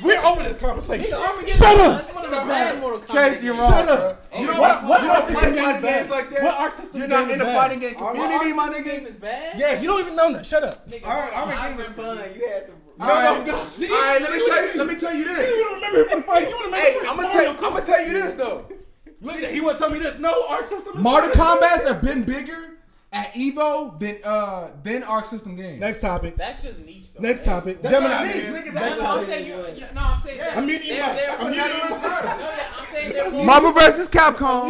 Speaker 4: We're over this conversation.
Speaker 1: Armageddon-
Speaker 4: Shut up.
Speaker 1: That's one of the bad Mortal Kombat.
Speaker 8: Chase, you're wrong.
Speaker 4: Shut up.
Speaker 8: Bro. Oh, You don't,
Speaker 4: What- what
Speaker 8: you
Speaker 4: arc
Speaker 8: don't
Speaker 4: system
Speaker 8: play
Speaker 4: game is
Speaker 8: fighting games
Speaker 4: bad?
Speaker 8: like that.
Speaker 4: What arc system
Speaker 8: You're
Speaker 4: game
Speaker 8: not
Speaker 4: is
Speaker 8: in the
Speaker 4: bad?
Speaker 8: fighting game
Speaker 1: Our
Speaker 8: community, my
Speaker 1: Arc System
Speaker 8: nigga.
Speaker 1: is bad.
Speaker 4: Yeah, you don't even know that. Shut up.
Speaker 1: Nigga,
Speaker 3: Alright,
Speaker 1: Arc-
Speaker 3: alright,
Speaker 1: Arc
Speaker 3: it was fun.
Speaker 1: System-
Speaker 3: You had to.
Speaker 8: All right,
Speaker 4: no, see?
Speaker 8: all right let, me
Speaker 4: See?
Speaker 8: tell you, let me tell you
Speaker 4: You
Speaker 8: this.
Speaker 4: don't remember him for the fight. You want to remember
Speaker 8: Hey,
Speaker 4: him.
Speaker 8: I'm gonna
Speaker 4: Mario
Speaker 8: tell, I'm gonna tell you this though.
Speaker 4: Look at that. He want to tell me this. No, Arc System is
Speaker 18: Mortal
Speaker 4: better.
Speaker 18: Kombat's have been bigger at Evo than uh than Arc System games.
Speaker 19: Next topic.
Speaker 1: That's just niche. Though.
Speaker 19: Next topic.
Speaker 8: That's
Speaker 19: Gemini.
Speaker 8: not niche, nigga.
Speaker 1: No,
Speaker 8: That's
Speaker 1: no, I'm
Speaker 8: not
Speaker 1: saying you. you- No, I'm saying. that-
Speaker 4: I'm muting you
Speaker 1: they're-
Speaker 4: guys.
Speaker 1: they're-
Speaker 4: I'm muting you.
Speaker 1: No, yeah, I'm saying they're more-
Speaker 8: Marvel vs.
Speaker 1: No, I'm
Speaker 8: Capcom,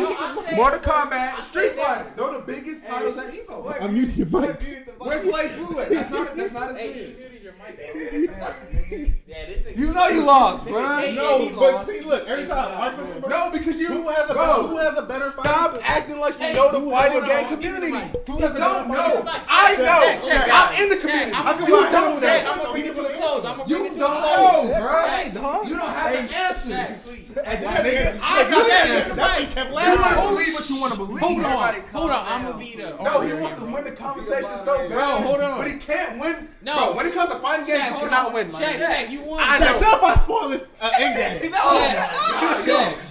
Speaker 1: saying-
Speaker 8: Mortal
Speaker 1: I'm
Speaker 8: Kombat, Street
Speaker 1: saying-
Speaker 8: Fighter. They're the biggest titles at Evo. Like,
Speaker 19: I'm muting your mics.
Speaker 8: Where's Light Blue at? That's not, that's not as
Speaker 1: Hey, you
Speaker 8: big.
Speaker 1: muted your mic. though. Yeah, this nigga.
Speaker 8: You know you lost, bruh.
Speaker 1: Hey,
Speaker 4: No,
Speaker 1: he
Speaker 4: but
Speaker 1: lost.
Speaker 4: see, look, every time Arc System versus
Speaker 8: No, because you.
Speaker 4: Who has a
Speaker 8: bro,
Speaker 4: who has a better
Speaker 8: Stop
Speaker 4: fighting system?
Speaker 8: acting like you
Speaker 1: Hey,
Speaker 8: know the
Speaker 1: who-
Speaker 8: fighting
Speaker 1: hold
Speaker 8: game
Speaker 1: on,
Speaker 8: community.
Speaker 1: give me the mic.
Speaker 8: Who has a better
Speaker 1: Don't
Speaker 8: fighting
Speaker 1: know.
Speaker 8: system? I know.
Speaker 1: Check, check,
Speaker 8: I'm in the community.
Speaker 1: Check,
Speaker 8: How
Speaker 1: I'm
Speaker 8: come
Speaker 1: gonna
Speaker 8: you
Speaker 1: bring it
Speaker 8: don't
Speaker 1: to the- I'm
Speaker 8: know?
Speaker 1: gonna bring it to the close. I'm gonna
Speaker 8: You
Speaker 1: bring it to
Speaker 8: don't
Speaker 1: the close.
Speaker 8: know,
Speaker 4: Hey,
Speaker 8: bro.
Speaker 4: dog.
Speaker 8: You don't have to answer.
Speaker 1: Check, please.
Speaker 4: At the end of the day,
Speaker 8: I
Speaker 4: look,
Speaker 8: got
Speaker 4: you
Speaker 8: that
Speaker 4: didn't
Speaker 8: answer.
Speaker 4: That's why you kept
Speaker 8: You want to
Speaker 4: laughing.
Speaker 8: believe what you want to believe.
Speaker 2: Hold on,
Speaker 3: Everybody calm
Speaker 2: hold on. I'm gonna
Speaker 3: down.
Speaker 2: be the.
Speaker 8: No, he wants to win the conversation so bad.
Speaker 2: Bro, hold on.
Speaker 8: But he can't win.
Speaker 2: No.
Speaker 8: Bro, when it comes to fighting games,
Speaker 2: Shaq,
Speaker 8: you
Speaker 2: hold
Speaker 8: cannot
Speaker 2: on.
Speaker 8: win, man.
Speaker 2: Shaq, Shaq, you won.
Speaker 8: I
Speaker 4: Shaq,
Speaker 8: know.
Speaker 4: shut up! I spoil it. Uh, Endgame.
Speaker 2: Shaq,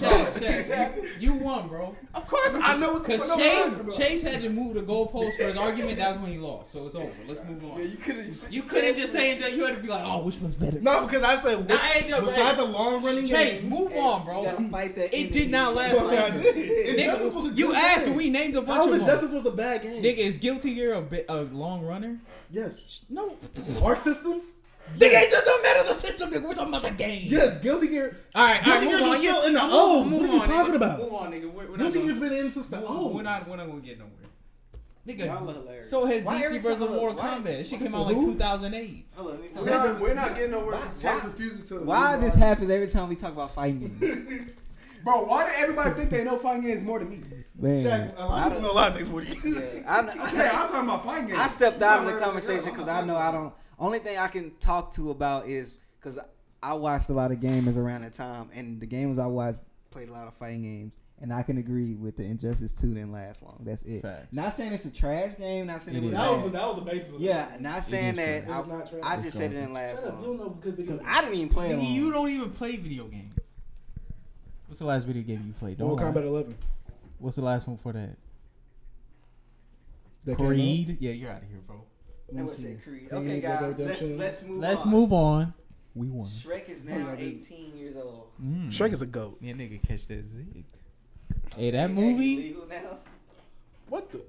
Speaker 2: Shaq, Shaq, Shaq, you won, bro.
Speaker 8: Of course, I know what the
Speaker 2: Because
Speaker 8: fuck I'm talking
Speaker 2: Chase,
Speaker 8: about.
Speaker 2: Chase had to move the goalpost for his argument. That's when he lost. So it's over. Let's move on. you couldn't. just say it. You had to be like, oh, which one's better?
Speaker 4: No, because I said
Speaker 2: Nah, I ain't done,
Speaker 4: besides
Speaker 2: bro.
Speaker 4: a long running
Speaker 2: Chase,
Speaker 4: game.
Speaker 2: move on, bro.
Speaker 3: Gotta fight that
Speaker 2: It
Speaker 3: energy.
Speaker 2: did not last.
Speaker 4: Well, see, I
Speaker 2: long.
Speaker 4: did. If Justice was a
Speaker 2: Nigga, you
Speaker 4: good
Speaker 2: asked.
Speaker 4: game.
Speaker 2: and We named a bunch
Speaker 4: House
Speaker 2: of
Speaker 4: of
Speaker 2: them.
Speaker 4: Justice was a bad game.
Speaker 2: Nigga, is Guilty Gear a, bit, a long runner?
Speaker 4: Yes.
Speaker 2: No.
Speaker 4: Arc System?
Speaker 2: Nigga, it doesn't matter the system, nigga. We're talking about the game.
Speaker 4: Yes. Guilty Gear.
Speaker 2: All right, all
Speaker 4: Guilty
Speaker 2: right, move
Speaker 4: Gear's
Speaker 2: on.
Speaker 4: is
Speaker 2: Yeah,
Speaker 4: still in the
Speaker 2: move-
Speaker 4: olds.
Speaker 2: move
Speaker 4: What are you
Speaker 2: on,
Speaker 4: talking
Speaker 2: nigga.
Speaker 4: about?
Speaker 2: Move on, nigga. We're, we're not
Speaker 4: Guilty
Speaker 2: gonna-
Speaker 4: Gear's been in since the oh.
Speaker 2: We're
Speaker 4: old.
Speaker 2: not, we're not gonna get nowhere.
Speaker 3: Y'all are
Speaker 2: Nigga,
Speaker 3: hilarious.
Speaker 2: so has
Speaker 3: Why every
Speaker 2: DC versus
Speaker 3: time-
Speaker 2: Mortal
Speaker 3: why-
Speaker 2: Kombat. It shit
Speaker 4: what's
Speaker 2: came out
Speaker 4: this,
Speaker 2: like
Speaker 4: who?
Speaker 2: 2008.
Speaker 3: Hold on, let me talk
Speaker 8: We're
Speaker 3: about-
Speaker 8: not, we're not getting nowhere.
Speaker 3: Why-
Speaker 8: Chase
Speaker 3: why-
Speaker 8: refuses to.
Speaker 3: Why this happens every time we talk about fighting games?
Speaker 8: Bro, why do everybody think they know fighting games more than me?
Speaker 3: Man,
Speaker 4: A lot of
Speaker 3: I
Speaker 4: people know a lot of things more than you.
Speaker 3: yeah, I, kn-
Speaker 8: Hey, I'm talking about fighting games.
Speaker 3: I stepped out of the
Speaker 8: Right, right, right,
Speaker 3: conversation
Speaker 8: right.
Speaker 3: because I know I don't. Only thing I can talk to about is because I watched a lot of gamers around that time, and the games I watched played a lot of fighting games, and I can agree with the Injustice Two didn't last long. That's it.
Speaker 2: Facts.
Speaker 3: Not saying it's a trash game. Not saying it,
Speaker 2: It
Speaker 3: was.
Speaker 2: is.
Speaker 4: That
Speaker 3: Bad.
Speaker 4: was, that was the basis of
Speaker 3: yeah, not saying
Speaker 2: trash.
Speaker 3: that.
Speaker 4: It's not trash.
Speaker 3: I, I just said it didn't
Speaker 4: Shut
Speaker 3: last
Speaker 4: up. You don't
Speaker 3: long
Speaker 4: know good video
Speaker 3: because I didn't even play it.
Speaker 2: Nigga, you
Speaker 3: Long.
Speaker 2: don't even play video games. What's the last video game you played? Don't
Speaker 20: Mortal
Speaker 2: lie.
Speaker 20: Kombat 11.
Speaker 2: What's the last one for that?
Speaker 20: That came out?
Speaker 2: Creed? Yeah, you're out of here, bro.
Speaker 3: That
Speaker 20: Let me
Speaker 3: was
Speaker 20: see.
Speaker 3: it, Creed.
Speaker 20: Creed,
Speaker 3: Okay,
Speaker 20: Red Dead
Speaker 3: guys, let's,
Speaker 20: Redemption.
Speaker 3: let's move.
Speaker 2: Let's
Speaker 3: on.
Speaker 2: move on. We won.
Speaker 3: Shrek is now 18 years old.
Speaker 2: Mm.
Speaker 4: Shrek is a goat.
Speaker 21: Yeah, nigga, catch that zig.
Speaker 2: Hey, that
Speaker 3: Is
Speaker 2: movie.
Speaker 3: legal now?
Speaker 4: What the?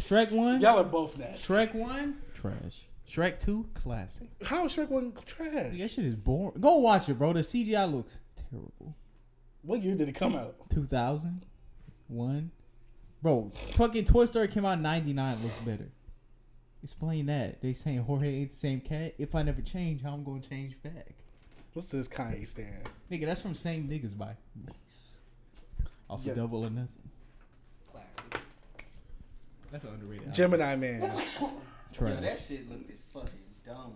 Speaker 2: Shrek one.
Speaker 4: Y'all are both nasty.
Speaker 2: Shrek one. Trash. Shrek two. Classic.
Speaker 4: How is Shrek one trash?
Speaker 2: Dude, that shit is boring. Go watch it, bro. The CGI looks terrible.
Speaker 4: What year did it come out?
Speaker 2: 2001. Bro, fucking Toy Story came out in 99. Looks better. Explain that. They saying Jorge ain't the same cat. If I never change, how I'm going to change back?
Speaker 4: What's this Kanye stand?
Speaker 2: Nigga, that's from Same Niggas by Nice. Off
Speaker 4: Yeah.
Speaker 2: of Double or Nothing.
Speaker 3: Classic.
Speaker 2: That's an underrated. album.
Speaker 4: Gemini Man.
Speaker 3: Yo,
Speaker 2: Trash.
Speaker 3: that shit looked fucking dumb.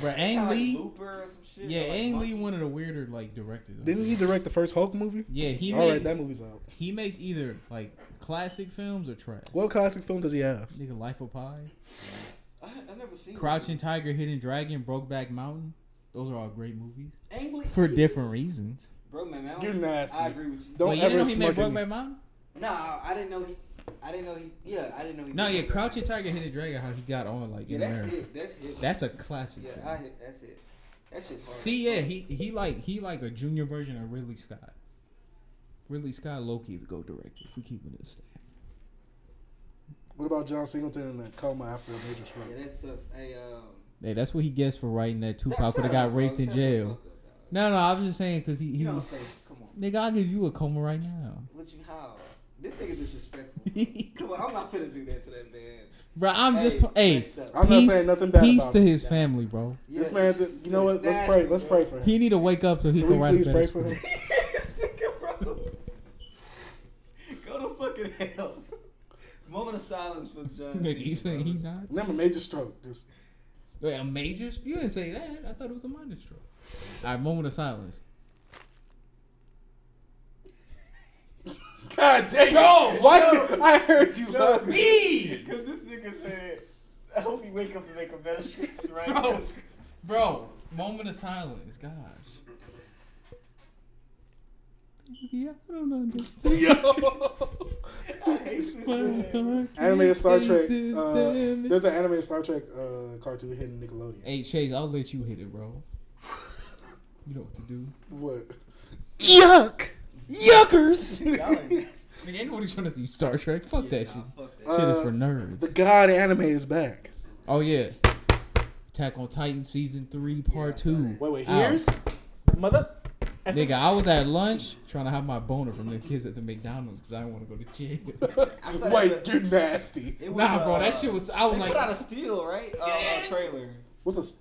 Speaker 2: Bruh, Ang
Speaker 3: Like
Speaker 2: Lee.
Speaker 3: Looper or some shit.
Speaker 2: Yeah,
Speaker 3: or like
Speaker 2: Ang
Speaker 3: Monkey.
Speaker 2: Lee, one of the weirder like directors.
Speaker 22: Didn't he direct the first Hulk movie?
Speaker 2: Yeah, he
Speaker 22: All
Speaker 2: made-
Speaker 22: right, that movie's out.
Speaker 2: He makes either like classic films or trash.
Speaker 22: What classic film does he have?
Speaker 2: Nigga, Life of Pi,
Speaker 3: I, I never seen
Speaker 2: Crouching Tiger, Hidden Dragon, Brokeback Mountain. Those are all great movies
Speaker 3: that. Ang Lee.
Speaker 2: for different reasons.
Speaker 3: Bro, man, man, I
Speaker 22: You're
Speaker 3: don't-
Speaker 22: nasty.
Speaker 3: I agree with you.
Speaker 22: Don't
Speaker 2: Wait, you
Speaker 22: ever
Speaker 2: didn't know he made
Speaker 22: smirk at me.
Speaker 2: Brokeback Mountain?
Speaker 3: Nah, I- I didn't know he. I didn't know he. Yeah, I didn't know he.
Speaker 2: No,
Speaker 3: did
Speaker 2: yeah,
Speaker 3: that.
Speaker 2: Crouching Tiger, Hidden Dragon. How he got on like
Speaker 3: Yeah,
Speaker 2: in
Speaker 3: that's
Speaker 2: America.
Speaker 3: it. That's it.
Speaker 2: That's a classic.
Speaker 3: yeah,
Speaker 2: film.
Speaker 3: I hit. That's it. That shit's hard.
Speaker 2: See, yeah, he he like he like a junior version of Ridley Scott. Ridley Scott, Loki, the go director. If we keep it this stack.
Speaker 4: What about John Singleton in the coma after a major stroke?
Speaker 3: Yeah, that sucks. Hey, um.
Speaker 2: Hey, that's what he gets for writing that Tupac
Speaker 3: shut
Speaker 2: would have
Speaker 3: up,
Speaker 2: got
Speaker 3: bro.
Speaker 2: raped in
Speaker 3: Shut the
Speaker 2: jail.
Speaker 3: fuck up, dog.
Speaker 2: No, no, I was just saying because he, he
Speaker 3: You don't
Speaker 2: was,
Speaker 3: say. Come on.
Speaker 2: nigga, I'll give you a coma right now.
Speaker 3: What you how? This nigga disrespectful. Come on, I'm not finna do that to that man.
Speaker 2: Bro, I'm
Speaker 3: Hey,
Speaker 2: just pl- hey.
Speaker 3: next up.
Speaker 4: I'm not
Speaker 2: peace-
Speaker 4: saying nothing bad
Speaker 2: Peace
Speaker 4: about
Speaker 2: to
Speaker 4: him.
Speaker 2: his family, bro.
Speaker 3: Yeah,
Speaker 4: this man's.
Speaker 3: this-
Speaker 4: you know what? Let's
Speaker 3: this
Speaker 4: pray.
Speaker 3: nasty,
Speaker 4: Let's
Speaker 3: bro.
Speaker 4: pray for him.
Speaker 2: He need to wake up so he
Speaker 4: Can
Speaker 2: can,
Speaker 4: we
Speaker 2: write a
Speaker 4: please
Speaker 2: better
Speaker 4: pray for
Speaker 2: script.
Speaker 4: him?
Speaker 3: this nigga, bro. Go to fucking hell. Moment of silence for John.
Speaker 2: Nigga, you
Speaker 3: Cena,
Speaker 2: saying
Speaker 3: bro.
Speaker 2: he's not?
Speaker 4: Never major stroke. Just
Speaker 2: Wait, a major? s- You didn't say that. I thought it was a minor stroke. All right, moment of silence.
Speaker 4: God damn. No, why? did- I heard you. laughing.
Speaker 3: me? Because this nigga said, I hope he wake up to make a better script, right?
Speaker 4: Oh,
Speaker 2: Bro. Bro, moment of silence. Gosh. Yeah, I don't understand.
Speaker 3: I hate this man.
Speaker 4: Animated Star Trek. Uh, there's an animated Star Trek uh, cartoon hitting Nickelodeon.
Speaker 2: Hey Chase, I'll let you hit it, bro. You know what to do.
Speaker 4: What?
Speaker 22: Yuck! Yuckers!
Speaker 3: Y'all are nasty.
Speaker 2: Nigga, ain't nobody trying to see Star Trek. Fuck that shit.
Speaker 3: Nah, fuck that.
Speaker 2: Shit is
Speaker 4: Uh,
Speaker 2: for nerds.
Speaker 4: The God animator's back.
Speaker 2: oh yeah. Attack on Titan season three, part two.
Speaker 4: Wait, wait.
Speaker 2: Ow.
Speaker 4: Here's Uh,
Speaker 22: Mother.
Speaker 2: Nigga, I was at lunch trying to hide my boner from the kids at the McDonald's because I didn't want to go to jail.
Speaker 3: I saw that-
Speaker 4: wait. You're nasty.
Speaker 3: it was,
Speaker 2: nah, bro,
Speaker 3: uh,
Speaker 2: that shit was. I was
Speaker 3: they
Speaker 2: like,
Speaker 3: put out a steal, right? Uh, uh, trailer.
Speaker 4: What's a s-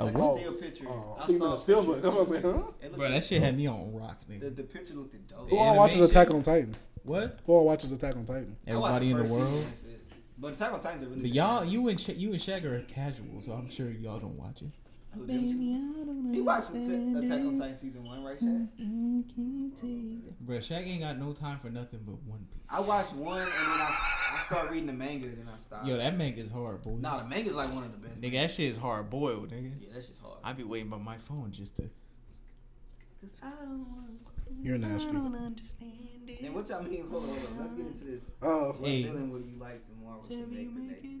Speaker 2: A
Speaker 3: Like
Speaker 2: what?
Speaker 3: a steal picture.
Speaker 4: oh, I
Speaker 3: I
Speaker 4: think you
Speaker 3: saw
Speaker 4: meant
Speaker 3: a
Speaker 4: a still
Speaker 3: picture.
Speaker 4: book. I was like, huh?
Speaker 3: It looked-
Speaker 2: bro, that shit had me on rock,
Speaker 3: the,
Speaker 2: nigga.
Speaker 3: the picture looked dope.
Speaker 4: Who all watches
Speaker 2: Animation?
Speaker 4: Attack on Titan?
Speaker 2: What?
Speaker 4: Who all watches Attack on Titan?
Speaker 3: I watched
Speaker 2: Everybody in the
Speaker 3: first season,
Speaker 2: world.
Speaker 3: that's it. But Attack on Titan's a really
Speaker 2: But y'all, you and Ch- you and Shag are casual, so I'm sure y'all don't watch it.
Speaker 3: good movie. He watched Atta- Attack on Titan season one, right, Shaq?
Speaker 2: Bro, Shag ain't got no time for nothing but One Piece.
Speaker 3: I watched one, and then I, I started reading the manga, and then I stopped.
Speaker 2: Yo, that manga's hard, boy.
Speaker 3: nah, the manga's like one of the best.
Speaker 23: Nigga, that shit is hard boiled, nigga.
Speaker 3: Yeah, that's just hard.
Speaker 23: I be waiting by my phone just to.
Speaker 4: You're nasty.
Speaker 3: And what y'all mean? Hold on, hold on. Let's get into this.
Speaker 4: Oh,
Speaker 3: What
Speaker 2: Hey.
Speaker 3: villain would you like tomorrow to make the next bad, big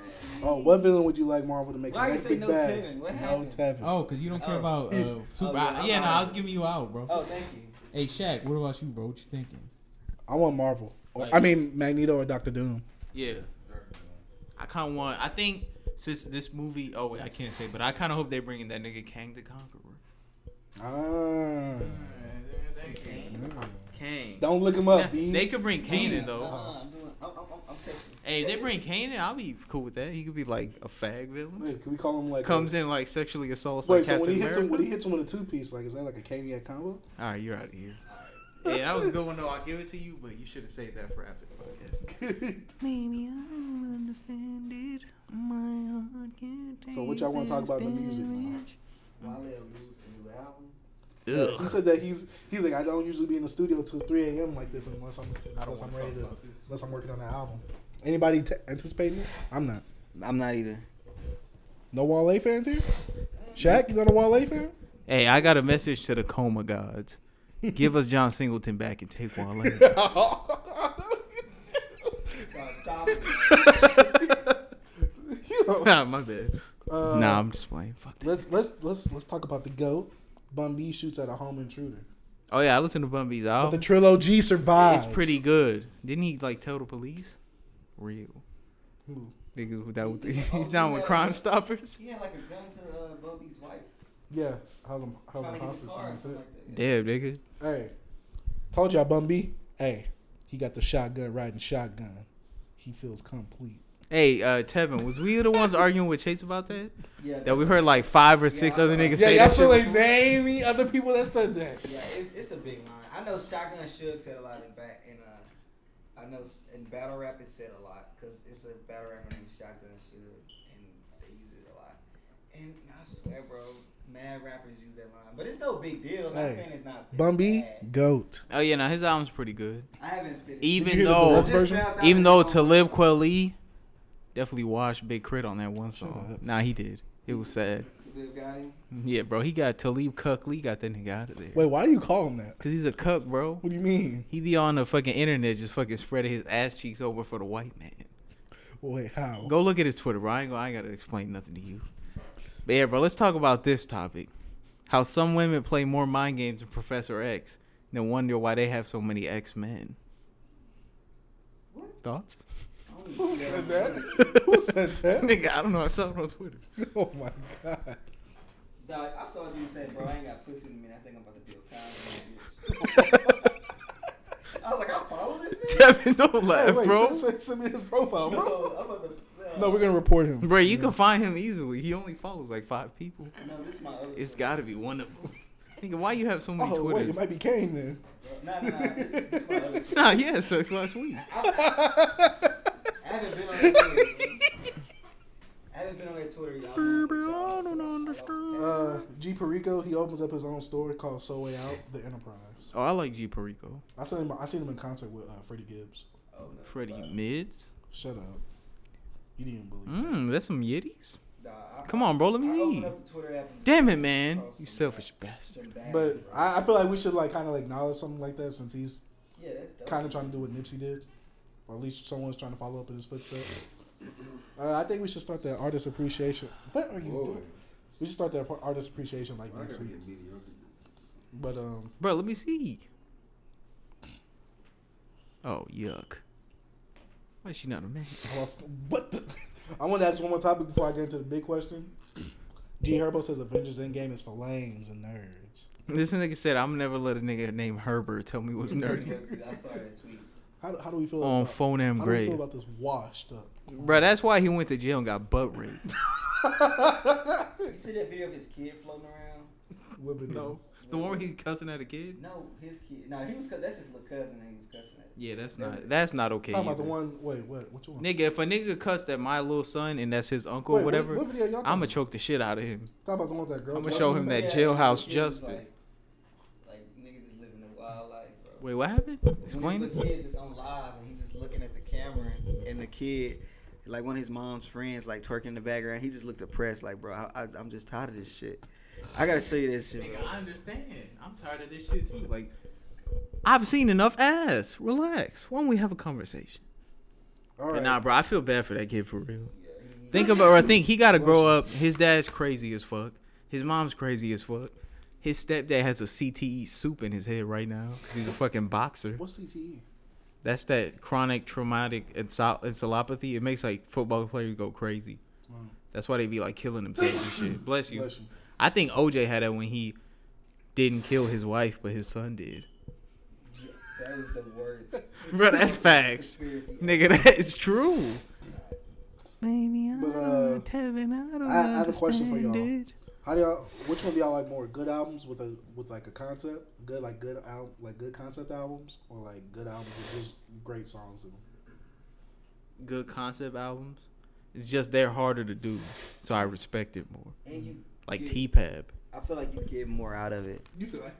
Speaker 3: bad?
Speaker 4: oh, what villain would you like Marvel to make?
Speaker 3: Why
Speaker 4: the
Speaker 3: you
Speaker 4: next
Speaker 3: say
Speaker 4: big
Speaker 3: no
Speaker 4: bad?
Speaker 3: Tevin? What
Speaker 4: no
Speaker 3: happened?
Speaker 4: Tevin.
Speaker 2: Oh, cause you don't care
Speaker 3: Oh.
Speaker 2: about uh, Super.
Speaker 3: yeah,
Speaker 2: I-
Speaker 3: I'm
Speaker 2: yeah, no, I
Speaker 3: out.
Speaker 2: was giving you out, bro.
Speaker 3: Oh, thank you.
Speaker 2: Hey, Shaq, what about you, bro? What you thinking?
Speaker 4: I want Marvel. Or- I mean Magneto or Doctor Doom.
Speaker 23: Yeah. I kind of want. I think since this movie. Oh wait, I can't say, but I kind of hope they bring in that nigga Kang the Conqueror.
Speaker 4: Ah.
Speaker 23: Kang.
Speaker 4: Don't look him
Speaker 23: Now,
Speaker 4: up, B.
Speaker 23: they could bring Kane in though.
Speaker 3: Uh, I'm doing. I'm, I'm, I'm- I'm texting.
Speaker 23: Hey, if they bring Kane in, I'll be cool with that. He could be like a fag villain.
Speaker 4: Wait, can we call him like
Speaker 23: Comes
Speaker 4: a,
Speaker 23: in like sexually assaults
Speaker 4: Wait,
Speaker 23: like
Speaker 4: so
Speaker 23: Captain
Speaker 4: when he hits
Speaker 23: America.
Speaker 4: him, when he hits him with a two piece, like is that like a Kanye combo?
Speaker 23: All right, you're out of here. Yeah, that was a good one though. I'll give it to you, but you should have saved that for after the podcast.
Speaker 4: so what y'all want to talk about in the music?
Speaker 3: Wale alludes to new album.
Speaker 4: He said that he's he's like I don't usually be in the studio till three a.m. like this unless I'm unless I'm ready to unless I'm working on that album. Anybody t- anticipating? it? I'm not.
Speaker 3: I'm not either.
Speaker 4: No Wale fans here. Shaq, you got a Wale fan?
Speaker 23: Hey, I got a message to the coma gods. Give us John Singleton back and take Wale.
Speaker 4: Uh,
Speaker 3: stop it.
Speaker 4: You know,
Speaker 23: nah, my bad.
Speaker 4: uh,
Speaker 23: nah, I'm just playing. Fuck that.
Speaker 4: Let's let's let's let's talk about the goat. Bun B shoots at a home intruder.
Speaker 23: Oh yeah, I listened to Bumby's
Speaker 4: But the
Speaker 23: album.
Speaker 4: trilogy survives.
Speaker 23: It's pretty good. Didn't he like tell the police? Real.
Speaker 4: Who?
Speaker 23: Nigga, without he's down with Crime Stoppers.
Speaker 3: He had like a gun to uh, Bobby's wife,
Speaker 4: Yeah, hold him, hold
Speaker 3: trying
Speaker 4: him
Speaker 3: to get the
Speaker 4: hostage.
Speaker 3: car or
Speaker 4: and
Speaker 3: something like that.
Speaker 4: shit.
Speaker 23: Damn, nigga.
Speaker 4: Hey, told y'all, Bun B. Hey, he got the shotgun riding shotgun. He feels complete.
Speaker 23: Hey, uh, Tevin, was we the ones arguing with Chase about that?
Speaker 3: Yeah,
Speaker 23: That we heard like five or six
Speaker 3: Yeah, I
Speaker 23: other
Speaker 3: saw
Speaker 23: niggas
Speaker 3: that.
Speaker 23: say that shit.
Speaker 4: name me other people that said that.
Speaker 3: Yeah, it's, it's a big line. I know Shotgun Shug said a lot in back in uh, I know s- in battle rap it said a lot because it's a battle rapper named Shotgun Shug and they use it a lot. And I swear, bro, mad rappers use that line, but it's no big deal. I'm not
Speaker 4: Hey,
Speaker 3: saying it's not. it's bad.
Speaker 4: Bumby, goat.
Speaker 2: Oh yeah, now his album's pretty good.
Speaker 3: I haven't finished.
Speaker 2: Even
Speaker 4: hear the
Speaker 2: though,
Speaker 4: deluxe
Speaker 3: Just
Speaker 4: version?
Speaker 3: found out
Speaker 2: even
Speaker 3: this
Speaker 2: though
Speaker 3: song.
Speaker 2: Talib Kweli definitely washed Big Crit on that one song. Nah, he did. It was sad.
Speaker 3: Talib got him.
Speaker 2: Yeah, bro, he got Talib Cuckley, got that nigga out of there.
Speaker 4: Wait, why do you call him that?
Speaker 2: Cause he's a cuck, bro.
Speaker 4: What do you mean?
Speaker 2: He be on the fucking internet just fucking spreading his ass cheeks over for the white man.
Speaker 4: Wait, how?
Speaker 2: Go look at his Twitter, bro. I ain't, gonna, I ain't gotta explain nothing to you. But yeah, bro, let's talk about this topic. How some women play more mind games than Professor X, then wonder why they have so many X men. Thoughts?
Speaker 4: Who said that? Who said that?
Speaker 2: Nigga, I don't know. I saw it on Twitter.
Speaker 4: Oh my god.
Speaker 3: Dog, I saw you say, bro, I ain't got pussy in a minute. I think I'm about to build Cosby. bitch." I was like, I follow this man.
Speaker 2: Devin, don't laugh,
Speaker 4: Hey, wait,
Speaker 2: bro.
Speaker 4: Send, send, send me his profile,
Speaker 3: No,
Speaker 4: bro.
Speaker 3: I'm about to.
Speaker 4: No,
Speaker 3: No,
Speaker 4: we're gonna report him.
Speaker 2: Bro, you can find him easily. He only follows like five people.
Speaker 3: no, this is my other.
Speaker 2: It's
Speaker 3: Twitter.
Speaker 2: gotta be one of them. Nigga, why you have so many
Speaker 4: Oh wait,
Speaker 2: Twitters?
Speaker 4: it might be Kane then.
Speaker 3: No, no, no. This, this is my other. Twitter.
Speaker 2: Nah, yeah, it sucks last week.
Speaker 3: I haven't been on that Twitter. bro. I haven't been on that Twitter, y'all. know, but y'all know.
Speaker 4: Uh, G Perico, he opens up his own store called So Way Out, The Enterprise.
Speaker 2: Oh, I like G Perico.
Speaker 4: I seen him. I seen him in concert with uh, Freddie Gibbs.
Speaker 3: Oh,
Speaker 2: Freddie Mids.
Speaker 4: Shut up. You didn't even believe.
Speaker 2: Mmm, that's some yitties.
Speaker 3: Nah, I-
Speaker 2: Come on, bro, let
Speaker 3: I
Speaker 2: me
Speaker 3: opened
Speaker 2: eat.
Speaker 3: up the Twitter app. and
Speaker 2: Damn it, man.
Speaker 3: Oh,
Speaker 2: You
Speaker 3: some
Speaker 2: selfish
Speaker 3: some
Speaker 2: bastard.
Speaker 3: bad
Speaker 4: But
Speaker 3: people.
Speaker 4: I, I feel like we should like kind of acknowledge something like that since he's
Speaker 3: yeah, that's dope.
Speaker 4: kind of trying to do what Nipsey did, or at least someone's trying to follow up in his footsteps. Uh, I think we should start that artist appreciation. What are you doing? We should start that par- artist appreciation like next week. But um,
Speaker 2: Bro, let me see. Oh, yuck. Why is she not a man?
Speaker 4: I lost. What the? I want to ask one more topic before I get into the big question. G Herbo says Avengers Endgame is for lames and nerds.
Speaker 2: This nigga said, I'm never let a nigga named Herbert tell me what's nerdy.
Speaker 3: I saw that tweet.
Speaker 4: How do, how do we feel?
Speaker 2: On
Speaker 4: about,
Speaker 2: phone am
Speaker 4: how do we feel
Speaker 2: grade.
Speaker 4: about this washed up?
Speaker 2: Bro, that's why he went to jail and got butt raped.
Speaker 3: You see that video of his kid floating around?
Speaker 4: Women know.
Speaker 2: the one where he's cussing at a kid?
Speaker 3: No, his kid. No, he was. cu- That's his little cousin. that He was cussing at.
Speaker 2: Yeah, that's not that's not okay.
Speaker 4: Talking about the
Speaker 2: either.
Speaker 4: one. Wait, what? Which one?
Speaker 2: Nigga, if a nigga cussed at my little son and that's his uncle
Speaker 4: Wait,
Speaker 2: or whatever,
Speaker 4: What, what video y'all
Speaker 2: I'ma
Speaker 4: talking
Speaker 2: choke the shit out of him.
Speaker 4: about? Talking about the one with that girl.
Speaker 2: I'ma
Speaker 4: talking?
Speaker 2: show him that
Speaker 3: Yeah,
Speaker 2: jailhouse
Speaker 3: his kid was
Speaker 2: justice.
Speaker 3: Like, like nigga just living a wild life, bro.
Speaker 2: Wait, what happened? Explain
Speaker 3: when
Speaker 2: it.
Speaker 3: the kid just on live and he's just looking at the camera and the kid like one of his mom's friends like twerking in the background he just looked depressed like bro I, I, i'm just tired of this shit i gotta show you this shit
Speaker 2: Nigga,
Speaker 3: bro.
Speaker 2: I understand. I'm tired of this shit too. Like, I've seen enough ass. Relax. Why don't we have a conversation?
Speaker 4: All right.
Speaker 2: And nah, bro, I feel bad for that kid for real. Think about or think he gotta grow up. His dad's crazy as fuck. His mom's crazy as fuck. His stepdad has a CTE soup in his head right now because he's a fucking boxer.
Speaker 4: What's E? CTE?
Speaker 2: That's that chronic traumatic enso- encephalopathy. It makes like football players go crazy. That's why they be like killing themselves and shit. Mm. Bless you.
Speaker 4: Bless you.
Speaker 2: I think OJ had that when he didn't kill his wife, but his son did.
Speaker 3: that was the worst
Speaker 2: Bro, that's facts.
Speaker 3: conspiracy
Speaker 2: Nigga, that is true. Baby, I
Speaker 4: But, uh,
Speaker 2: Tevin, I, don't
Speaker 4: I- I have a question for y'all.
Speaker 2: understand it.
Speaker 4: How do y'all? Which one do y'all like more? Good albums with a with like a concept, good like good album, like good concept albums, or like good albums with just great songs in them?
Speaker 2: Good concept albums. It's just they're harder to do, so I respect it more.
Speaker 3: and you
Speaker 2: Like
Speaker 3: Yeah.
Speaker 2: T-Pab.
Speaker 3: i feel like you get more out of it
Speaker 4: You said like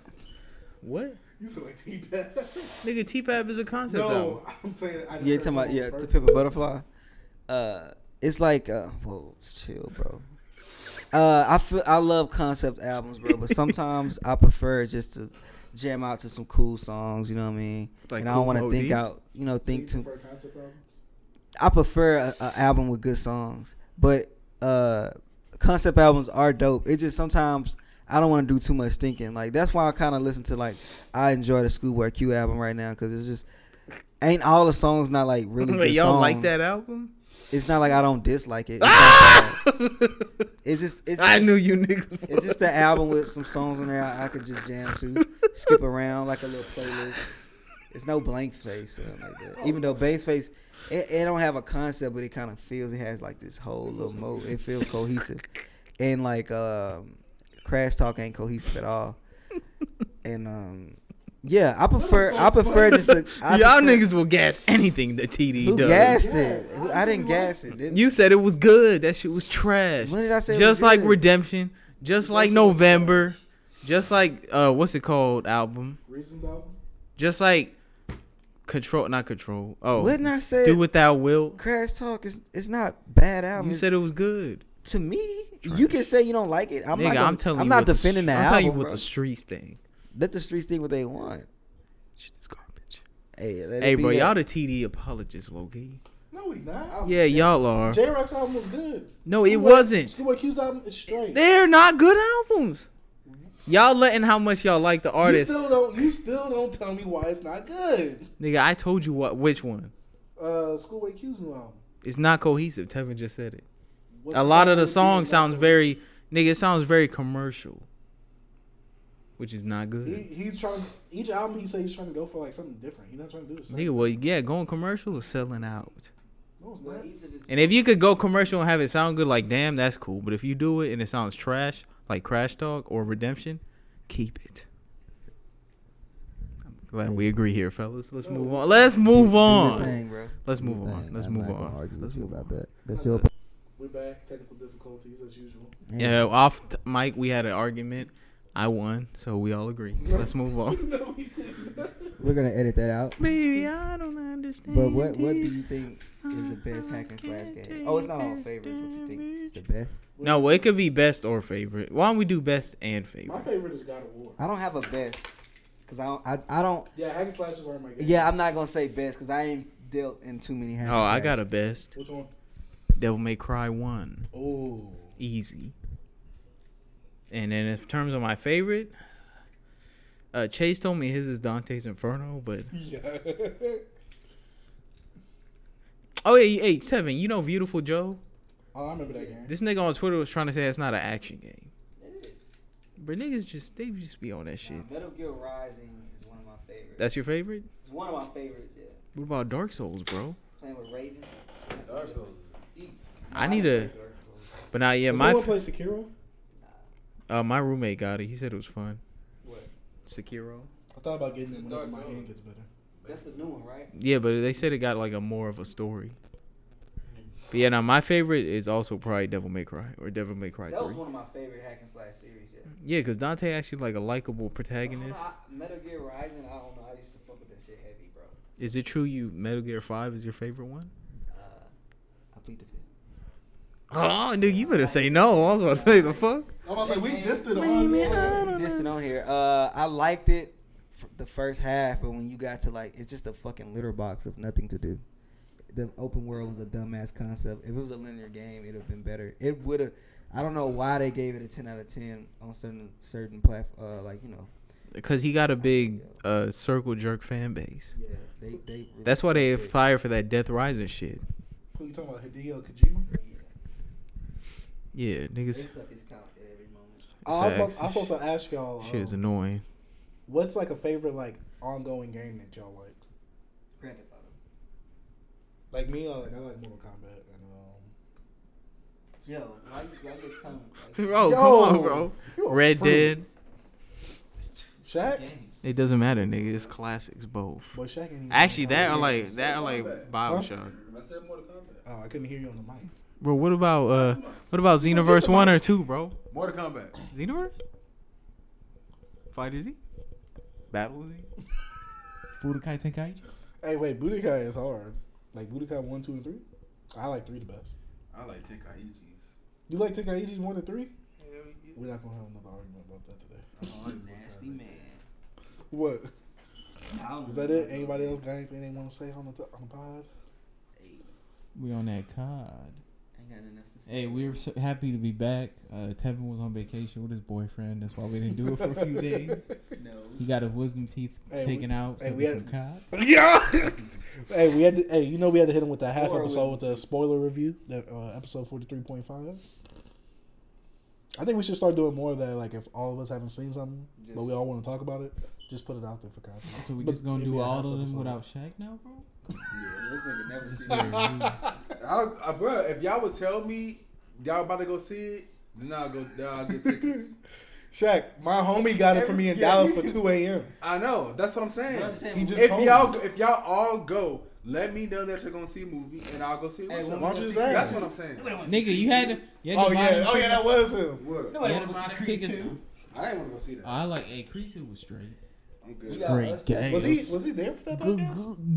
Speaker 2: What?
Speaker 4: you said like T Pat.
Speaker 2: Nigga, T-Pab is a concept album.
Speaker 4: I'm saying I
Speaker 3: yeah talking about yeah to pimp a butterfly uh it's like uh whoa it's chill bro uh i feel i love concept albums bro but sometimes i prefer just to jam out to some cool songs you know what i mean
Speaker 2: Like
Speaker 3: and i don't
Speaker 2: Cool
Speaker 3: want to
Speaker 2: Mo
Speaker 3: think
Speaker 2: D?
Speaker 3: out you know think too
Speaker 4: for concept albums.
Speaker 3: I prefer a, a album with good songs, but uh, concept albums are dope. It just sometimes I don't want to do too much thinking. Like that's why I kind of listen to like I enjoy the Schoolboy Q album right now because it's just ain't all the songs not like really.
Speaker 2: Wait,
Speaker 3: good
Speaker 2: y'all
Speaker 3: songs.
Speaker 2: like that album?
Speaker 3: It's not like I don't dislike it. It's, just, it's just it's
Speaker 2: I
Speaker 3: just-
Speaker 2: knew you niggas.
Speaker 3: It's just the album with some songs on there I, I could just jam to, skip around like a little playlist. It's no blank face or nothing like that. Even though base face, it, it don't have a concept, but it kind of feels it has like this whole little mo. It feels cohesive, and like um, crash talk ain't cohesive at all. And um, Yeah, I prefer. I prefer just. A, I
Speaker 2: Y'all
Speaker 3: prefer-
Speaker 2: niggas will gas anything that TD
Speaker 3: Who
Speaker 2: does.
Speaker 3: gassed it? Who- I didn't gas it. Didn't
Speaker 2: You said it was good. That shit was trash.
Speaker 3: When did I say it
Speaker 2: just
Speaker 3: was
Speaker 2: like
Speaker 3: good?
Speaker 2: Redemption, just like November, just like uh, what's it called album,
Speaker 4: Reasons out.
Speaker 2: just like Control, not Control. Oh,
Speaker 3: Wouldn't I say
Speaker 2: Do Without Will.
Speaker 3: Crash Talk is it's not bad album.
Speaker 2: You
Speaker 3: It's-
Speaker 2: said it was good,
Speaker 3: to me, you can say you don't like it. I'm
Speaker 2: nigga.
Speaker 3: not. Gonna,
Speaker 2: I'm telling
Speaker 3: I'm
Speaker 2: you.
Speaker 3: not
Speaker 2: what the
Speaker 3: defending
Speaker 2: str-
Speaker 3: the,
Speaker 2: I'm
Speaker 3: album.
Speaker 2: telling you what
Speaker 3: bro.
Speaker 2: the streets thing.
Speaker 3: Let the streets think what they want.
Speaker 2: Shit is garbage.
Speaker 3: Hey, let it
Speaker 2: Hey,
Speaker 3: be
Speaker 2: bro,
Speaker 3: that.
Speaker 2: y'all the TD apologists, Loki.
Speaker 4: No, we not.
Speaker 2: Yeah, y'all are.
Speaker 4: J Rex album was good.
Speaker 2: No, it
Speaker 4: Schoolboy-
Speaker 2: wasn't.
Speaker 4: Schoolboy Q's album is straight.
Speaker 2: They're not good albums. Y'all letting how much y'all like the
Speaker 4: You
Speaker 2: artist,
Speaker 4: still don't. You still don't tell me why it's not good.
Speaker 2: nigga. I told you what which one.
Speaker 4: Uh, Schoolboy Q's new album.
Speaker 2: It's not cohesive. Tevin just said it.
Speaker 4: What's
Speaker 2: a lot of
Speaker 4: Schoolboy
Speaker 2: the
Speaker 4: Q
Speaker 2: song
Speaker 4: about
Speaker 2: sounds
Speaker 4: though?
Speaker 2: very nigga. It sounds very commercial, which is not
Speaker 4: He,
Speaker 2: good.
Speaker 4: he's trying. Each album, he says he's trying to go for like something different. He's not trying to do the same.
Speaker 2: Nigga, well, yeah, going commercial is selling out.
Speaker 4: No, it's not.
Speaker 2: And if you could go commercial and have it sound good, like damn, that's cool. But if you do it and it sounds trash, like Crash Dog or Redemption, keep it. I'm glad we agree here, fellas. Let's move on. Let's move
Speaker 3: Do your
Speaker 2: on.
Speaker 3: thing, bro.
Speaker 2: Let's
Speaker 3: Do
Speaker 2: move
Speaker 3: your
Speaker 2: on.
Speaker 3: thing.
Speaker 2: Let's
Speaker 3: I'm
Speaker 2: move
Speaker 3: not gonna
Speaker 2: on.
Speaker 3: argue
Speaker 2: Let's
Speaker 3: with you
Speaker 2: move
Speaker 3: about
Speaker 2: on.
Speaker 3: that. That's your.
Speaker 4: We're back. Technical difficulties as usual.
Speaker 2: Yeah, off t- mic we had an argument. I won, so we all agree. Let's move on.
Speaker 3: We're gonna edit that out.
Speaker 2: Baby, I don't understand.
Speaker 3: But what what do you think is the best hack and slash game? Oh, it's not all favorites. What you think is the best?
Speaker 2: No, well, it could be best or favorite. Why don't we do best and
Speaker 4: My
Speaker 2: favorite?
Speaker 4: favorite is God of War.
Speaker 3: I don't have a best, cause I don't. I, I don't.
Speaker 4: Yeah, hack and slashes are my game.
Speaker 3: Yeah, I'm not gonna say best, cause I ain't dealt in too many. Hack
Speaker 2: Oh, I got a best.
Speaker 4: Which one?
Speaker 2: Devil May Cry one.
Speaker 4: Oh.
Speaker 2: easy. And then in terms of my favorite, uh, Chase told me his is Dante's Inferno, but
Speaker 4: Yeah.
Speaker 2: oh yeah, hey Tevin, you know Beautiful Joe?
Speaker 4: oh, I remember that game.
Speaker 2: This nigga on Twitter was trying to say it's not an action game. But niggas just they just be on that shit.
Speaker 3: Metal Gear Rising is one of my favorites.
Speaker 2: That's your favorite?
Speaker 3: It's one of my favorites. Yeah,
Speaker 2: What about Dark Souls, bro?
Speaker 3: playing with Raven.
Speaker 2: I need a, but now yeah,
Speaker 4: Does
Speaker 2: my
Speaker 4: anyone play Sekiro?
Speaker 2: uh, my roommate got it. He said it was fun. What? Sekiro.
Speaker 4: I thought about getting it whenever my hand gets better.
Speaker 3: That's the new one, right?
Speaker 2: Yeah, but they said it got like a more of a story. But yeah, now my favorite is also probably Devil May Cry or Devil May Cry
Speaker 3: That was
Speaker 2: Three.
Speaker 3: one of my favorite hack and slash series. Yeah.
Speaker 2: Yeah, because Dante actually like a likable
Speaker 3: I don't know,
Speaker 2: protagonist.
Speaker 3: I, Metal Gear Rising. I don't know. I used to fuck with that shit heavy, bro.
Speaker 2: Is it true you Metal Gear Five is your favorite one?
Speaker 3: Uh, I plead the fifth.
Speaker 2: Oh, dude, you better say no. I was about to say the fuck.
Speaker 4: I was like, we dissed it
Speaker 3: We dissed it on here. Uh, I liked it f- the first half, but when you got to like, it's just a fucking litter box of nothing to do. The open world was a dumbass concept. If it was a linear game, it'd have been better. It would have. I don't know why they gave it a ten out of ten on certain certain plat uh, like you know.
Speaker 2: Because he got a big uh, circle jerk fan base.
Speaker 3: Yeah, they they. Really
Speaker 2: That's why they
Speaker 3: sucked it.
Speaker 2: fired for that Death Rising shit.
Speaker 4: Who you talking about? Hideo Kojima?
Speaker 2: Yeah,
Speaker 3: They
Speaker 2: niggas.
Speaker 3: suck his count at every moment.
Speaker 4: I was, about, I
Speaker 2: Facts.
Speaker 4: was supposed to ask y'all.
Speaker 2: Shit is
Speaker 4: um,
Speaker 2: annoying.
Speaker 4: what's like a favorite like ongoing game that y'all like?
Speaker 3: Grand Theft Auto.
Speaker 4: Like me, I like I like Mortal Kombat and um.
Speaker 3: Yo, why you why your tongue? Like,
Speaker 2: Bro,
Speaker 4: Yo,
Speaker 2: come on, bro.
Speaker 4: you a
Speaker 2: Red
Speaker 4: freak.
Speaker 2: Dead.
Speaker 4: Shaq.
Speaker 2: It doesn't matter, nigga. It's classics both.
Speaker 4: Boy, Shaq ain't even
Speaker 2: Actually,
Speaker 4: on the
Speaker 2: that
Speaker 4: mic.
Speaker 2: are like that are like Bioshock.
Speaker 1: I said Mortal Kombat.
Speaker 4: Oh, I couldn't hear you on the mic.
Speaker 2: Bro, what about uh, what about Xenoverse one or two, bro?
Speaker 8: Mortal Kombat.
Speaker 2: Xenoverse, Fighter Z, Battle Z.
Speaker 24: Budokai Tenkaichi.
Speaker 4: Hey, wait, Budokai is hard. Like Budokai one, two, and three. I like three the best.
Speaker 1: I like Tenkaichi's.
Speaker 4: You like Tenkaichi's more than three? We're not gonna have another argument about that today.
Speaker 3: nasty man.
Speaker 4: What?
Speaker 3: I don't
Speaker 4: Is that it? Anybody else got anything they want to say on the t- on the pod?
Speaker 24: We on that cod.
Speaker 3: ain't got nothing else to say.
Speaker 24: Hey, we were so happy to be back. Uh, Tevin was on vacation with his boyfriend. That's why we didn't do it for a few days.
Speaker 3: No.
Speaker 24: He got his wisdom teeth
Speaker 4: Hey, we-
Speaker 24: taken out.
Speaker 4: hey,
Speaker 24: so
Speaker 4: we
Speaker 24: we
Speaker 4: had-
Speaker 24: some cod.
Speaker 4: Yeah. hey, we had to, hey, you know we had to hit him with that half
Speaker 3: Or
Speaker 4: episode
Speaker 3: with-
Speaker 4: with the spoiler review, that uh, episode forty three point five. I think we should start doing more of that. Like if all of us haven't seen something, but we all want to talk about it, just put it out there for content.
Speaker 24: So we
Speaker 4: But
Speaker 24: just gonna
Speaker 4: it'd be
Speaker 24: do
Speaker 4: a
Speaker 24: all
Speaker 4: house
Speaker 24: of them
Speaker 4: episode.
Speaker 24: without Shaq now, bro?
Speaker 1: This nigga never seen it. I, I, bro, if y'all would tell me y'all about to go see it, then I'll go. Then I'll get tickets.
Speaker 4: Shaq, my homie got it for me in
Speaker 1: Yeah.
Speaker 4: Dallas for 2 a.m.
Speaker 1: I know. That's what I'm saying.
Speaker 3: I'm saying,
Speaker 4: He just
Speaker 1: if
Speaker 4: told
Speaker 1: y'all
Speaker 4: me.
Speaker 1: go- if y'all all go, let me know that you're gonna see a movie and I'll go see it.
Speaker 3: Hey,
Speaker 1: with
Speaker 3: when
Speaker 1: y'all.
Speaker 3: we
Speaker 4: Watch his
Speaker 1: That's
Speaker 4: ass.
Speaker 1: what I'm saying.
Speaker 2: Nigga, you had to. You had
Speaker 4: Oh
Speaker 2: to buy
Speaker 4: yeah,
Speaker 2: them
Speaker 4: oh yeah, that was him.
Speaker 1: What?
Speaker 3: Nobody
Speaker 2: Yeah,
Speaker 3: wants
Speaker 2: the
Speaker 3: to see
Speaker 2: Creed
Speaker 3: Creed
Speaker 2: tickets.
Speaker 3: two.
Speaker 1: I didn't want to go see that.
Speaker 2: I like. Hey, Creed two was straight.
Speaker 1: I'm good.
Speaker 3: Yeah,
Speaker 2: Great
Speaker 3: us-
Speaker 2: game.
Speaker 4: Was he was he there for that?
Speaker 2: Good,
Speaker 4: podcast?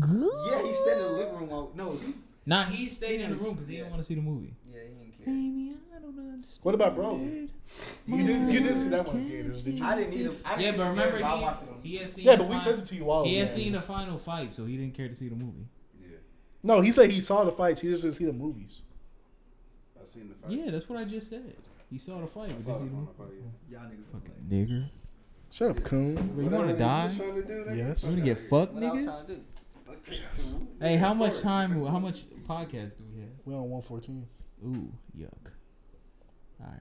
Speaker 2: good, good.
Speaker 3: Yeah, he stayed in the living room. While, no, he,
Speaker 2: Nah, he stayed in the room because he didn't
Speaker 3: Yeah.
Speaker 2: want to see the movie.
Speaker 3: yeah, he didn't
Speaker 2: Baby, I don't understand.
Speaker 4: What about Broly? You did you did see that one in theaters,
Speaker 3: care.
Speaker 4: did you?
Speaker 3: I didn't need him. I didn't
Speaker 2: Yeah,
Speaker 3: see
Speaker 2: but
Speaker 3: him,
Speaker 2: remember
Speaker 3: I watched it on-
Speaker 2: he, he had seen.
Speaker 4: Yeah,
Speaker 2: the
Speaker 4: but we
Speaker 2: fin-
Speaker 4: sent it to you oh, all.
Speaker 2: He had
Speaker 4: man.
Speaker 2: seen the final fight, so he didn't care to see the movie.
Speaker 1: Yeah,
Speaker 4: No, he said he saw the fights. He just didn't see the movies.
Speaker 1: I've seen the fight.
Speaker 2: Yeah, that's what I just said. He saw the fight.
Speaker 1: I
Speaker 2: but
Speaker 1: saw the
Speaker 2: didn't see the
Speaker 1: one
Speaker 2: movie.
Speaker 1: about you.
Speaker 3: Y'all niggas.
Speaker 2: Fucking nigger.
Speaker 4: Shut up, coon.
Speaker 2: Bro, you want to die?
Speaker 1: Trying to do that?
Speaker 4: Yes.
Speaker 2: You want to get fucked,
Speaker 3: What I was
Speaker 2: nigga?
Speaker 3: trying to do.
Speaker 2: Hey, how much time? How much podcast do we have?
Speaker 4: We on one fourteen.
Speaker 2: Ooh, yuck. All right.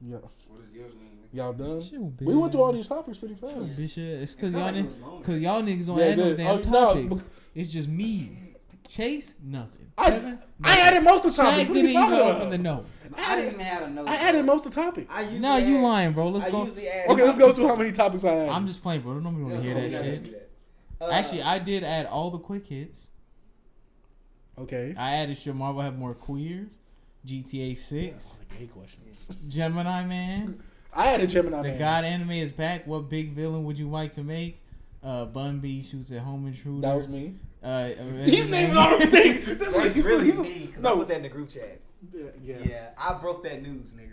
Speaker 4: Yeah.
Speaker 1: What is yours name?
Speaker 4: Y'all done?
Speaker 2: Chill,
Speaker 4: We went through all these topics pretty fast.
Speaker 2: Bitch, yeah, it's because
Speaker 3: Felt
Speaker 2: y'all,
Speaker 3: like it
Speaker 2: nigg-
Speaker 3: was long.
Speaker 2: cause y'all niggas don't
Speaker 4: Yeah,
Speaker 2: add no
Speaker 4: good.
Speaker 2: damn
Speaker 4: Oh, no,
Speaker 2: topics. it's just me. Chase, nothing.
Speaker 4: I-
Speaker 2: Kevin,
Speaker 4: I added most of the topics.
Speaker 2: Shaq
Speaker 4: What are
Speaker 2: didn't
Speaker 4: you
Speaker 2: even
Speaker 4: talking
Speaker 2: open the
Speaker 4: about?
Speaker 2: notes.
Speaker 3: I didn't even have a note.
Speaker 4: I added most of the topics.
Speaker 3: I usually
Speaker 2: Nah, you
Speaker 3: add-
Speaker 2: lying, bro. Let's
Speaker 3: I
Speaker 2: go.
Speaker 3: usually add.
Speaker 4: Okay, let's go through how many topics I
Speaker 2: I'm
Speaker 4: added.
Speaker 2: just playing, bro. Nobody want to hear that shit.
Speaker 3: Uh,
Speaker 2: Actually, I did add all the quick hits.
Speaker 4: Okay.
Speaker 2: I added should Marvel have more queers, GTA Six,
Speaker 4: Gay questions.
Speaker 2: Gemini Man,
Speaker 4: I added Gemini
Speaker 2: The
Speaker 4: Man.
Speaker 2: God Anime is back. What big villain would you like to make? Uh, Bun B shoots at home intruder.
Speaker 4: That was me.
Speaker 2: Uh,
Speaker 4: He's naming all the things. That's
Speaker 3: That's
Speaker 4: like, he's
Speaker 3: really
Speaker 4: really,
Speaker 3: me
Speaker 4: he's a,
Speaker 3: no. I
Speaker 4: no.
Speaker 3: put that in the group chat.
Speaker 4: Yeah.
Speaker 3: Yeah. I broke that news, niggers.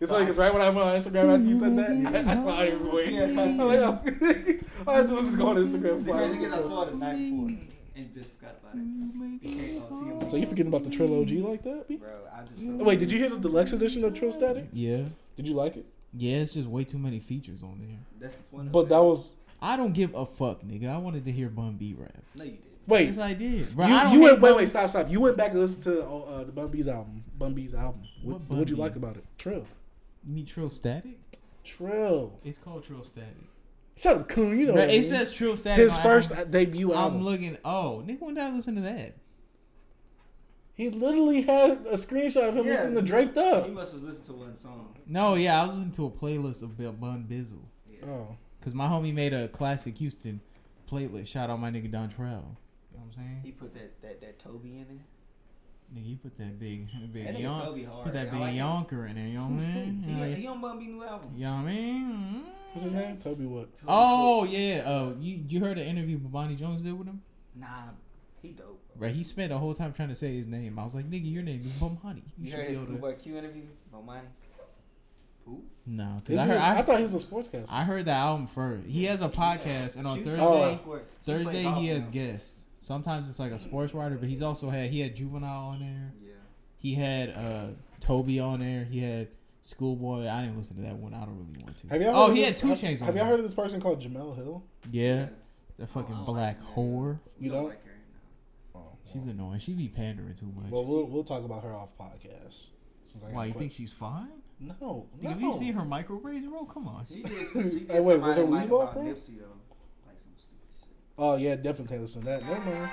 Speaker 4: It's funny because right when I went on Instagram after you said that, I, I saw everywhere.
Speaker 3: Yeah, it's
Speaker 4: I'm
Speaker 3: like-
Speaker 4: like, oh. All I had to do was just go on
Speaker 3: The
Speaker 4: Instagram. for
Speaker 3: crazy thing is I
Speaker 4: it.
Speaker 3: saw it the night before and just forgot about it. It came on TMZ.
Speaker 4: So you forgetting about the Trill OG like that? B?
Speaker 3: Bro, I just forgot.
Speaker 4: Wait, did you hear the deluxe edition of Trill Static?
Speaker 2: Yeah.
Speaker 4: Did you like it?
Speaker 2: Yeah, it's just way too many features on there.
Speaker 3: That's the point. of
Speaker 4: But
Speaker 3: it.
Speaker 4: that was
Speaker 2: I don't give a fuck, nigga. I wanted to hear Bun B rap.
Speaker 3: no, you didn't.
Speaker 4: wait.
Speaker 2: Yes, I did. Bro,
Speaker 4: you
Speaker 2: I don't
Speaker 4: you
Speaker 2: hate
Speaker 4: went wait
Speaker 2: Bun-
Speaker 4: wait stop stop. You went back and listened to uh, the Bun B's album. Bun B's album. What
Speaker 2: What Bun
Speaker 4: would you
Speaker 2: B?
Speaker 4: like about it? Trill.
Speaker 2: You mean Trill Static?
Speaker 4: Trill.
Speaker 2: It's called Trill Static.
Speaker 4: Shut up, Coon. You know
Speaker 2: Bruh,
Speaker 4: what I mean.
Speaker 2: it says Trill Static.
Speaker 4: his
Speaker 2: on
Speaker 4: first uh,
Speaker 2: Apple.
Speaker 4: debut album.
Speaker 2: I'm looking. Oh, nigga, when did I listen to that?
Speaker 4: he literally had a screenshot of him
Speaker 3: Yeah.
Speaker 4: listening to Draped Up.
Speaker 3: You must have listened to one song.
Speaker 2: No, yeah, I was listening to a playlist of Bill Bun Bizzle.
Speaker 4: Oh,
Speaker 2: Because my homie made a classic Houston playlist. Shout out my nigga Don Trell. You know what I'm
Speaker 3: He
Speaker 2: saying?
Speaker 3: put that that, that Toby in there.
Speaker 2: Nigga, you put that big, big,
Speaker 3: That nigga
Speaker 2: yon-
Speaker 3: Toby hard.
Speaker 2: put that
Speaker 3: I
Speaker 2: big
Speaker 3: like it.
Speaker 2: yonker in there. You know what I'm
Speaker 4: Mm-hmm.
Speaker 3: He,
Speaker 2: saying?
Speaker 3: he on Bun B new album.
Speaker 2: You know what I mean?
Speaker 4: what's his name? Toby what?
Speaker 3: Toby
Speaker 2: Oh yeah, uh, you you heard the interview Bonnie Jones did with him?
Speaker 3: cool. Nah, he dope. Bro.
Speaker 2: Right, he spent the whole time trying to say his name. I was like, nigga, your name is Bomani. You
Speaker 3: You
Speaker 2: should
Speaker 3: heard
Speaker 2: be
Speaker 3: his
Speaker 2: able to.
Speaker 3: Schoolboy Q interview? Bomani.
Speaker 2: No, 'cause
Speaker 4: This
Speaker 2: I
Speaker 4: was-
Speaker 2: heard
Speaker 4: I,
Speaker 2: I,
Speaker 4: thought he was a sportscaster.
Speaker 2: I heard the album first. He has a podcast, and on
Speaker 3: Q
Speaker 2: Thursday
Speaker 3: plays sports. He plays
Speaker 2: Thursday
Speaker 3: golf
Speaker 2: he has
Speaker 3: now.
Speaker 2: guests. Sometimes it's like a sports writer, but he's also had he had Juvenile on there.
Speaker 3: Yeah.
Speaker 2: He had uh Toby on there. He had Schoolboy. I didn't listen to that one. I don't really want to.
Speaker 4: Have y'all heard
Speaker 2: oh,
Speaker 4: of
Speaker 2: he had
Speaker 4: this-
Speaker 2: two
Speaker 4: have-
Speaker 2: chains on.
Speaker 4: Have y'all
Speaker 2: there.
Speaker 4: heard of this person called Jamel Hill?
Speaker 2: Yeah, that fucking
Speaker 3: Oh, I don't like
Speaker 2: black
Speaker 3: that.
Speaker 2: whore.
Speaker 3: We
Speaker 4: You
Speaker 3: don't
Speaker 4: don't?
Speaker 3: like her now.
Speaker 4: Oh,
Speaker 2: She's annoying. She be pandering too much.
Speaker 4: well, we'll we'll talk about her off podcast. Since I
Speaker 2: Why
Speaker 4: gotta
Speaker 2: you
Speaker 4: put-
Speaker 2: think she's fine?
Speaker 4: No, no.
Speaker 2: Like, Have you seen her micro braids, bro? Come on.
Speaker 3: She did. She did
Speaker 4: Hey, wait, was
Speaker 3: somebody
Speaker 4: her
Speaker 3: like
Speaker 4: weave off,
Speaker 3: about
Speaker 4: bro?
Speaker 3: Nipsey though. Like some stupid shit.
Speaker 4: Oh yeah, definitely can't listen to that. Never mind.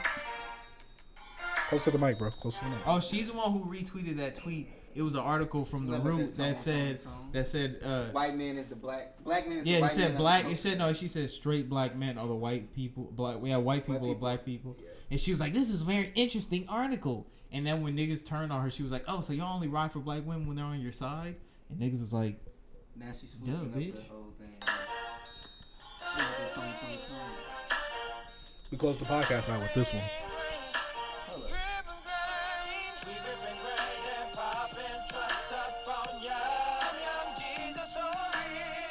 Speaker 4: Close to the mic, bro. Close to the mic.
Speaker 2: Oh, she's the one who retweeted that tweet. It was an article from the
Speaker 3: Look at
Speaker 2: root
Speaker 3: that tone,
Speaker 2: that said
Speaker 3: tone, tone.
Speaker 2: that said uh
Speaker 3: White man is the black. Black man is the
Speaker 2: yeah, it
Speaker 3: white
Speaker 2: said
Speaker 3: man.
Speaker 2: black. It said no. She said straight black men are the white people. Black, yeah, white people are
Speaker 3: people.
Speaker 2: black people.
Speaker 3: Yeah.
Speaker 2: And she was like, "This is a very interesting article." And then when niggas turned on her, she was like, "Oh, so y'all only ride for black women when they're on your side?" And niggas was like,
Speaker 3: Now she's
Speaker 2: Duh,
Speaker 3: flipping up
Speaker 2: bitch.
Speaker 3: the whole thing. Look at that tone, tone, tone.
Speaker 4: We close the podcast out with this one.